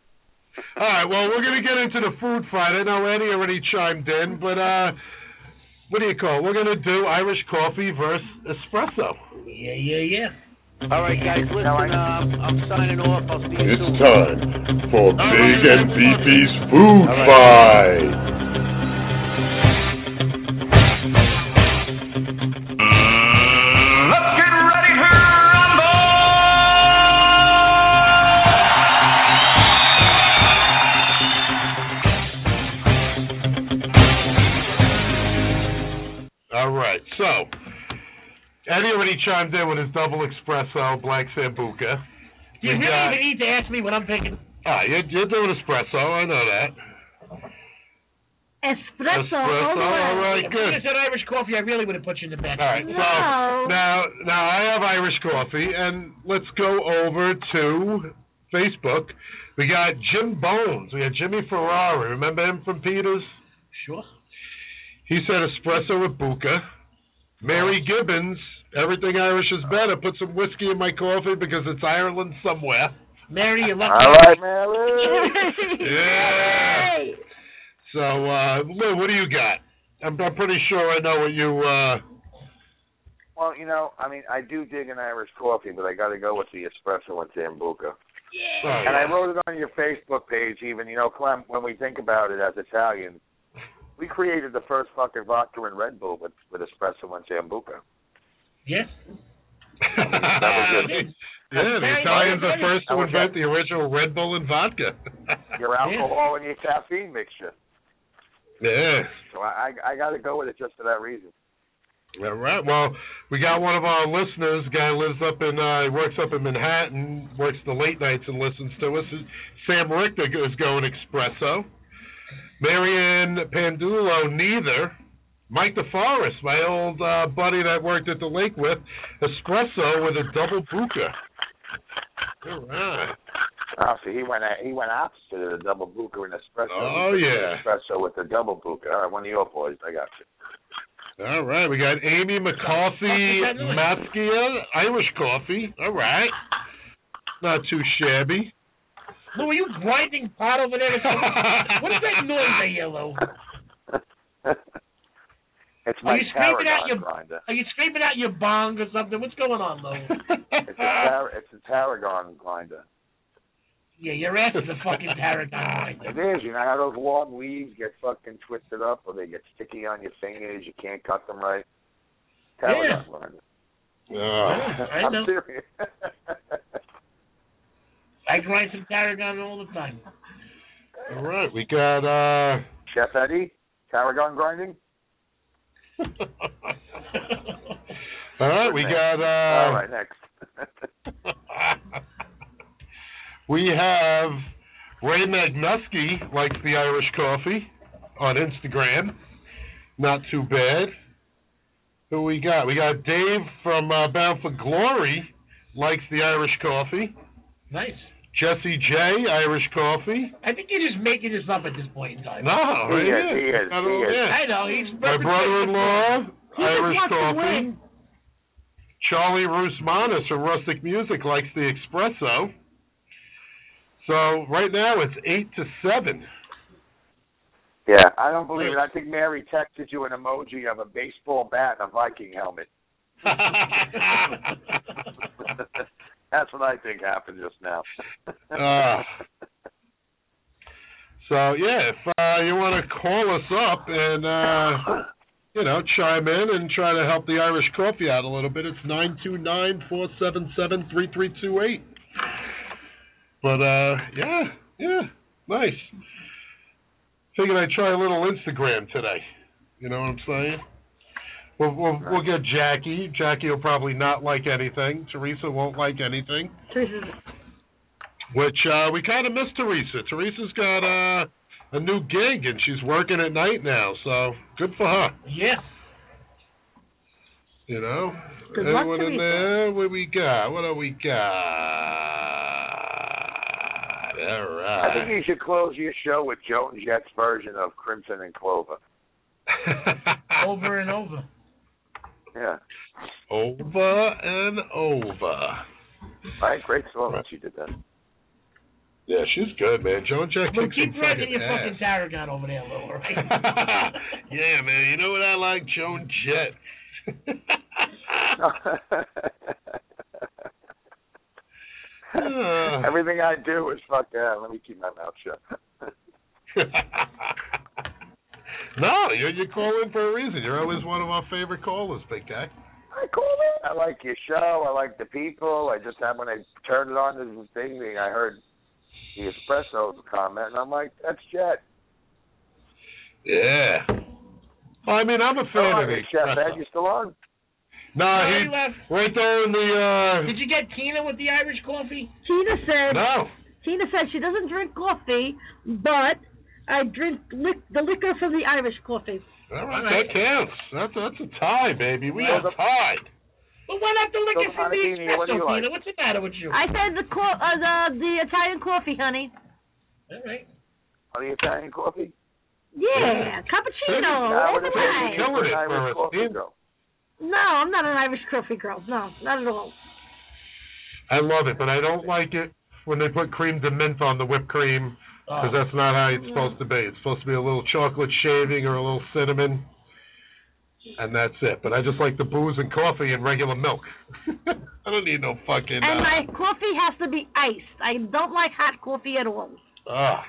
[SPEAKER 3] All right. Well, we're going to get into the food fight. I know Eddie already chimed in, but uh, what do you call? it? We're going to do Irish coffee versus espresso.
[SPEAKER 5] Yeah, yeah, yeah.
[SPEAKER 14] All right, guys, listen, um, I'm signing off. I'll see
[SPEAKER 8] <laughs>
[SPEAKER 14] you
[SPEAKER 8] It's
[SPEAKER 14] soon.
[SPEAKER 8] time for Big and Beefy's Food Fight.
[SPEAKER 3] All right. So Eddie already chimed in with his double espresso black sambuca.
[SPEAKER 5] You
[SPEAKER 3] We've
[SPEAKER 5] really
[SPEAKER 3] got-
[SPEAKER 5] even need to ask me what I'm picking.
[SPEAKER 3] Ah, you're, you're doing espresso. I know that.
[SPEAKER 7] Espresso.
[SPEAKER 3] Espresso,
[SPEAKER 7] all the way.
[SPEAKER 3] all right,
[SPEAKER 5] If you
[SPEAKER 3] good.
[SPEAKER 5] said Irish coffee, I really would have put you in the back.
[SPEAKER 3] All right. So now, now I have Irish coffee, and let's go over to Facebook. We got Jim Bones. We got Jimmy Ferrari. Remember him from Peters?
[SPEAKER 5] Sure.
[SPEAKER 3] He said espresso with buca.
[SPEAKER 15] Oh.
[SPEAKER 3] Mary Gibbons. Everything Irish is better. Put some whiskey in my coffee because it's Ireland somewhere.
[SPEAKER 5] Mary, you lucky.
[SPEAKER 3] All right,
[SPEAKER 15] Mary.
[SPEAKER 3] Yeah. So, uh, Lou, what do you got? I'm, I'm pretty sure I know what you. Uh,
[SPEAKER 15] Well, you know, I mean, I do dig an Irish coffee, but I got to go with the espresso and sambuca. And I wrote it on your Facebook page, even. You know, Clem, when we think about it as Italians, we created the first fucking vodka and Red Bull with, with espresso and
[SPEAKER 5] <laughs>
[SPEAKER 15] sambuca.
[SPEAKER 5] Yes.
[SPEAKER 15] That
[SPEAKER 3] <laughs>
[SPEAKER 15] was it.
[SPEAKER 3] Yeah, the Italians are first to invent the original Red Bull and
[SPEAKER 15] <laughs>
[SPEAKER 3] vodka. <laughs>
[SPEAKER 15] Your alcohol and your caffeine mixture.
[SPEAKER 3] Yeah.
[SPEAKER 15] So I, I, I got to go with it just for that reason.
[SPEAKER 3] All right. Well, we got one of our listeners. Guy lives up in, uh, he works up in Manhattan, works the late nights and listens to us. Sam Richter is going espresso. Marianne Pandulo, neither. Mike DeForest, my old uh, buddy that I worked at the lake with, espresso with a double buca. All right.
[SPEAKER 15] Oh, so he went he went opposite of the double buca and espresso.
[SPEAKER 3] Oh,
[SPEAKER 15] He took
[SPEAKER 3] yeah.
[SPEAKER 15] the espresso with the double buca. All right, one of your boys. I got you. <laughs>
[SPEAKER 3] All right, we got Amy McCarthy
[SPEAKER 15] Fuck is that noise?
[SPEAKER 3] Matskia, Irish coffee. All right. Not too shabby. <laughs>
[SPEAKER 5] Lou, are you grinding pot over there? <laughs> what is that noise I hear, Lou?
[SPEAKER 15] It's
[SPEAKER 5] Are
[SPEAKER 15] my
[SPEAKER 5] you scraping out
[SPEAKER 15] tarragon
[SPEAKER 5] your-
[SPEAKER 15] grinder.
[SPEAKER 5] Are you scraping out your bong or something? What's going on, Lou?
[SPEAKER 15] <laughs> It's a tar- it's a tarragon grinder.
[SPEAKER 5] yeah, your ass is a fucking paragon.
[SPEAKER 15] It is. You know how those long leaves get fucking twisted up, or they get sticky on your fingers. You can't cut them right. Tarragon grinder.
[SPEAKER 5] I know.
[SPEAKER 15] I'm serious. <laughs>
[SPEAKER 5] I grind some tarragon all the time.
[SPEAKER 3] All right, we got uh <laughs>
[SPEAKER 15] Chef Eddie, tarragon grinding.
[SPEAKER 3] all right, we got uh
[SPEAKER 15] All right, next. <laughs>
[SPEAKER 3] <laughs> we have Ray Magnuski likes the Irish coffee on Instagram. Not too bad. Who we got? We got Dave from uh, Bound for Glory likes the Irish coffee.
[SPEAKER 5] Nice.
[SPEAKER 3] Jesse J, Irish coffee.
[SPEAKER 5] I think you're just making this up at this point in time.
[SPEAKER 3] No,
[SPEAKER 15] He
[SPEAKER 3] it
[SPEAKER 15] is, he is,
[SPEAKER 3] Not
[SPEAKER 15] he
[SPEAKER 3] all-
[SPEAKER 15] is.
[SPEAKER 3] yeah.
[SPEAKER 5] I know. He's
[SPEAKER 3] My brother-in-law, Irish coffee. Charlie Rusmanis from Rustic Music likes the espresso. So right now it's eight to seven. <laughs>
[SPEAKER 15] Yeah, I don't believe it. I think Mary texted you an emoji of a baseball bat and a Viking helmet. <laughs> That's what I think happened just now.
[SPEAKER 3] Uh, so yeah, if uh, you want to call us up and uh, you know chime in and try to help the Irish coffee out a little bit, it's nine two nine four seven seven three three two eight. But uh, yeah, yeah, nice. Figured I'd try a little Instagram today. You know what I'm saying? We'll, we'll, we'll get Jackie. Jackie will probably not like anything. Teresa won't like anything
[SPEAKER 7] Teresa's
[SPEAKER 3] which uh we kind of miss Teresa. Teresa's got uh, a new gig and she's working at night now, so good for her.
[SPEAKER 5] Yes.
[SPEAKER 3] You know,
[SPEAKER 5] Good luck,
[SPEAKER 3] anyone in
[SPEAKER 5] Teresa.
[SPEAKER 3] there? What we got? What do we got? All
[SPEAKER 15] I think
[SPEAKER 3] right.
[SPEAKER 15] you should close your show with Joe and Jet's version of Crimson and Clover.
[SPEAKER 5] over
[SPEAKER 3] <laughs>
[SPEAKER 5] and over.
[SPEAKER 15] Yeah.
[SPEAKER 3] Over and over.
[SPEAKER 15] All right, great song that you did that.
[SPEAKER 3] Yeah, she's good, man. Joan Jett
[SPEAKER 5] Well,
[SPEAKER 3] kicks
[SPEAKER 5] keep
[SPEAKER 3] some
[SPEAKER 5] grinding your
[SPEAKER 3] ass.
[SPEAKER 5] fucking tarragon over there, Lou. All <laughs> right.
[SPEAKER 3] <laughs> yeah, man. You know what I like? Joan
[SPEAKER 15] <laughs>
[SPEAKER 3] Jett. <laughs> <laughs> Uh,
[SPEAKER 15] Everything I do is fuck that. Let me keep my mouth shut.
[SPEAKER 3] <laughs> no, you're, you call in for a reason. You're always one of our favorite callers, big guy.
[SPEAKER 15] I call it. I like your show. I like the people. I just had when I turned it on to the thing, I heard the espresso comment, and I'm like, that's Jet.
[SPEAKER 3] Yeah. Well, I mean, I'm a fan
[SPEAKER 15] Oh,
[SPEAKER 3] of
[SPEAKER 15] hey,
[SPEAKER 3] it.
[SPEAKER 15] Chef Ed, you still on?
[SPEAKER 3] No,
[SPEAKER 5] No, he
[SPEAKER 3] he,
[SPEAKER 5] left.
[SPEAKER 3] right there in the.
[SPEAKER 5] Did you get Tina with the Irish coffee?
[SPEAKER 7] Tina
[SPEAKER 3] Uh,
[SPEAKER 7] said
[SPEAKER 3] no.
[SPEAKER 7] Tina said she doesn't drink coffee, but I drink lic- the liquor from the Irish coffee.
[SPEAKER 3] All right, that counts. That's that's a tie, baby. We are tied.
[SPEAKER 5] Well, why not the liquor
[SPEAKER 15] So,
[SPEAKER 5] from the
[SPEAKER 15] Monokini, what do
[SPEAKER 5] espresso,
[SPEAKER 15] you like?
[SPEAKER 5] Tina? What's the matter with you?
[SPEAKER 7] I said the co- uh, the, the Italian coffee, honey.
[SPEAKER 5] All right.
[SPEAKER 15] On the Italian coffee? I
[SPEAKER 7] Yeah, cappuccino.
[SPEAKER 15] would
[SPEAKER 7] every
[SPEAKER 15] have taken you
[SPEAKER 7] night.
[SPEAKER 3] Killing it
[SPEAKER 15] an
[SPEAKER 3] for us,
[SPEAKER 15] Irish coffee,
[SPEAKER 3] dude.
[SPEAKER 15] though.
[SPEAKER 7] No, I'm not an Irish coffee girl. No, not at all.
[SPEAKER 3] I love it, but I don't like it when they put cream de mint on the whipped cream because
[SPEAKER 5] Oh.
[SPEAKER 3] that's not how it's supposed to be. It's supposed to be a little chocolate shaving or a little cinnamon. and that's it. But I just like the booze and coffee and regular milk. <laughs> I don't need no fucking.
[SPEAKER 7] And
[SPEAKER 3] uh,
[SPEAKER 7] my coffee has to be iced. I don't like hot coffee at all.
[SPEAKER 3] Ah.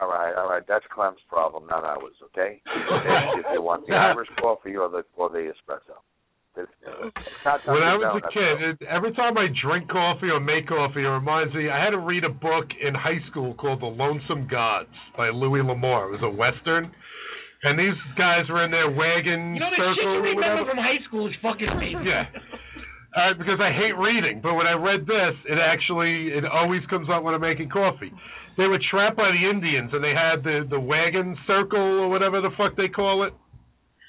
[SPEAKER 15] All right, all right. That's Clem's problem, not ours. Okay.
[SPEAKER 3] <laughs>
[SPEAKER 15] if you want the Irish coffee or the or the espresso. This- Not-
[SPEAKER 3] when I
[SPEAKER 15] no,
[SPEAKER 3] was a
[SPEAKER 15] that's-
[SPEAKER 3] kid, it, every time I drink coffee or make coffee, it reminds me I had to read a book in high school called The Lonesome Gods by Louis L'Amour. It was a western, and these guys were in their wagon
[SPEAKER 5] You know, the
[SPEAKER 3] circle
[SPEAKER 5] shit you
[SPEAKER 3] or
[SPEAKER 5] remember
[SPEAKER 3] whatever.
[SPEAKER 5] from high school is fucking me.
[SPEAKER 3] Yeah. Uh, because I hate reading, but when I read this, it actually it always comes up when I'm making coffee. They were trapped by the Indians, and they had the the wagon circle or whatever the fuck they call it,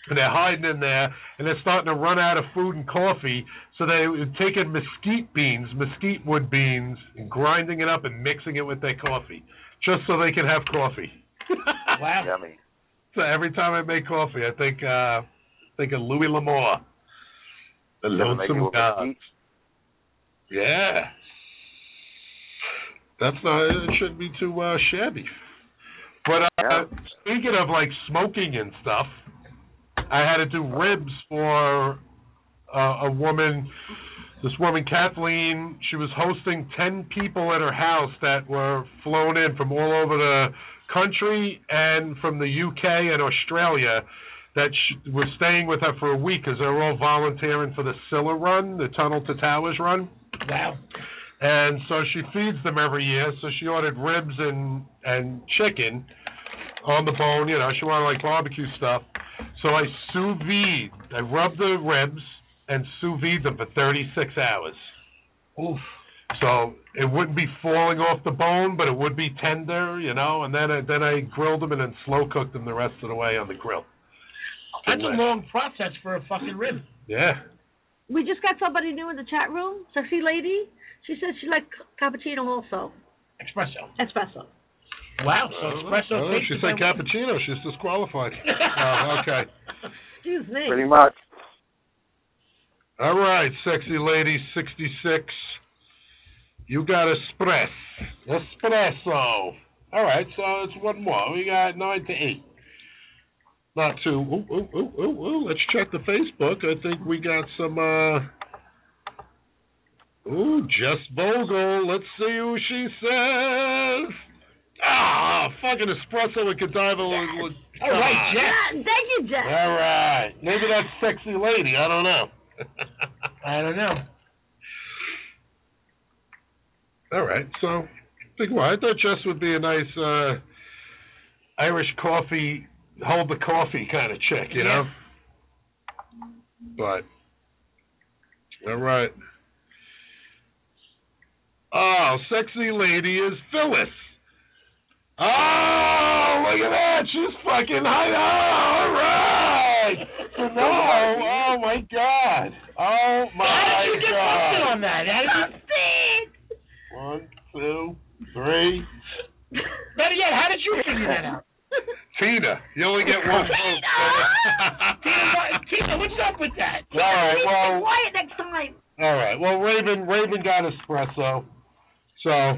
[SPEAKER 3] and they're hiding in there, and they're starting to run out of food and coffee, so they were taking mesquite beans, mesquite wood beans, and grinding it up and mixing it with their coffee, just so they can have coffee.
[SPEAKER 5] wow.
[SPEAKER 15] Yummy.
[SPEAKER 3] So every time I make coffee, I think uh, think of Louis L'Amour, the
[SPEAKER 15] You ever make it
[SPEAKER 3] lonesome
[SPEAKER 15] with
[SPEAKER 3] god.
[SPEAKER 15] mesquite?
[SPEAKER 3] Yeah. That's not, it shouldn't be too uh, shabby. But uh, speaking of like smoking and stuff, I had to do ribs for uh, a woman. This woman, Kathleen, she was hosting 10 people at her house that were flown in from all over the country and from the UK and Australia that sh- was staying with her for a week because they were all volunteering for the Scylla run, the Tunnel to Towers run.
[SPEAKER 5] Wow.
[SPEAKER 3] And so she feeds them every year. So she ordered ribs and and chicken on the bone. You know, she wanted like barbecue stuff. So I sous vide. I rubbed the ribs and sous vide them for 36 hours.
[SPEAKER 5] Oof.
[SPEAKER 3] So it wouldn't be falling off the bone, but it would be tender, you know. And then I, then I grilled them and then slow cooked them the rest of the way on the grill.
[SPEAKER 5] That's a long process for a fucking rib.
[SPEAKER 3] Yeah.
[SPEAKER 7] We just got somebody new in the chat room, sexy lady. She said she liked c- cappuccino also.
[SPEAKER 5] Espresso.
[SPEAKER 7] Espresso.
[SPEAKER 5] Wow. So
[SPEAKER 3] Oh,
[SPEAKER 5] espresso
[SPEAKER 3] oh,
[SPEAKER 5] takes
[SPEAKER 3] She
[SPEAKER 5] the <laughs> time-
[SPEAKER 3] said cappuccino. She's
[SPEAKER 5] <laughs>
[SPEAKER 3] disqualified. oh, okay.
[SPEAKER 7] Excuse me.
[SPEAKER 15] Pretty much.
[SPEAKER 3] All right, sexy lady 66. You got espress. Espresso. All right, so it's one more. We got 9 to 8. Not too. Ooh, ooh, ooh, ooh, ooh. Let's check the Facebook. I think we got some. uh Ooh, Jess Vogel. Let's see who she says. Ah, fucking espresso with Godiva.
[SPEAKER 7] All right, Jack. <laughs> Thank you, Jack.
[SPEAKER 3] All right. Maybe that's sexy lady. I don't know. <laughs>
[SPEAKER 5] I don't know.
[SPEAKER 15] Oh
[SPEAKER 3] All right. So, I think well, I thought Jess would be a nice uh Irish coffee, hold the coffee kind of chick, you know. But all right. Oh, sexy lady is Phyllis. Oh, look at that. She's fucking high. Oh, all right.
[SPEAKER 5] <laughs>
[SPEAKER 3] No, oh my god. Oh my
[SPEAKER 5] How did you get
[SPEAKER 3] god.
[SPEAKER 5] busted on that? How did you...
[SPEAKER 3] One, two, three.
[SPEAKER 5] Better yet, how did you figure that
[SPEAKER 15] <laughs>
[SPEAKER 5] out?
[SPEAKER 3] Tina, you only get <laughs> one vote.
[SPEAKER 5] Tina, Tina, what's up with that?
[SPEAKER 3] All right, well-
[SPEAKER 7] Be quiet
[SPEAKER 15] <laughs>
[SPEAKER 7] next time.
[SPEAKER 3] All right. Well, Raven, Raven got espresso. So, all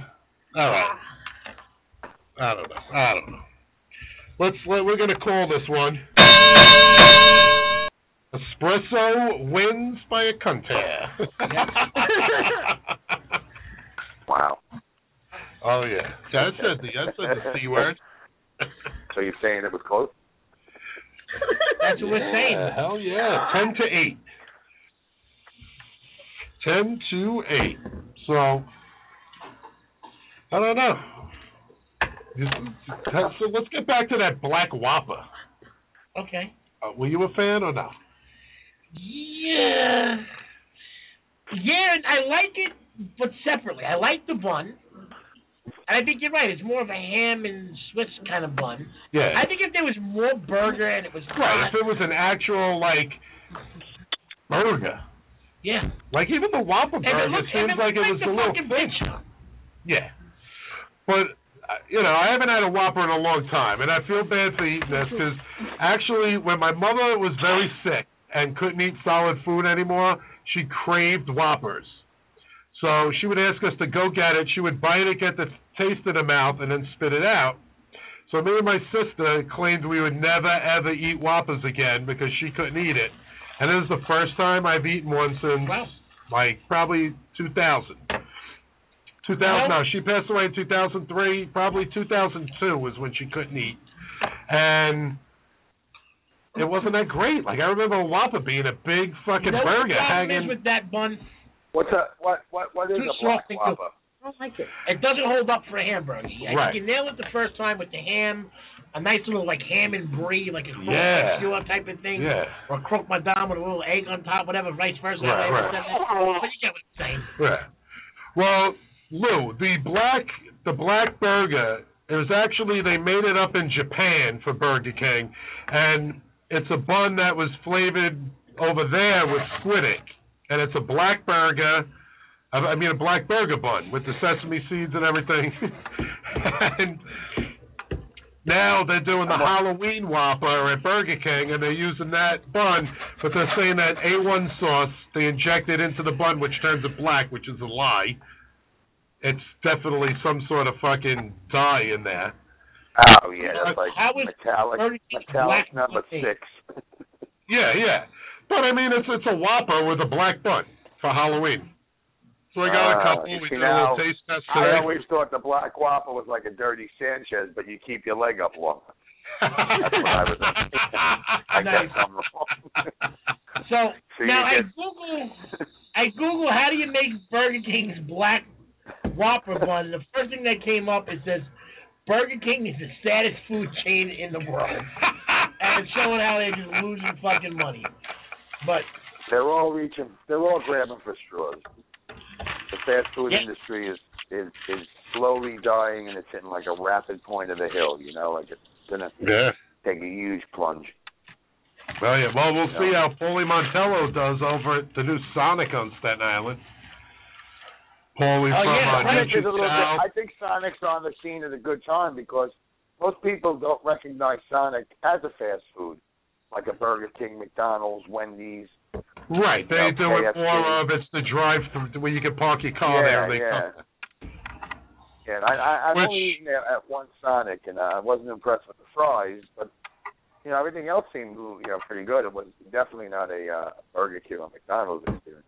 [SPEAKER 3] right. I don't know. I don't know. Let's. Let, we're gonna call this one. Espresso wins by a cunt. <laughs>
[SPEAKER 15] Wow.
[SPEAKER 3] oh yeah. That's said the that said the c <laughs> word.
[SPEAKER 15] So you're saying it was close?
[SPEAKER 5] That's what we're saying.
[SPEAKER 3] Yeah, Uh, hell yeah. Ten to eight. Ten to eight. So I don't know. Just- So let's get back to that black whopper.
[SPEAKER 5] Okay.
[SPEAKER 3] Uh, were you a fan or no?
[SPEAKER 5] Yeah. Yeah, and I like it, but separately. I like the bun. And I think you're right. It's more of a ham and Swiss kind of bun.
[SPEAKER 3] Yeah.
[SPEAKER 5] I think if there was more burger and it was hot,
[SPEAKER 3] Right. If it was an actual like burger,
[SPEAKER 5] yeah.
[SPEAKER 3] like even the Whopper
[SPEAKER 5] If it
[SPEAKER 3] burger
[SPEAKER 5] looked,
[SPEAKER 3] seems
[SPEAKER 5] if it
[SPEAKER 3] like it
[SPEAKER 5] looked the
[SPEAKER 3] was the little
[SPEAKER 5] fucking bitch.
[SPEAKER 3] Yeah. But, uh, you know, I haven't had a Whopper in a long time, and I feel bad for eating this because actually, when my mother was very sick and couldn't eat solid food anymore, she craved Whoppers. So she would ask us to go get it. She would bite it, get the taste in her mouth, and then spit it out. So me and my sister claimed we would never ever eat Whoppers again because she couldn't eat it. And it was the first time I've eaten one since like probably 2000. 2000. No, she passed away in 2003. Probably 2002 was when she couldn't eat, and it wasn't that great. Like I remember a Whopper being a big fucking
[SPEAKER 5] You know what the
[SPEAKER 3] burger
[SPEAKER 5] problem is
[SPEAKER 3] hanging.
[SPEAKER 5] with that bun?
[SPEAKER 15] What's a what what what is
[SPEAKER 5] Too
[SPEAKER 15] a black
[SPEAKER 5] sloppy
[SPEAKER 15] Whopper?
[SPEAKER 5] cooked. I don't like it. It doesn't hold up for a hamburger. I
[SPEAKER 15] Right.
[SPEAKER 5] think you nail it the first time with the ham, a nice little like ham and brie, like a croque
[SPEAKER 15] Yeah.
[SPEAKER 5] monsieur type of thing,
[SPEAKER 15] Yeah.
[SPEAKER 5] or croque madame with a little egg on top, whatever, vice versa.
[SPEAKER 3] Right,
[SPEAKER 5] whatever,
[SPEAKER 3] right.
[SPEAKER 5] whatever. But you get what I'm saying.
[SPEAKER 3] Yeah. Well, Lou, the black the black burger it was actually they made it up in Japan for Burger King, and it's a bun that was flavored over there with squid ink, and it's a black burger. I- I mean, a black burger bun with the sesame seeds and everything. <laughs> and now they're doing the Halloween Whopper at Burger King, and they're using that bun, but they're saying that A1 sauce they injected into the bun, which turns it black, which is a lie. It's definitely some sort of fucking dye in there.
[SPEAKER 15] Oh yeah, that's like
[SPEAKER 5] How is
[SPEAKER 15] metallic metallic number six.
[SPEAKER 3] Yeah, yeah. But I mean, it's it's a Whopper with a black bun for Halloween. So I got a
[SPEAKER 15] Ah,
[SPEAKER 3] couple.
[SPEAKER 15] you
[SPEAKER 3] We
[SPEAKER 15] see
[SPEAKER 3] did a little
[SPEAKER 15] now,
[SPEAKER 3] taste test
[SPEAKER 15] I
[SPEAKER 3] today.
[SPEAKER 15] always thought the black Whopper was like a dirty Sanchez, but you keep your leg up
[SPEAKER 5] <laughs>
[SPEAKER 15] long. That's
[SPEAKER 3] <laughs>
[SPEAKER 15] what I was. I
[SPEAKER 5] Nice.
[SPEAKER 15] guess I'm wrong.
[SPEAKER 5] <laughs> So
[SPEAKER 15] So you
[SPEAKER 5] now I
[SPEAKER 15] get-
[SPEAKER 5] Google, I Google how do you make Burger King's black Whopper bun. The first thing that came up it says Burger King is the saddest food chain in the world, <laughs> and it's showing how they're just losing fucking money. But
[SPEAKER 15] They're all reaching. They're all grabbing for straws. The fast food
[SPEAKER 5] Yeah.
[SPEAKER 15] industry is is is slowly dying, and it's hitting like a rapid point of the hill. You know, like it's gonna
[SPEAKER 3] Yeah.
[SPEAKER 15] take a huge plunge.
[SPEAKER 3] Well, yeah. Well, we'll see how Paulie Montello does over at the new Sonic on Staten Island. Paulie
[SPEAKER 15] Oh,
[SPEAKER 3] from
[SPEAKER 15] yeah,
[SPEAKER 3] uh,
[SPEAKER 15] Sonic is a
[SPEAKER 3] Nature's
[SPEAKER 15] little bit-
[SPEAKER 3] Town.
[SPEAKER 15] I think Sonic's on the scene at a good time because most people don't recognize Sonic as a fast food, like a Burger King, McDonald's, Wendy's.
[SPEAKER 3] Right, they
[SPEAKER 15] you know,
[SPEAKER 3] do it
[SPEAKER 15] KFC.
[SPEAKER 3] more of it's the drive-through where you can park your car Oh, there
[SPEAKER 15] yeah,
[SPEAKER 3] and they
[SPEAKER 15] yeah.
[SPEAKER 3] come.
[SPEAKER 15] Yeah, and I, I, I've
[SPEAKER 3] Which-
[SPEAKER 15] only eaten there at one Sonic, and I wasn't impressed with the fries, but you know everything else seemed you know pretty good. It was definitely not a uh, Burger King or McDonald's experience.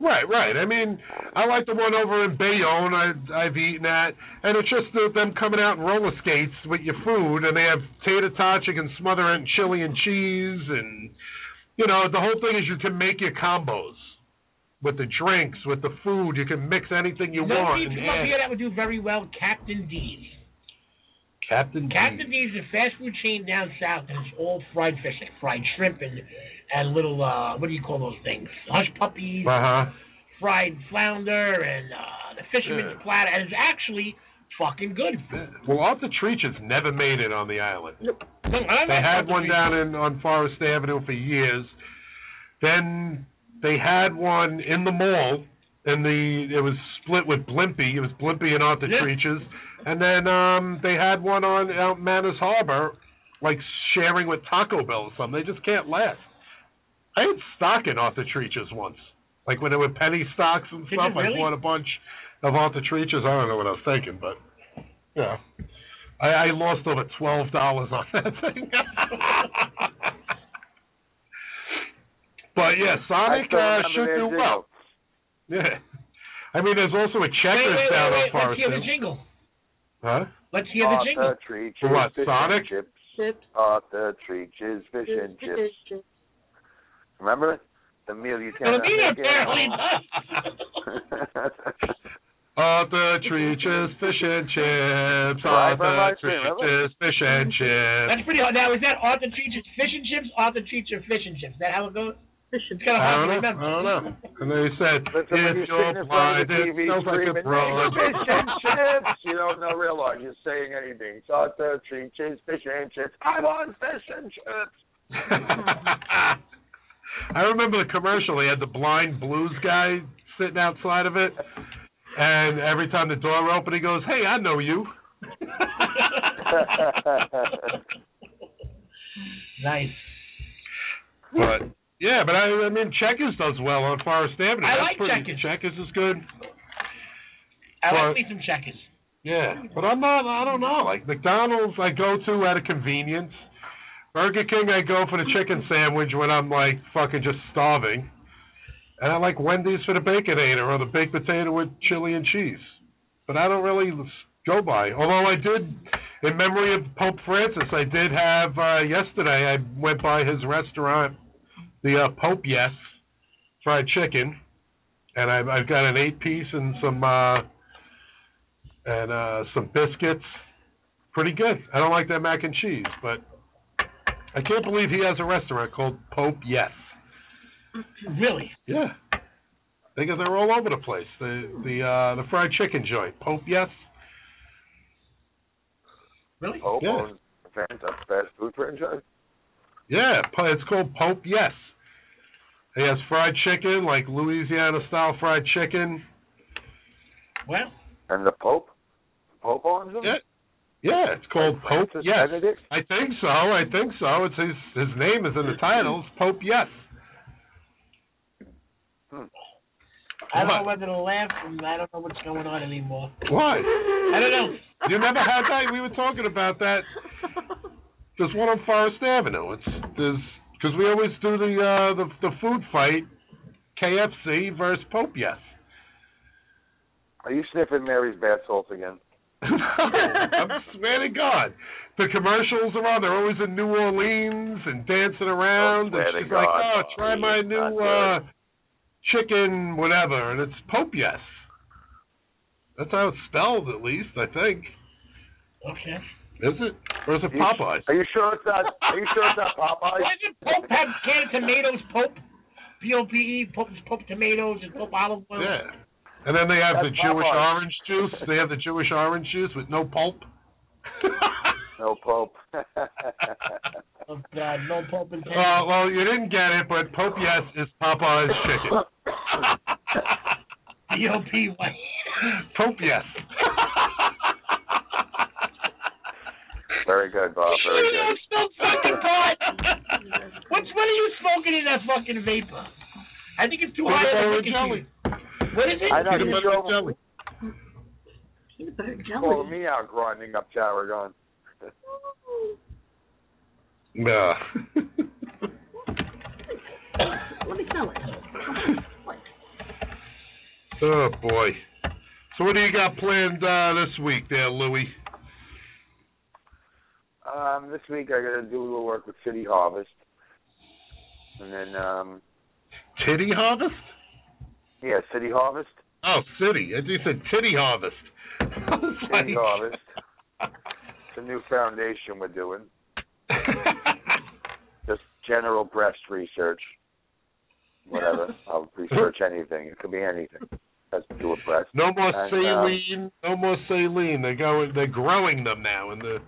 [SPEAKER 3] Right, right. I mean, I like the one over in Bayonne. I, I've eaten at, and it's just the, them coming out in roller skates with your food, and they have tater tots. You can smother it in chili and cheese, and you know the whole thing is you can make your combos with the drinks, with the food. You can mix anything you
[SPEAKER 5] you know
[SPEAKER 3] want.
[SPEAKER 5] people
[SPEAKER 3] and
[SPEAKER 5] up
[SPEAKER 3] add.
[SPEAKER 5] here that would do very well, Captain D's.
[SPEAKER 3] Captain
[SPEAKER 5] Captain D's is a fast food chain down south, and it's all fried fish, like fried shrimp and and little uh, what do you call those things? Hush puppies.
[SPEAKER 3] Uh huh.
[SPEAKER 5] fried flounder and uh, the fisherman's
[SPEAKER 3] Yeah.
[SPEAKER 5] platter, and it's actually fucking good.
[SPEAKER 3] Well, off the treach has never made it on the island.
[SPEAKER 5] No, I
[SPEAKER 3] They
[SPEAKER 5] like
[SPEAKER 3] had
[SPEAKER 5] Alta
[SPEAKER 3] one
[SPEAKER 5] Treach.
[SPEAKER 3] down in on Forest Avenue for years. Then they had one in the mall, and the it was split with Blimpie. It was Blimpie and Arthur
[SPEAKER 5] Yeah.
[SPEAKER 3] Treaches, and then um they had one on out in Manus Harbor, like sharing with Taco Bell or something. They just can't last. I had stock in Arthur Treaches once, like when there were penny stocks and
[SPEAKER 5] Did
[SPEAKER 3] stuff.
[SPEAKER 5] you really?
[SPEAKER 3] I bought a bunch of Arthur Treaches. I don't know what I was thinking, but yeah. I, I lost over twelve dollars on that thing. <laughs> but yeah, Sonic
[SPEAKER 15] I still
[SPEAKER 3] uh,
[SPEAKER 15] remember
[SPEAKER 3] should
[SPEAKER 15] their
[SPEAKER 3] do
[SPEAKER 15] jingle.
[SPEAKER 3] well. Yeah. I mean, there's also a
[SPEAKER 5] Wait,
[SPEAKER 3] checkers
[SPEAKER 5] wait,
[SPEAKER 3] down
[SPEAKER 5] wait,
[SPEAKER 3] on
[SPEAKER 5] wait, let's
[SPEAKER 3] Forest
[SPEAKER 5] hear the
[SPEAKER 3] Hill.
[SPEAKER 5] jingle.
[SPEAKER 3] Huh?
[SPEAKER 5] Let's hear
[SPEAKER 3] Oh,
[SPEAKER 5] the jingle.
[SPEAKER 15] Arthur Treacher's
[SPEAKER 3] For what,
[SPEAKER 15] fish
[SPEAKER 3] Sonic?
[SPEAKER 15] and chips.
[SPEAKER 7] Chips.
[SPEAKER 15] Arthur Treacher's fish and chips. Remember the meal you
[SPEAKER 5] Well,
[SPEAKER 15] can't
[SPEAKER 5] me
[SPEAKER 15] make it
[SPEAKER 5] apparently
[SPEAKER 15] <laughs> at
[SPEAKER 5] does.
[SPEAKER 3] <laughs>
[SPEAKER 15] home.
[SPEAKER 3] Arthur Treacher's fish and chips.
[SPEAKER 15] Right, right,
[SPEAKER 3] Arthur
[SPEAKER 15] right, right,
[SPEAKER 3] Treacher's fish
[SPEAKER 5] Mm-hmm.
[SPEAKER 3] and chips.
[SPEAKER 5] That's pretty hard. Now, is that Arthur Treacher's fish and chips? Arthur Treacher fish and chips. Is that how it
[SPEAKER 3] <laughs>
[SPEAKER 5] goes? <laughs> It's kind of
[SPEAKER 3] I
[SPEAKER 5] hard to
[SPEAKER 3] don't
[SPEAKER 5] remember.
[SPEAKER 3] know. I don't know. And they said,
[SPEAKER 15] Listen, when you're
[SPEAKER 3] if
[SPEAKER 15] sitting
[SPEAKER 3] you're
[SPEAKER 15] in front of
[SPEAKER 3] blind,
[SPEAKER 15] the
[SPEAKER 3] it
[SPEAKER 15] TV
[SPEAKER 3] smells like
[SPEAKER 15] screaming,
[SPEAKER 3] a broad.
[SPEAKER 15] "Fish and chips!" You don't know, realize you're saying anything. Salsa, cheese, cheese, fish and chips. I want fish and chips.
[SPEAKER 3] <laughs> I remember the commercial. They had the blind blues guy sitting outside of it, and every time the door opened, he goes, "Hey, I know you."
[SPEAKER 5] nice.
[SPEAKER 3] But yeah, but I, I mean, Checkers does well on Forest Avenue.
[SPEAKER 5] I
[SPEAKER 3] That's
[SPEAKER 5] like
[SPEAKER 3] pretty,
[SPEAKER 5] Checkers.
[SPEAKER 3] is good.
[SPEAKER 5] I
[SPEAKER 3] Well-
[SPEAKER 5] like me some checkers.
[SPEAKER 3] Yeah, but I'm not. I don't know. Like McDonald's, I go to at a convenience. Burger King, I go for the chicken sandwich when I'm like fucking just starving, and I like Wendy's for the baconator or the baked potato with chili and cheese. But I don't really go by. Although I did, in memory of Pope Francis, I did have uh, yesterday. I went by his restaurant, the uh, Pope Yes fried chicken, and I've, I've got an eight piece and some uh, and uh, some biscuits. Pretty good. I don't like that mac and cheese, but I can't believe he has a restaurant called Pope Yes.
[SPEAKER 5] Really?
[SPEAKER 3] Yeah. They got they're all over the place. The the uh, the fried chicken joint, Pope Yes.
[SPEAKER 5] Really?
[SPEAKER 15] Pope
[SPEAKER 3] Yeah.
[SPEAKER 15] owns a franchise, fast food franchise.
[SPEAKER 3] Yeah, po- it's called Pope Yes. He has fried chicken, like Louisiana style fried chicken.
[SPEAKER 5] Well,
[SPEAKER 15] And the Pope? Pope owns them?
[SPEAKER 3] Yeah. Yeah, it's called Pope
[SPEAKER 15] Francis
[SPEAKER 3] Yes.
[SPEAKER 15] Benedict?
[SPEAKER 3] I think so. I think so. It's his his name is in the title. It's Pope Yes.
[SPEAKER 5] I don't know
[SPEAKER 3] What?
[SPEAKER 5] whether to laugh. or I don't know what's going on anymore.
[SPEAKER 3] Why?
[SPEAKER 5] I don't know.
[SPEAKER 3] You remember how that we were talking about that? There's one on Forest Avenue. It's there's because we always do the uh the the food fight, KFC versus Pope
[SPEAKER 15] <laughs>
[SPEAKER 3] Yes.
[SPEAKER 15] Are you sniffing Mary's bath salts again?
[SPEAKER 3] I swear to God, the commercials are on. They're always in New Orleans and dancing around.
[SPEAKER 15] swear to
[SPEAKER 3] and she's like,
[SPEAKER 15] God,
[SPEAKER 3] "Oh,
[SPEAKER 15] no,
[SPEAKER 3] try my new uh
[SPEAKER 15] good.
[SPEAKER 3] chicken whatever," and it's Pope Yes. That's how it's spelled, at least I think.
[SPEAKER 5] Okay.
[SPEAKER 3] Is it or is it
[SPEAKER 15] Are you-
[SPEAKER 3] Popeyes?
[SPEAKER 15] Are you sure it's not? Are you sure it's not Popeyes?
[SPEAKER 5] Doesn't Pope have a can of tomatoes, Pope? P-O-P-E, E, Pope, Pope tomatoes and Pope olive oil.
[SPEAKER 3] Yeah. And then they have the
[SPEAKER 5] That's
[SPEAKER 3] Jewish
[SPEAKER 5] Popeyes.
[SPEAKER 3] orange juice. They have the Jewish orange juice with no pulp.
[SPEAKER 15] <laughs>
[SPEAKER 3] Uh,
[SPEAKER 15] No Pope. <laughs>
[SPEAKER 5] Oh, God, no Pope in town.
[SPEAKER 3] Uh, well, you didn't get it, but Pope Yes is Popeye's chicken.
[SPEAKER 15] <laughs>
[SPEAKER 5] <laughs> P-O-P-Y.
[SPEAKER 3] Pope Yes.
[SPEAKER 15] Very good, Bob. Very
[SPEAKER 5] <laughs>
[SPEAKER 15] good.
[SPEAKER 5] Smoke fucking pot. <laughs> What's what are you smoking in that fucking vapor? I think it's too
[SPEAKER 3] Peanut
[SPEAKER 5] high.
[SPEAKER 3] butter
[SPEAKER 5] of a
[SPEAKER 3] and jelly.
[SPEAKER 5] What is it?
[SPEAKER 15] <laughs> I know
[SPEAKER 3] Peanut
[SPEAKER 15] you
[SPEAKER 3] butter and
[SPEAKER 15] show
[SPEAKER 3] jelly.
[SPEAKER 7] Peanut butter and
[SPEAKER 15] calling
[SPEAKER 7] jelly.
[SPEAKER 15] me out grinding up shower gun.
[SPEAKER 3] Nah.
[SPEAKER 7] Let me smell it.
[SPEAKER 3] Oh boy. So what do you got planned uh, this week, there, Louie?
[SPEAKER 15] Um, this week I gotta do a little work with City Harvest, and then um,
[SPEAKER 3] Titty harvest?
[SPEAKER 15] yeah, City Harvest,
[SPEAKER 3] Oh, city. I just said titty harvest. <laughs> I was
[SPEAKER 15] City
[SPEAKER 3] like-
[SPEAKER 15] Harvest. It's a new foundation we're doing.
[SPEAKER 3] <laughs>
[SPEAKER 15] Just general breast research. Whatever. I'll research anything. It could be anything. Has to do with breast.
[SPEAKER 3] No more
[SPEAKER 15] And, um,
[SPEAKER 3] saline. no more saline. They're going. They're growing them now in the.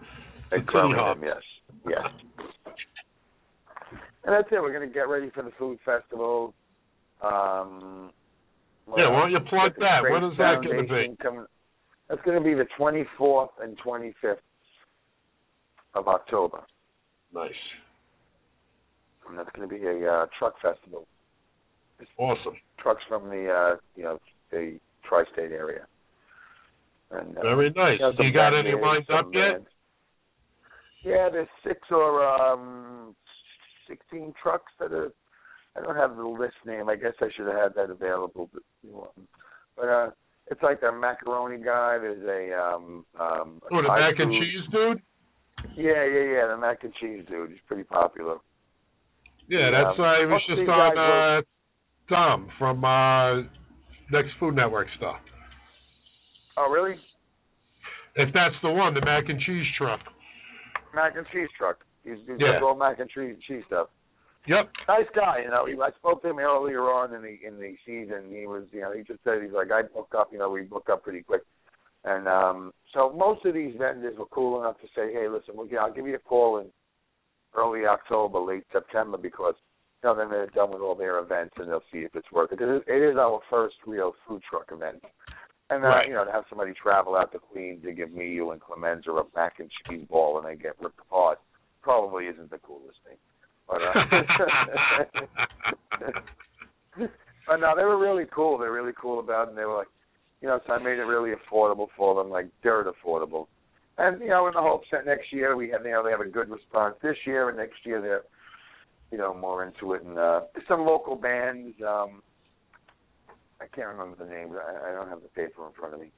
[SPEAKER 15] They're
[SPEAKER 3] the titty
[SPEAKER 15] growing
[SPEAKER 3] harvest.
[SPEAKER 15] them, yes. Yes. <laughs> And that's it. We're gonna get ready for the food festival. Um, what
[SPEAKER 3] Yeah,
[SPEAKER 15] else?
[SPEAKER 3] why don't you plug
[SPEAKER 15] Get the
[SPEAKER 3] that? When
[SPEAKER 15] Grace
[SPEAKER 3] is that gonna be?
[SPEAKER 15] Foundation coming- That's gonna be the 24th and 25th of October,
[SPEAKER 3] Nice.
[SPEAKER 15] and that's gonna be a uh, truck festival.
[SPEAKER 3] Awesome.
[SPEAKER 15] Trucks from the uh, you know the tri-state area. And, uh,
[SPEAKER 3] Very nice.
[SPEAKER 15] know, some
[SPEAKER 3] You got
[SPEAKER 15] band
[SPEAKER 3] any
[SPEAKER 15] aids,
[SPEAKER 3] lined
[SPEAKER 15] some
[SPEAKER 3] up yet?
[SPEAKER 15] bands. Yeah, there's six or um sixteen trucks that are. I don't have the list name. I guess I should have had that available, but you know, but uh, it's like a macaroni guy. There's a um um. a
[SPEAKER 3] Oh, the
[SPEAKER 15] Thai
[SPEAKER 3] mac and
[SPEAKER 15] food-
[SPEAKER 3] cheese, dude.
[SPEAKER 15] Yeah, yeah, yeah. The mac and cheese dude. He's pretty popular.
[SPEAKER 3] Yeah,
[SPEAKER 15] Yeah.
[SPEAKER 3] that's. Uh, it was
[SPEAKER 15] Mostly
[SPEAKER 3] just
[SPEAKER 15] guys
[SPEAKER 3] on uh, Tom from uh, Next Food Network stuff.
[SPEAKER 15] Oh, really?
[SPEAKER 3] If that's the one, the mac and cheese truck.
[SPEAKER 15] Mac and cheese truck. He's, he's
[SPEAKER 3] Yeah.
[SPEAKER 15] does all mac and cheese cheese stuff.
[SPEAKER 3] Yep.
[SPEAKER 15] nice guy. You know, he, I spoke to him earlier on in the in the season. He was, you know, he just said he's like, I book up. You know, we book up pretty quick. And um so most of these vendors were cool enough to say, hey, listen, we'll, I'll give you a call in early October, late September, because you know then they're done with all their events and they'll see if it's worth it. It is, it is our first real food truck event. And uh,
[SPEAKER 3] Right.
[SPEAKER 15] you know, to have somebody travel out to Queens to give me, you, and Clemenza a mac and cheese ball, and they get ripped apart, probably isn't the coolest thing. But uh, <laughs> but no, they were really cool. They're really cool about it. And they were like, you know, so I made it really affordable for them, like dirt affordable. And you know, in the hopes that next year we have you know they have a good response this year, and next year they're you know more into it. And uh, some local bands. Um, I can't remember the names. I, I don't have the paper in front of me.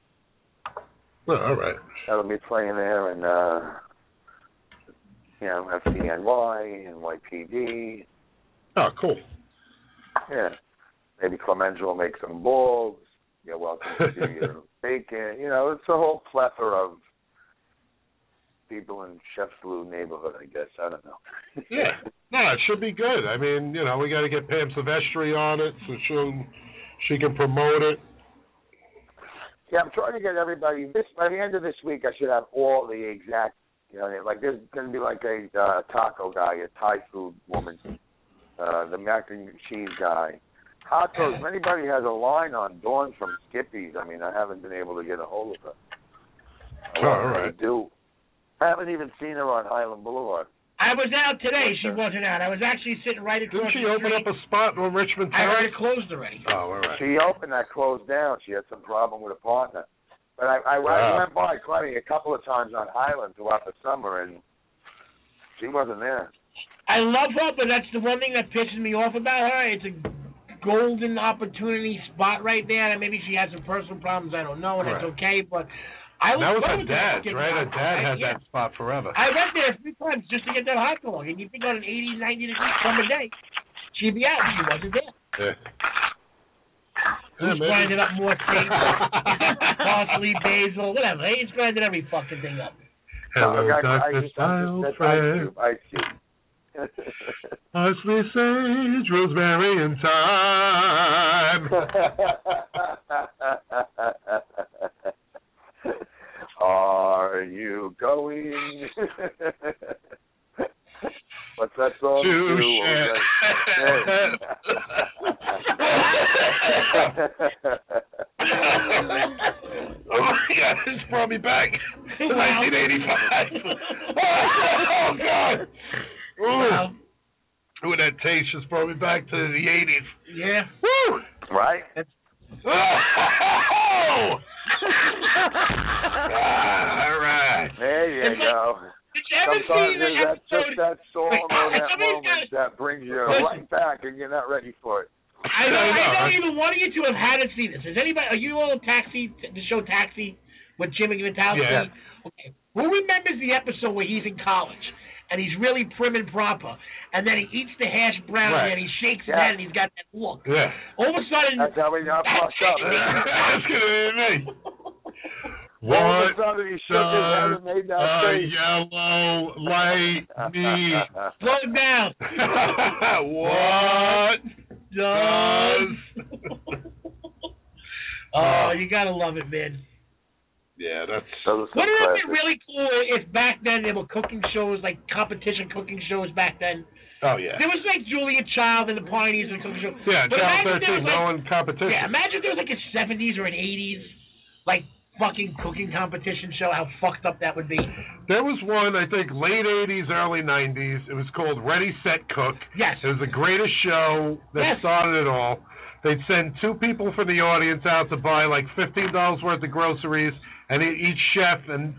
[SPEAKER 3] Oh, all right.
[SPEAKER 15] That'll be playing there, and uh, you know FDNY and YPD.
[SPEAKER 3] Oh, cool.
[SPEAKER 15] Yeah, maybe Clemenza will make some balls. You're welcome to do your bacon. You know, it's a whole plethora of people in Chef's Lou neighborhood. I guess I don't know.
[SPEAKER 3] Yeah. No, it should be good. I mean, you know, we got to get Pam Silvestri on it so she she can promote it.
[SPEAKER 15] Yeah, I'm trying to get everybody. This by the end of this week, I should have all the exact. You know, like there's going to be like a uh, taco guy, a Thai food woman, uh, the mac and cheese guy, hot dogs. If anybody has a line on Dawn from Skippy's, I mean, I haven't been able to get a hold of her. I
[SPEAKER 3] Oh, all right.
[SPEAKER 15] Do I haven't even seen her on Highland Boulevard.
[SPEAKER 5] I was out today. She wasn't out. I was actually sitting right across
[SPEAKER 3] Didn't she
[SPEAKER 5] the
[SPEAKER 3] open
[SPEAKER 5] street.
[SPEAKER 3] up a spot on Richmond
[SPEAKER 5] I already
[SPEAKER 3] Terrace?
[SPEAKER 5] closed already.
[SPEAKER 3] Oh, all right.
[SPEAKER 15] She opened that closed down. She had some problem with a partner. But I, I,
[SPEAKER 3] Wow.
[SPEAKER 15] I went by Connie a couple of times on Highland throughout the summer, and she wasn't there.
[SPEAKER 5] I love her, but that's the one thing that pisses me off about her. It's a golden opportunity spot right there. And maybe she has some personal problems. I don't know, and
[SPEAKER 3] Right.
[SPEAKER 5] it's okay. But I
[SPEAKER 3] that was
[SPEAKER 5] forward to
[SPEAKER 3] her dad,
[SPEAKER 5] fucking
[SPEAKER 3] right? Her
[SPEAKER 5] hot
[SPEAKER 3] dad
[SPEAKER 5] dog.
[SPEAKER 3] had
[SPEAKER 5] Yeah.
[SPEAKER 3] that spot forever.
[SPEAKER 5] I went there a few times just to get that hot dog, and you think on an 80, 90 degree summer day, she'd be out. She wasn't there.
[SPEAKER 3] <laughs> Yeah.
[SPEAKER 5] Who's
[SPEAKER 3] maybe.
[SPEAKER 5] grinding up more
[SPEAKER 3] <laughs>
[SPEAKER 5] things? Parsley, basil, whatever. He's grinding every fucking thing up.
[SPEAKER 3] Hello,
[SPEAKER 15] I, Oh, I, I
[SPEAKER 3] Dr.
[SPEAKER 15] just,
[SPEAKER 3] Style
[SPEAKER 15] I just,
[SPEAKER 3] Friend.
[SPEAKER 15] I see.
[SPEAKER 3] Parsley, sage, rosemary, and
[SPEAKER 15] <laughs>
[SPEAKER 3] thyme.
[SPEAKER 15] <laughs> Are you going? <laughs> What's that song?
[SPEAKER 16] To
[SPEAKER 15] shit.
[SPEAKER 3] <laughs>
[SPEAKER 15] <laughs>
[SPEAKER 16] <laughs> Oh my god, this brought me back to 1985. <laughs> oh god.
[SPEAKER 3] Ooh. Ooh, that taste just brought me back to the 80s.
[SPEAKER 5] <laughs> Yeah.
[SPEAKER 3] Woo!
[SPEAKER 15] <laughs> Right?
[SPEAKER 16] <laughs> Oh! Ah, all right.
[SPEAKER 15] There you
[SPEAKER 16] It's like-
[SPEAKER 15] go.
[SPEAKER 5] Did
[SPEAKER 16] you ever see
[SPEAKER 15] Sometimes
[SPEAKER 16] the
[SPEAKER 15] there's that, just that song or that
[SPEAKER 5] Somebody's
[SPEAKER 15] moment that brings you
[SPEAKER 5] Listen.
[SPEAKER 15] right back, and you're not ready for it.
[SPEAKER 5] I know, I know even one of you two have had to see this. Is anybody? Are you all taxi? The show Taxi with Jimmy Vitale.
[SPEAKER 16] Yeah.
[SPEAKER 5] Okay. Who remembers the episode where he's in college and he's really prim and proper, and then he eats the hash brownie
[SPEAKER 16] Right.
[SPEAKER 5] and he shakes his
[SPEAKER 16] Yeah.
[SPEAKER 5] head and he's got that look.
[SPEAKER 3] Yeah.
[SPEAKER 5] All of a sudden,
[SPEAKER 15] That's how we got fucked
[SPEAKER 3] <laughs>
[SPEAKER 15] up.
[SPEAKER 16] <laughs> That's gonna be me.
[SPEAKER 15] All
[SPEAKER 3] What
[SPEAKER 15] of a sudden, he shook his head and made that
[SPEAKER 3] does a
[SPEAKER 15] face.
[SPEAKER 3] yellow light
[SPEAKER 15] <laughs>
[SPEAKER 16] <laughs>
[SPEAKER 3] mean?
[SPEAKER 5] slow down.
[SPEAKER 3] what
[SPEAKER 5] Does-
[SPEAKER 3] does?
[SPEAKER 5] <laughs>
[SPEAKER 16] <laughs>
[SPEAKER 5] Oh, you gotta love it, man.
[SPEAKER 3] Yeah, that's
[SPEAKER 15] Those are some
[SPEAKER 5] Wouldn't it
[SPEAKER 15] classics.
[SPEAKER 5] be really cool if back then there were cooking shows like competition cooking shows back then?
[SPEAKER 3] oh yeah.
[SPEAKER 5] There was like Julia Child and the Pioneers and cooking show.
[SPEAKER 3] Yeah,
[SPEAKER 5] but
[SPEAKER 3] Channel
[SPEAKER 5] imagine there was,
[SPEAKER 3] 13,
[SPEAKER 5] like,
[SPEAKER 3] no one competition.
[SPEAKER 5] Yeah, imagine if there was like a seventies or an eighties like fucking cooking competition show, how fucked up that would be.
[SPEAKER 3] There was one, I think, late 80s, early 90s. It was called Ready, Set, Cook.
[SPEAKER 5] Yes.
[SPEAKER 3] It was the greatest show that
[SPEAKER 5] Yes.
[SPEAKER 3] started it all. They'd send two people from the audience out to buy like $15 worth of groceries, and e- each chef, and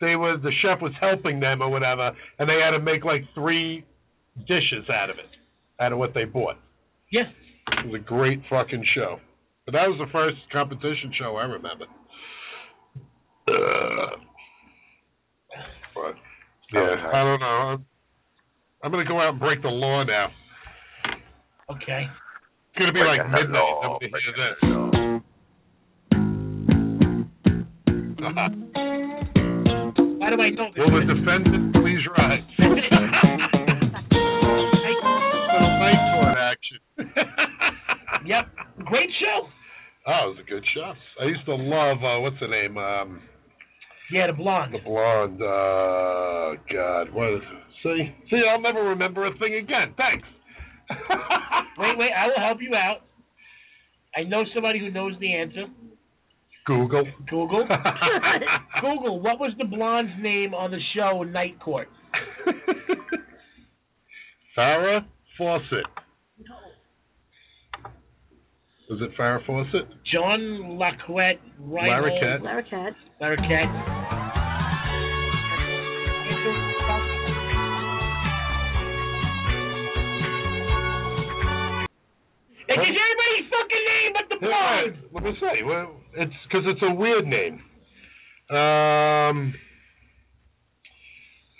[SPEAKER 3] they were the chef was helping them or whatever, and they had to make like three dishes out of it, out of what they bought.
[SPEAKER 5] Yes.
[SPEAKER 3] It was a great fucking show. But that was the first competition show I remember. Ugh. But yeah, I don't know. I'm, I'm gonna go out and break the law now.
[SPEAKER 5] Okay.
[SPEAKER 3] It's gonna be like midnight. I'm gonna hear this.
[SPEAKER 5] Why do I know this?
[SPEAKER 3] <laughs> Will the defendant please rise? Little night court action. <laughs>
[SPEAKER 5] yep. Great show.
[SPEAKER 3] Oh, it was a good show. I used to love uh, what's the name? Um,
[SPEAKER 5] Yeah, the blonde.
[SPEAKER 3] The blonde. Uh, God, what is See, see, I'll never remember a thing again. Thanks. <laughs>
[SPEAKER 5] Wait, wait, I will help you out. I know somebody who knows the answer.
[SPEAKER 3] Google. <laughs>
[SPEAKER 5] Google. Google, what was the blonde's name on the show Night
[SPEAKER 3] <laughs>
[SPEAKER 5] Court?
[SPEAKER 3] Farrah Fawcett. Was it Farrah Fawcett?
[SPEAKER 5] John Laquette, Ryan.
[SPEAKER 3] Larroquette.
[SPEAKER 7] Larroquette.
[SPEAKER 5] Larroquette. It is everybody's fucking name but the
[SPEAKER 3] Right.
[SPEAKER 5] Bard.
[SPEAKER 3] What do I say? Well, it's because it's a weird name. Um.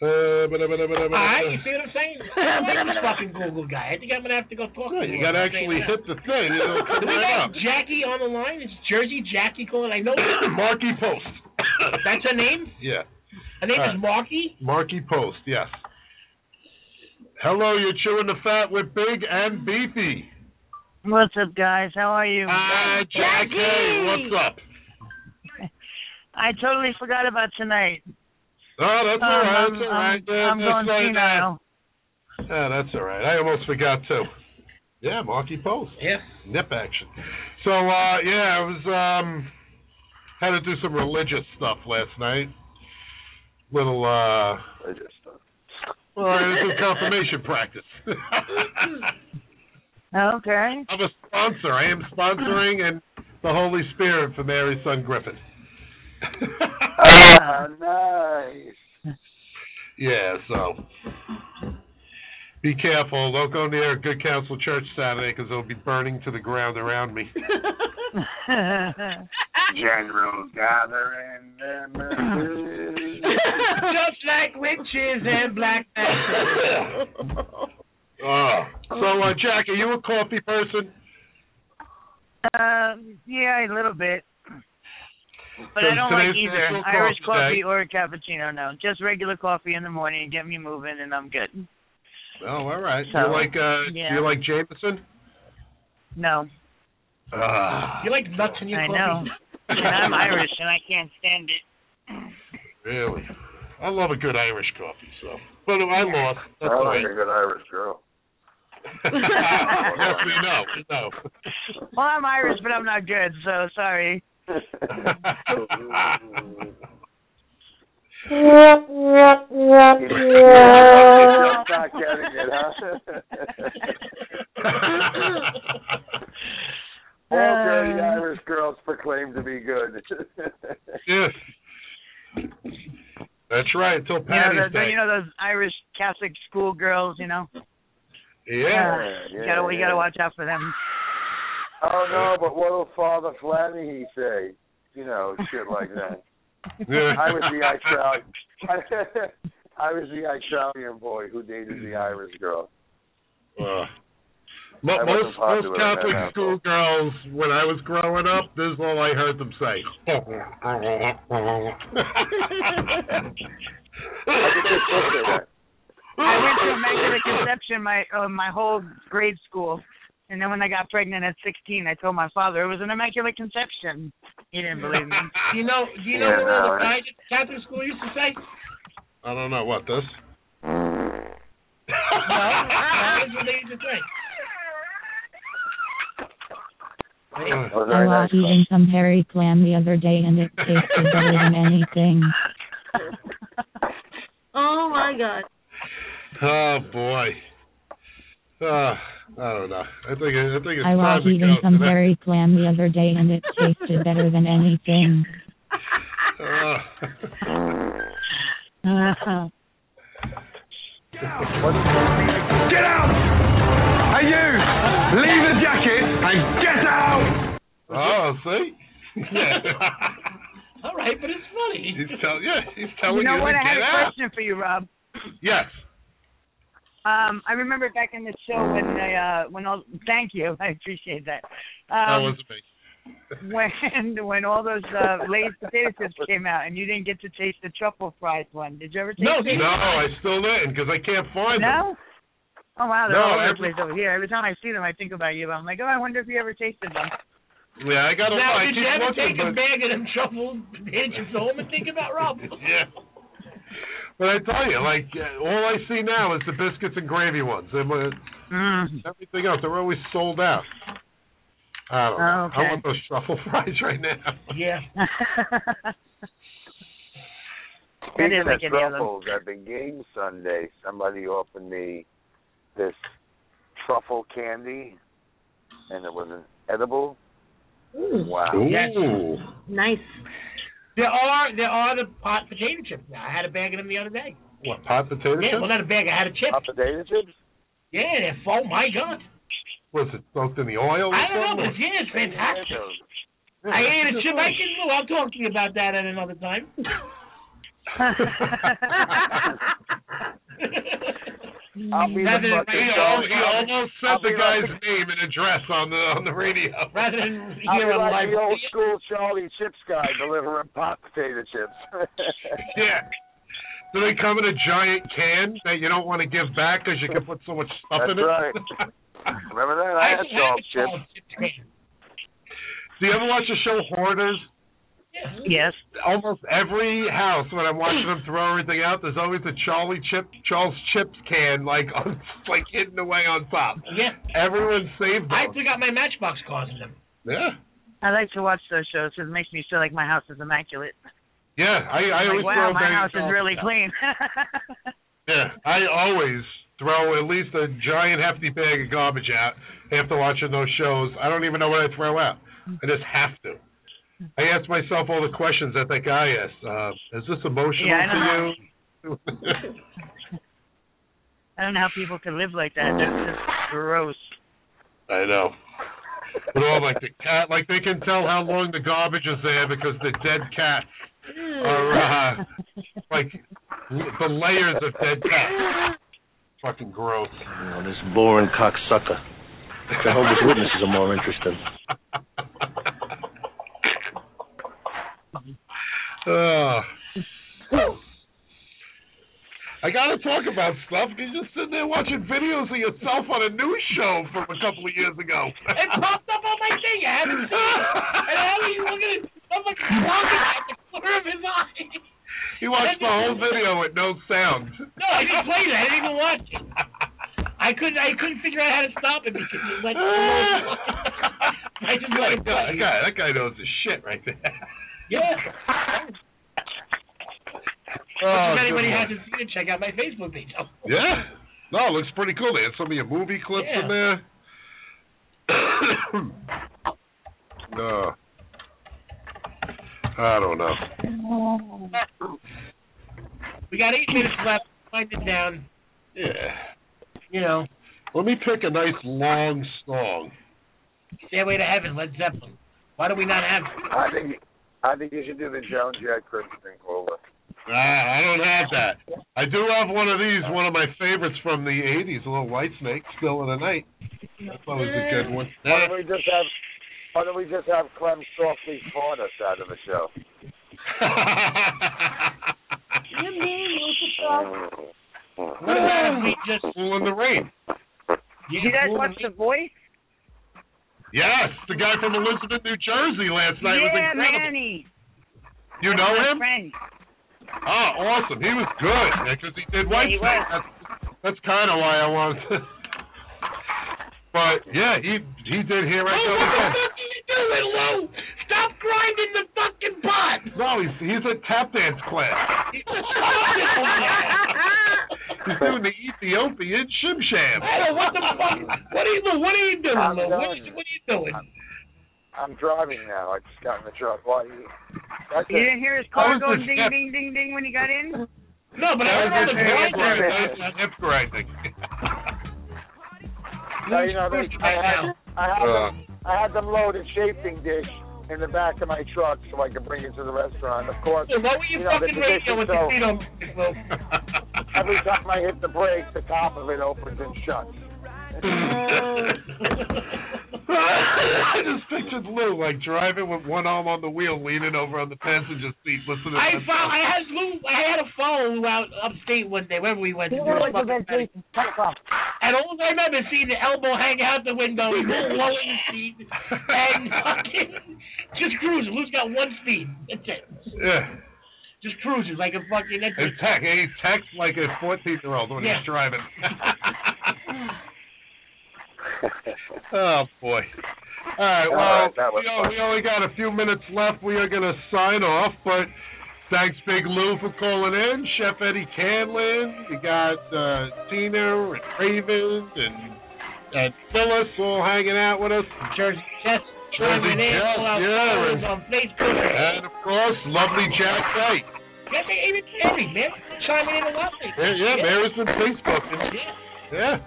[SPEAKER 3] Uh, but, but, but, but, but,
[SPEAKER 5] Alright, you see what I'm
[SPEAKER 3] <laughs>
[SPEAKER 5] saying? I'm like this fucking Google guy. I think I'm gonna have to go talk to
[SPEAKER 3] Yeah,
[SPEAKER 5] him.
[SPEAKER 3] you gotta actually hit the thing,
[SPEAKER 5] <laughs>
[SPEAKER 3] it'll
[SPEAKER 5] Do
[SPEAKER 3] come
[SPEAKER 5] we
[SPEAKER 3] right
[SPEAKER 5] got
[SPEAKER 3] up.
[SPEAKER 5] Jackie on the line? Is Jersey Jackie calling? I know.
[SPEAKER 3] <coughs> Marky Post.
[SPEAKER 5] That's her name.
[SPEAKER 3] yeah.
[SPEAKER 5] Her name
[SPEAKER 3] Alright.
[SPEAKER 5] is Marky.
[SPEAKER 3] Marky Post, yes. Hello, you're chewing the fat with Big and Beefy.
[SPEAKER 7] What's up, guys? How are
[SPEAKER 3] Uh,
[SPEAKER 7] you?
[SPEAKER 3] Hi, Jackie. What's up?
[SPEAKER 7] I totally forgot about tonight.
[SPEAKER 3] Oh, that's all
[SPEAKER 7] Um,
[SPEAKER 3] right.
[SPEAKER 7] I'm-
[SPEAKER 3] That's all right.
[SPEAKER 7] I'm-
[SPEAKER 3] Yeah,
[SPEAKER 7] I'm
[SPEAKER 3] that's
[SPEAKER 7] going
[SPEAKER 3] all right.
[SPEAKER 7] senile.
[SPEAKER 3] Yeah, that's all right. I almost forgot too. Yeah, Marky Post.
[SPEAKER 5] Yeah.
[SPEAKER 3] Nip action. So uh yeah, I was um had to do some religious stuff last night. Little uh
[SPEAKER 15] religious stuff.
[SPEAKER 3] Well, I did
[SPEAKER 7] <laughs>
[SPEAKER 3] confirmation practice. <laughs>
[SPEAKER 7] Okay.
[SPEAKER 3] I'm a sponsor. I am sponsoring and the Holy Spirit for Mary's son <laughs> Griffin.
[SPEAKER 7] Ah,
[SPEAKER 15] nice.
[SPEAKER 3] Yeah, so be careful. Don't go near a good council church Saturday because it'll be burning to the ground around me.
[SPEAKER 15] General gathering
[SPEAKER 5] <laughs>
[SPEAKER 15] them.
[SPEAKER 5] Just like witches and
[SPEAKER 3] <laughs>
[SPEAKER 5] black magic.
[SPEAKER 3] <laughs> Oh. So, uh, Jack, are you a coffee person?
[SPEAKER 7] Uh, yeah, a little bit. But I
[SPEAKER 3] So
[SPEAKER 7] don't like
[SPEAKER 3] today's
[SPEAKER 7] either
[SPEAKER 3] National
[SPEAKER 7] Irish
[SPEAKER 3] Coffee Day.
[SPEAKER 7] coffee or a cappuccino. No, just regular coffee in the morning. Get me moving, and I'm good.
[SPEAKER 3] Oh, all right.
[SPEAKER 7] So,
[SPEAKER 3] you like uh,
[SPEAKER 7] yeah.
[SPEAKER 3] you like Jameson?
[SPEAKER 7] No,
[SPEAKER 3] Ah,
[SPEAKER 5] You like nuts in your
[SPEAKER 7] I
[SPEAKER 5] coffee?
[SPEAKER 7] <laughs> know. and
[SPEAKER 3] <laughs>
[SPEAKER 7] I'm Irish, and I can't stand it.
[SPEAKER 3] really. I love a good Irish coffee. So, but I lost.
[SPEAKER 15] I
[SPEAKER 3] That's all
[SPEAKER 15] like
[SPEAKER 3] right.
[SPEAKER 15] a good Irish girl.
[SPEAKER 3] <laughs> yes, we know. We know.
[SPEAKER 7] Well, I'm Irish, but I'm not good, so sorry.
[SPEAKER 15] You're not getting it, huh? All
[SPEAKER 7] Uh,
[SPEAKER 15] dirty Irish girls proclaim to be good. <laughs>
[SPEAKER 3] <laughs> yes. That's right. Until
[SPEAKER 7] You know,
[SPEAKER 3] Patty's
[SPEAKER 7] those,
[SPEAKER 3] Day.
[SPEAKER 7] you know those Irish Catholic schoolgirls, you know.
[SPEAKER 3] yeah.
[SPEAKER 7] Uh, you gotta, you gotta watch out for them.
[SPEAKER 15] oh no, but what'll Father Flannery say? You know, shit like that. I was
[SPEAKER 3] <laughs>
[SPEAKER 15] the Italian. <laughs> I was the Italian boy who dated the Irish girl.
[SPEAKER 3] Uh,
[SPEAKER 15] I
[SPEAKER 3] mo-
[SPEAKER 15] wasn't
[SPEAKER 3] most most
[SPEAKER 15] popular at
[SPEAKER 3] Catholic
[SPEAKER 15] that
[SPEAKER 3] school girls, when I was growing up, this is all I heard them say. <laughs>
[SPEAKER 7] I went to Immaculate Conception my uh, my whole grade school, and then when I got pregnant at 16, I told my father it was an Immaculate Conception. He didn't believe me.
[SPEAKER 5] You know, you know
[SPEAKER 3] Yeah,
[SPEAKER 5] what
[SPEAKER 3] no,
[SPEAKER 5] all the
[SPEAKER 3] right.
[SPEAKER 5] guys at Catholic school used to say?
[SPEAKER 3] I don't know what this.
[SPEAKER 5] That's what they used to say.
[SPEAKER 17] I was eating some hairy clam the other day and it tasted better than anything.
[SPEAKER 18] <laughs> Oh my god.
[SPEAKER 3] Oh boy. Uh, I don't know. I think I think it's
[SPEAKER 17] I was
[SPEAKER 3] time to
[SPEAKER 17] eating
[SPEAKER 3] go.
[SPEAKER 17] some
[SPEAKER 19] <laughs>
[SPEAKER 17] hairy clam the other day and it tasted better than anything.
[SPEAKER 19] Get out! Hey you! Leave the jacket and get out!
[SPEAKER 3] Oh, see?
[SPEAKER 5] All right, but it's funny.
[SPEAKER 3] <laughs> He's tell- yeah, he's
[SPEAKER 7] you
[SPEAKER 3] telling
[SPEAKER 7] know
[SPEAKER 3] you
[SPEAKER 7] what?
[SPEAKER 3] to
[SPEAKER 7] I had
[SPEAKER 3] get
[SPEAKER 7] a
[SPEAKER 3] out.
[SPEAKER 7] question for you, Rob.
[SPEAKER 3] Yes.
[SPEAKER 7] Um, I remember back in the show when I, uh when all thank you, <laughs> I appreciate that.
[SPEAKER 3] That
[SPEAKER 7] Um,
[SPEAKER 3] was me.
[SPEAKER 7] <laughs> when when all those uh, Lay's potato chips came out, and you didn't get to taste the truffle fries one. Did you ever taste
[SPEAKER 3] No,
[SPEAKER 7] it?
[SPEAKER 3] no, I still didn't because I can't find them.
[SPEAKER 7] No? Oh wow, they're
[SPEAKER 3] No,
[SPEAKER 7] all over the
[SPEAKER 3] every-
[SPEAKER 7] place over here. Every time I see them, I think about you. I'm like, oh, I wonder if you ever tasted them.
[SPEAKER 3] Yeah, I got a
[SPEAKER 5] now,
[SPEAKER 3] I
[SPEAKER 5] did
[SPEAKER 3] keep
[SPEAKER 5] you ever
[SPEAKER 3] looking,
[SPEAKER 5] take a
[SPEAKER 3] but-
[SPEAKER 5] bag of them truffle potato chips home and think about Rob? <laughs>
[SPEAKER 3] <laughs> yeah. But I tell you, like uh, all I see now is the biscuits and gravy ones, and uh,
[SPEAKER 7] Mm. <laughs>
[SPEAKER 3] everything else they're always sold out. I don't know.
[SPEAKER 7] Oh,
[SPEAKER 3] I want those truffle <laughs> fries right now.
[SPEAKER 5] Yeah.
[SPEAKER 7] That
[SPEAKER 15] Speaking
[SPEAKER 7] is like
[SPEAKER 15] of
[SPEAKER 7] any of them.
[SPEAKER 15] truffles, at the game Sunday, somebody offered me this truffle candy, and it was an edible. Wow.
[SPEAKER 5] Yes.
[SPEAKER 18] Nice.
[SPEAKER 5] There are there are the pot potato chips now. I had a bag of them the other day.
[SPEAKER 3] What, pot potato
[SPEAKER 5] Yeah,
[SPEAKER 3] chips?
[SPEAKER 5] well, not a bag. I had a chip.
[SPEAKER 3] Pot potato chips?
[SPEAKER 5] Yeah, they're full. My God.
[SPEAKER 3] Was it soaked in the oil? or
[SPEAKER 5] I don't know, but
[SPEAKER 3] something?
[SPEAKER 5] <laughs>
[SPEAKER 3] <laughs>
[SPEAKER 5] it's, yeah, it's fantastic.
[SPEAKER 3] Yeah,
[SPEAKER 5] I ate a
[SPEAKER 3] it's
[SPEAKER 5] chip. I
[SPEAKER 3] nice.
[SPEAKER 5] can know. I'll talk to you about that at another time. <laughs>
[SPEAKER 16] I'll be the
[SPEAKER 5] Rather than-
[SPEAKER 16] fucking
[SPEAKER 3] He
[SPEAKER 16] dog.
[SPEAKER 3] al- he almost said
[SPEAKER 16] I'll
[SPEAKER 3] the
[SPEAKER 16] be
[SPEAKER 3] guy's
[SPEAKER 16] like-
[SPEAKER 3] name and address on the on the radio.
[SPEAKER 5] <laughs> Rather than
[SPEAKER 15] I'll be like the old school Charlie Chips guy delivering pot potato chips.
[SPEAKER 3] <laughs>
[SPEAKER 15] <laughs>
[SPEAKER 3] Yeah. Do they come in a giant can that you don't want to give back because you can put so much stuff
[SPEAKER 15] That's
[SPEAKER 3] in it? <laughs>
[SPEAKER 15] right. Remember that? I,
[SPEAKER 3] I
[SPEAKER 15] had
[SPEAKER 3] didn't have
[SPEAKER 15] Charles
[SPEAKER 3] a
[SPEAKER 15] Chips.
[SPEAKER 3] Charles Do you ever watch the show Hoarders?
[SPEAKER 20] Yes.
[SPEAKER 3] Almost every house when I'm watching them throw everything out, there's always a Charlie Chip Charles Chips can like <laughs> on like hidden away on top.
[SPEAKER 5] Yeah.
[SPEAKER 3] Everyone saved them.
[SPEAKER 5] I took out my Matchbox cars in them.
[SPEAKER 3] yeah.
[SPEAKER 20] I like to watch those shows because it makes me feel like my house is immaculate.
[SPEAKER 3] Yeah. I, I
[SPEAKER 20] I'm
[SPEAKER 3] always
[SPEAKER 20] like, wow,
[SPEAKER 3] throw
[SPEAKER 20] my
[SPEAKER 3] bags
[SPEAKER 20] house is
[SPEAKER 3] all-
[SPEAKER 20] really clean.
[SPEAKER 3] Yeah. I always throw at least a giant hefty bag of garbage out after watching those shows. I don't even know what I throw out. I just have to. I ask myself all the questions that that guy asked. Uh, is this emotional
[SPEAKER 20] Yeah, I know.
[SPEAKER 3] to you?
[SPEAKER 20] <laughs>
[SPEAKER 3] <laughs>
[SPEAKER 20] I don't know how people can live like that. That's just gross.
[SPEAKER 3] I know. But all like the cat, like they can tell how long the garbage is there because the dead cats are uh, like l- the layers of dead cats. Fucking gross.
[SPEAKER 21] Oh, this boring cocksucker. Jehovah's Witnesses are more interesting.
[SPEAKER 3] Ugh. I gotta talk about stuff. You're just sitting there watching videos of yourself on a news show from a couple of years ago.
[SPEAKER 5] It popped up on my thing. I haven't seen it. And I was looking at I'm like looking at the corner of his eye.
[SPEAKER 3] He watched the whole video with no sound.
[SPEAKER 5] No, I didn't play it. I didn't even watch it. I couldn't. I couldn't figure out how to stop it because it
[SPEAKER 3] <laughs>
[SPEAKER 5] went. <laughs> I just
[SPEAKER 3] My
[SPEAKER 5] let it
[SPEAKER 3] God,
[SPEAKER 5] go.
[SPEAKER 3] that guy, that guy knows his shit right there. <laughs>
[SPEAKER 5] Yeah. if
[SPEAKER 3] Oh,
[SPEAKER 5] anybody
[SPEAKER 3] good
[SPEAKER 5] hasn't seen it, check out my Facebook page. Oh.
[SPEAKER 3] Yeah. No, it looks pretty cool. They had some of your movie clips in there. <coughs> no. I don't know.
[SPEAKER 5] We got eight minutes left. Wind it down.
[SPEAKER 3] Yeah.
[SPEAKER 5] You know.
[SPEAKER 3] Let me pick a nice long song.
[SPEAKER 5] Stairway to Heaven, Led Zeppelin. Why do we not have?
[SPEAKER 15] I think I think you should do the Joan Jett Christian Clover.
[SPEAKER 3] Ah, I don't have that. I do have one of these, one of my favorites from the 80s, a little white snake, Still in the Night. That was a good one. <laughs>
[SPEAKER 15] Why don't we just have Why don't we just have Clem softly fawn us out of the show?
[SPEAKER 5] You
[SPEAKER 20] <laughs>
[SPEAKER 15] What
[SPEAKER 5] about we just
[SPEAKER 3] Fool in the Rain?
[SPEAKER 20] Did you guys watch The Voice?
[SPEAKER 3] Yes, the guy from Elizabeth, New Jersey last night was
[SPEAKER 20] yeah,
[SPEAKER 3] incredible.
[SPEAKER 20] Manny.
[SPEAKER 3] You know
[SPEAKER 20] My
[SPEAKER 5] <laughs>
[SPEAKER 3] him?
[SPEAKER 20] Friend.
[SPEAKER 3] Oh, awesome. He was good because he did White
[SPEAKER 20] he
[SPEAKER 3] Snake. That's, that's kind of why I wanted to. <laughs> But yeah, he he did here I go again.
[SPEAKER 5] doing, Lou? Stop grinding the fucking pot.
[SPEAKER 3] No, he's he's at tap dance class. He's doing the Ethiopian shim sham.
[SPEAKER 5] I don't what the fuck. What are you? What are you doing,
[SPEAKER 15] I'm
[SPEAKER 5] Lou? What,
[SPEAKER 15] done.
[SPEAKER 5] what are you doing?
[SPEAKER 15] I'm driving now. I just got in the truck. Why? That's
[SPEAKER 20] You
[SPEAKER 15] it.
[SPEAKER 20] didn't hear his car go ding, ding, ding, ding when he got in?
[SPEAKER 5] No, but I
[SPEAKER 3] That
[SPEAKER 5] don't know
[SPEAKER 3] was
[SPEAKER 5] the
[SPEAKER 3] his hip
[SPEAKER 5] grinder.
[SPEAKER 3] grind- that was his hip grinding. <laughs>
[SPEAKER 15] No, you know, they, I had, I had,
[SPEAKER 3] Uh.
[SPEAKER 15] them, I had them load a shaping dish in the back of my truck so I could bring it to the restaurant. Of course,
[SPEAKER 5] Hey, What were you,
[SPEAKER 15] you know, the
[SPEAKER 5] fucking radio
[SPEAKER 15] tradition,
[SPEAKER 5] with
[SPEAKER 15] so
[SPEAKER 5] the feet on? Lou?
[SPEAKER 15] every time I hit the brake, the top of it opens and shuts.
[SPEAKER 3] I just pictured Lou like driving with one arm on the wheel, leaning over on the passenger seat, listening.
[SPEAKER 5] I
[SPEAKER 3] to
[SPEAKER 5] found. I had Lou. I had a phone out upstate one day. Wherever we went. to do a fucking thing. And all I remember is seeing the elbow hang out the
[SPEAKER 3] <laughs>
[SPEAKER 5] window, Lou blowing the seat, and fucking just cruising. Lou's got one speed. That's it.
[SPEAKER 3] Yeah.
[SPEAKER 5] Just cruising like a fucking. That's
[SPEAKER 3] <laughs> And
[SPEAKER 5] it.
[SPEAKER 3] tech, he texts like a 14 year old when
[SPEAKER 5] Yeah.
[SPEAKER 3] he's
[SPEAKER 5] <laughs>
[SPEAKER 3] driving. oh boy. All right,
[SPEAKER 16] All
[SPEAKER 3] well,
[SPEAKER 16] right, that was
[SPEAKER 3] we, o-
[SPEAKER 16] fun.
[SPEAKER 3] we only got a few minutes left. We are going to sign off, but thanks, Big Lou, for calling in. Chef Eddie Canlin, you got uh, Tina and Raven and and Phyllis all hanging out with us.
[SPEAKER 5] Jersey Jess,
[SPEAKER 3] Jersey
[SPEAKER 5] Jersey Jess,
[SPEAKER 3] Jess, yeah,
[SPEAKER 5] on Facebook.
[SPEAKER 3] and of course, lovely Jack White.
[SPEAKER 5] Yeah, man, even Terry, man, chiming in a lot.
[SPEAKER 3] Yeah, yeah, Mary's been Facebooking. Yeah.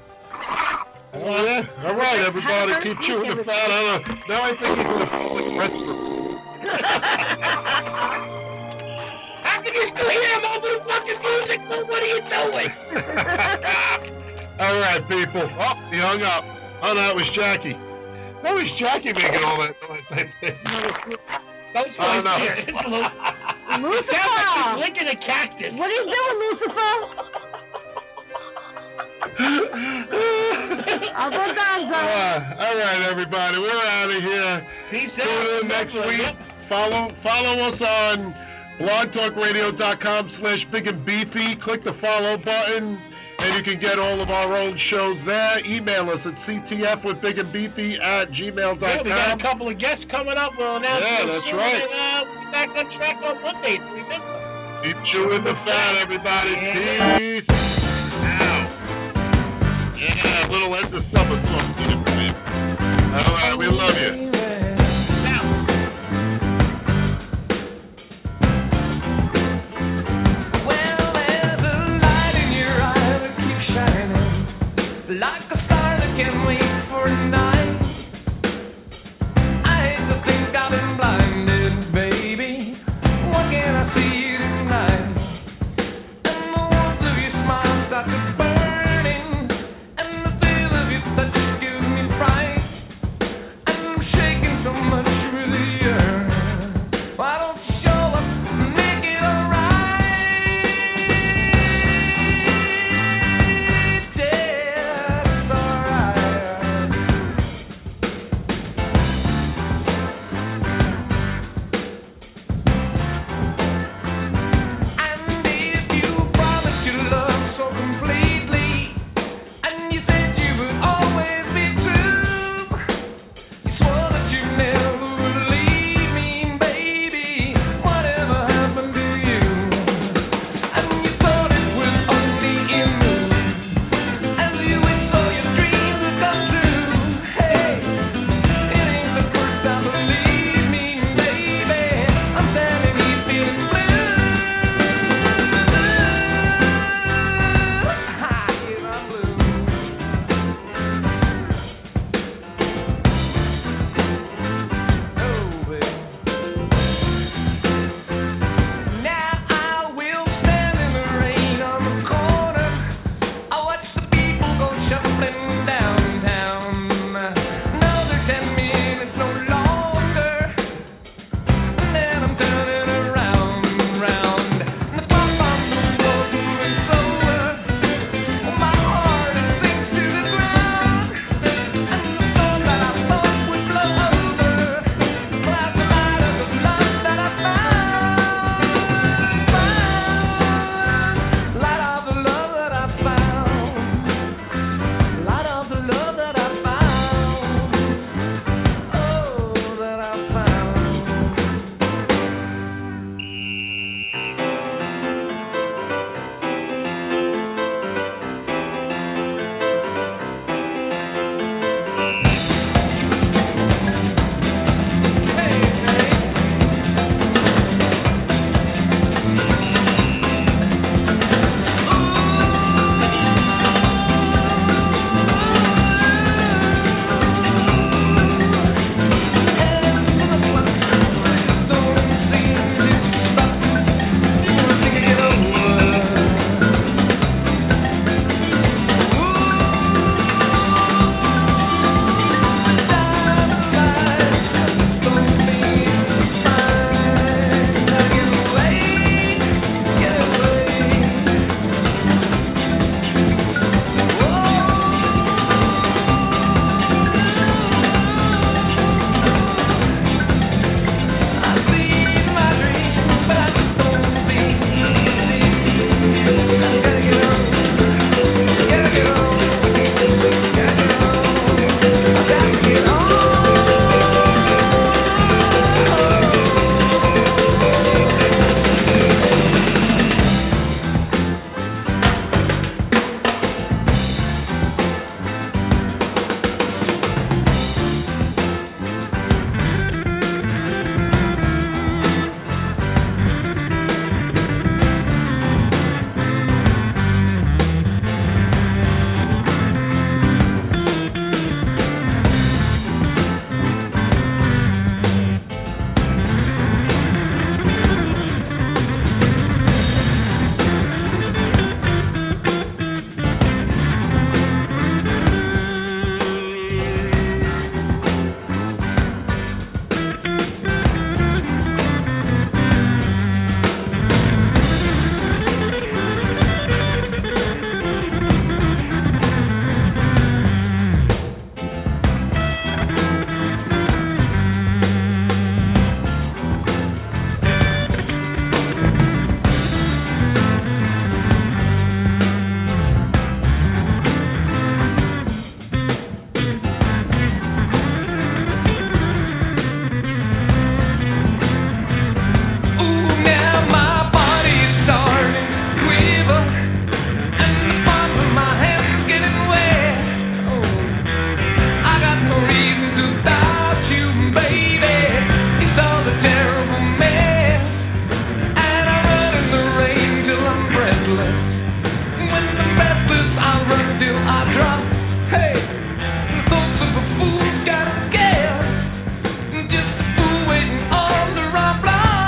[SPEAKER 3] Oh, yeah. All right, everybody,
[SPEAKER 16] Happy
[SPEAKER 3] keep
[SPEAKER 16] birthday,
[SPEAKER 3] chewing the fat. I don't know. Now I think you're going to press
[SPEAKER 5] How can you still hear him over the fucking music? Well, what are you doing?
[SPEAKER 3] <laughs> All right, people. Oh, he hung up. Oh, no, it was Jackie. That was Jackie making all that noise, I think.
[SPEAKER 5] <laughs> Those
[SPEAKER 3] I
[SPEAKER 5] right
[SPEAKER 3] don't know.
[SPEAKER 5] there. <laughs> It's a little-
[SPEAKER 7] Lucifer!
[SPEAKER 5] Sounds like he's licking a cactus.
[SPEAKER 7] What are you doing,
[SPEAKER 5] <laughs>
[SPEAKER 7] Lucifer? I'll go down,
[SPEAKER 3] Uh, all right, everybody, we're out of here.
[SPEAKER 5] Peace
[SPEAKER 3] Tune
[SPEAKER 5] out.
[SPEAKER 3] in next week. Follow follow us on blogtalkradio.com slash big and beefy. Click the follow button, and you can get all of our old shows there. Email us at ctf with big and beefy at gmail.com.
[SPEAKER 5] Yeah, we got a couple of guests coming up. We'll announce
[SPEAKER 3] Yeah,
[SPEAKER 5] them
[SPEAKER 3] that's
[SPEAKER 5] soon,
[SPEAKER 3] right.
[SPEAKER 5] And, uh, we'll be back on track on Monday. if We missed them.
[SPEAKER 3] Keep chewing the fat, everybody. Peace. Ow. Yeah, a little end of summer song. Get it, baby. All right, we love you.
[SPEAKER 16] Like a star that can wait for a night. I hate to think I've been blinded, baby. What can I see you tonight? And the warmth of your smile.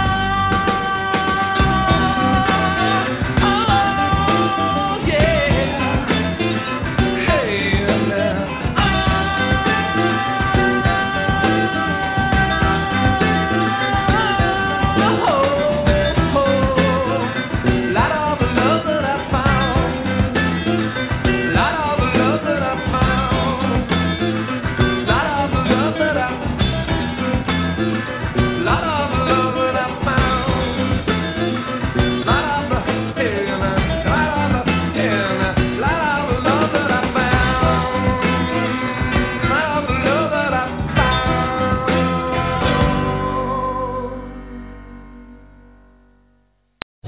[SPEAKER 3] Oh,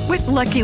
[SPEAKER 5] With Lucky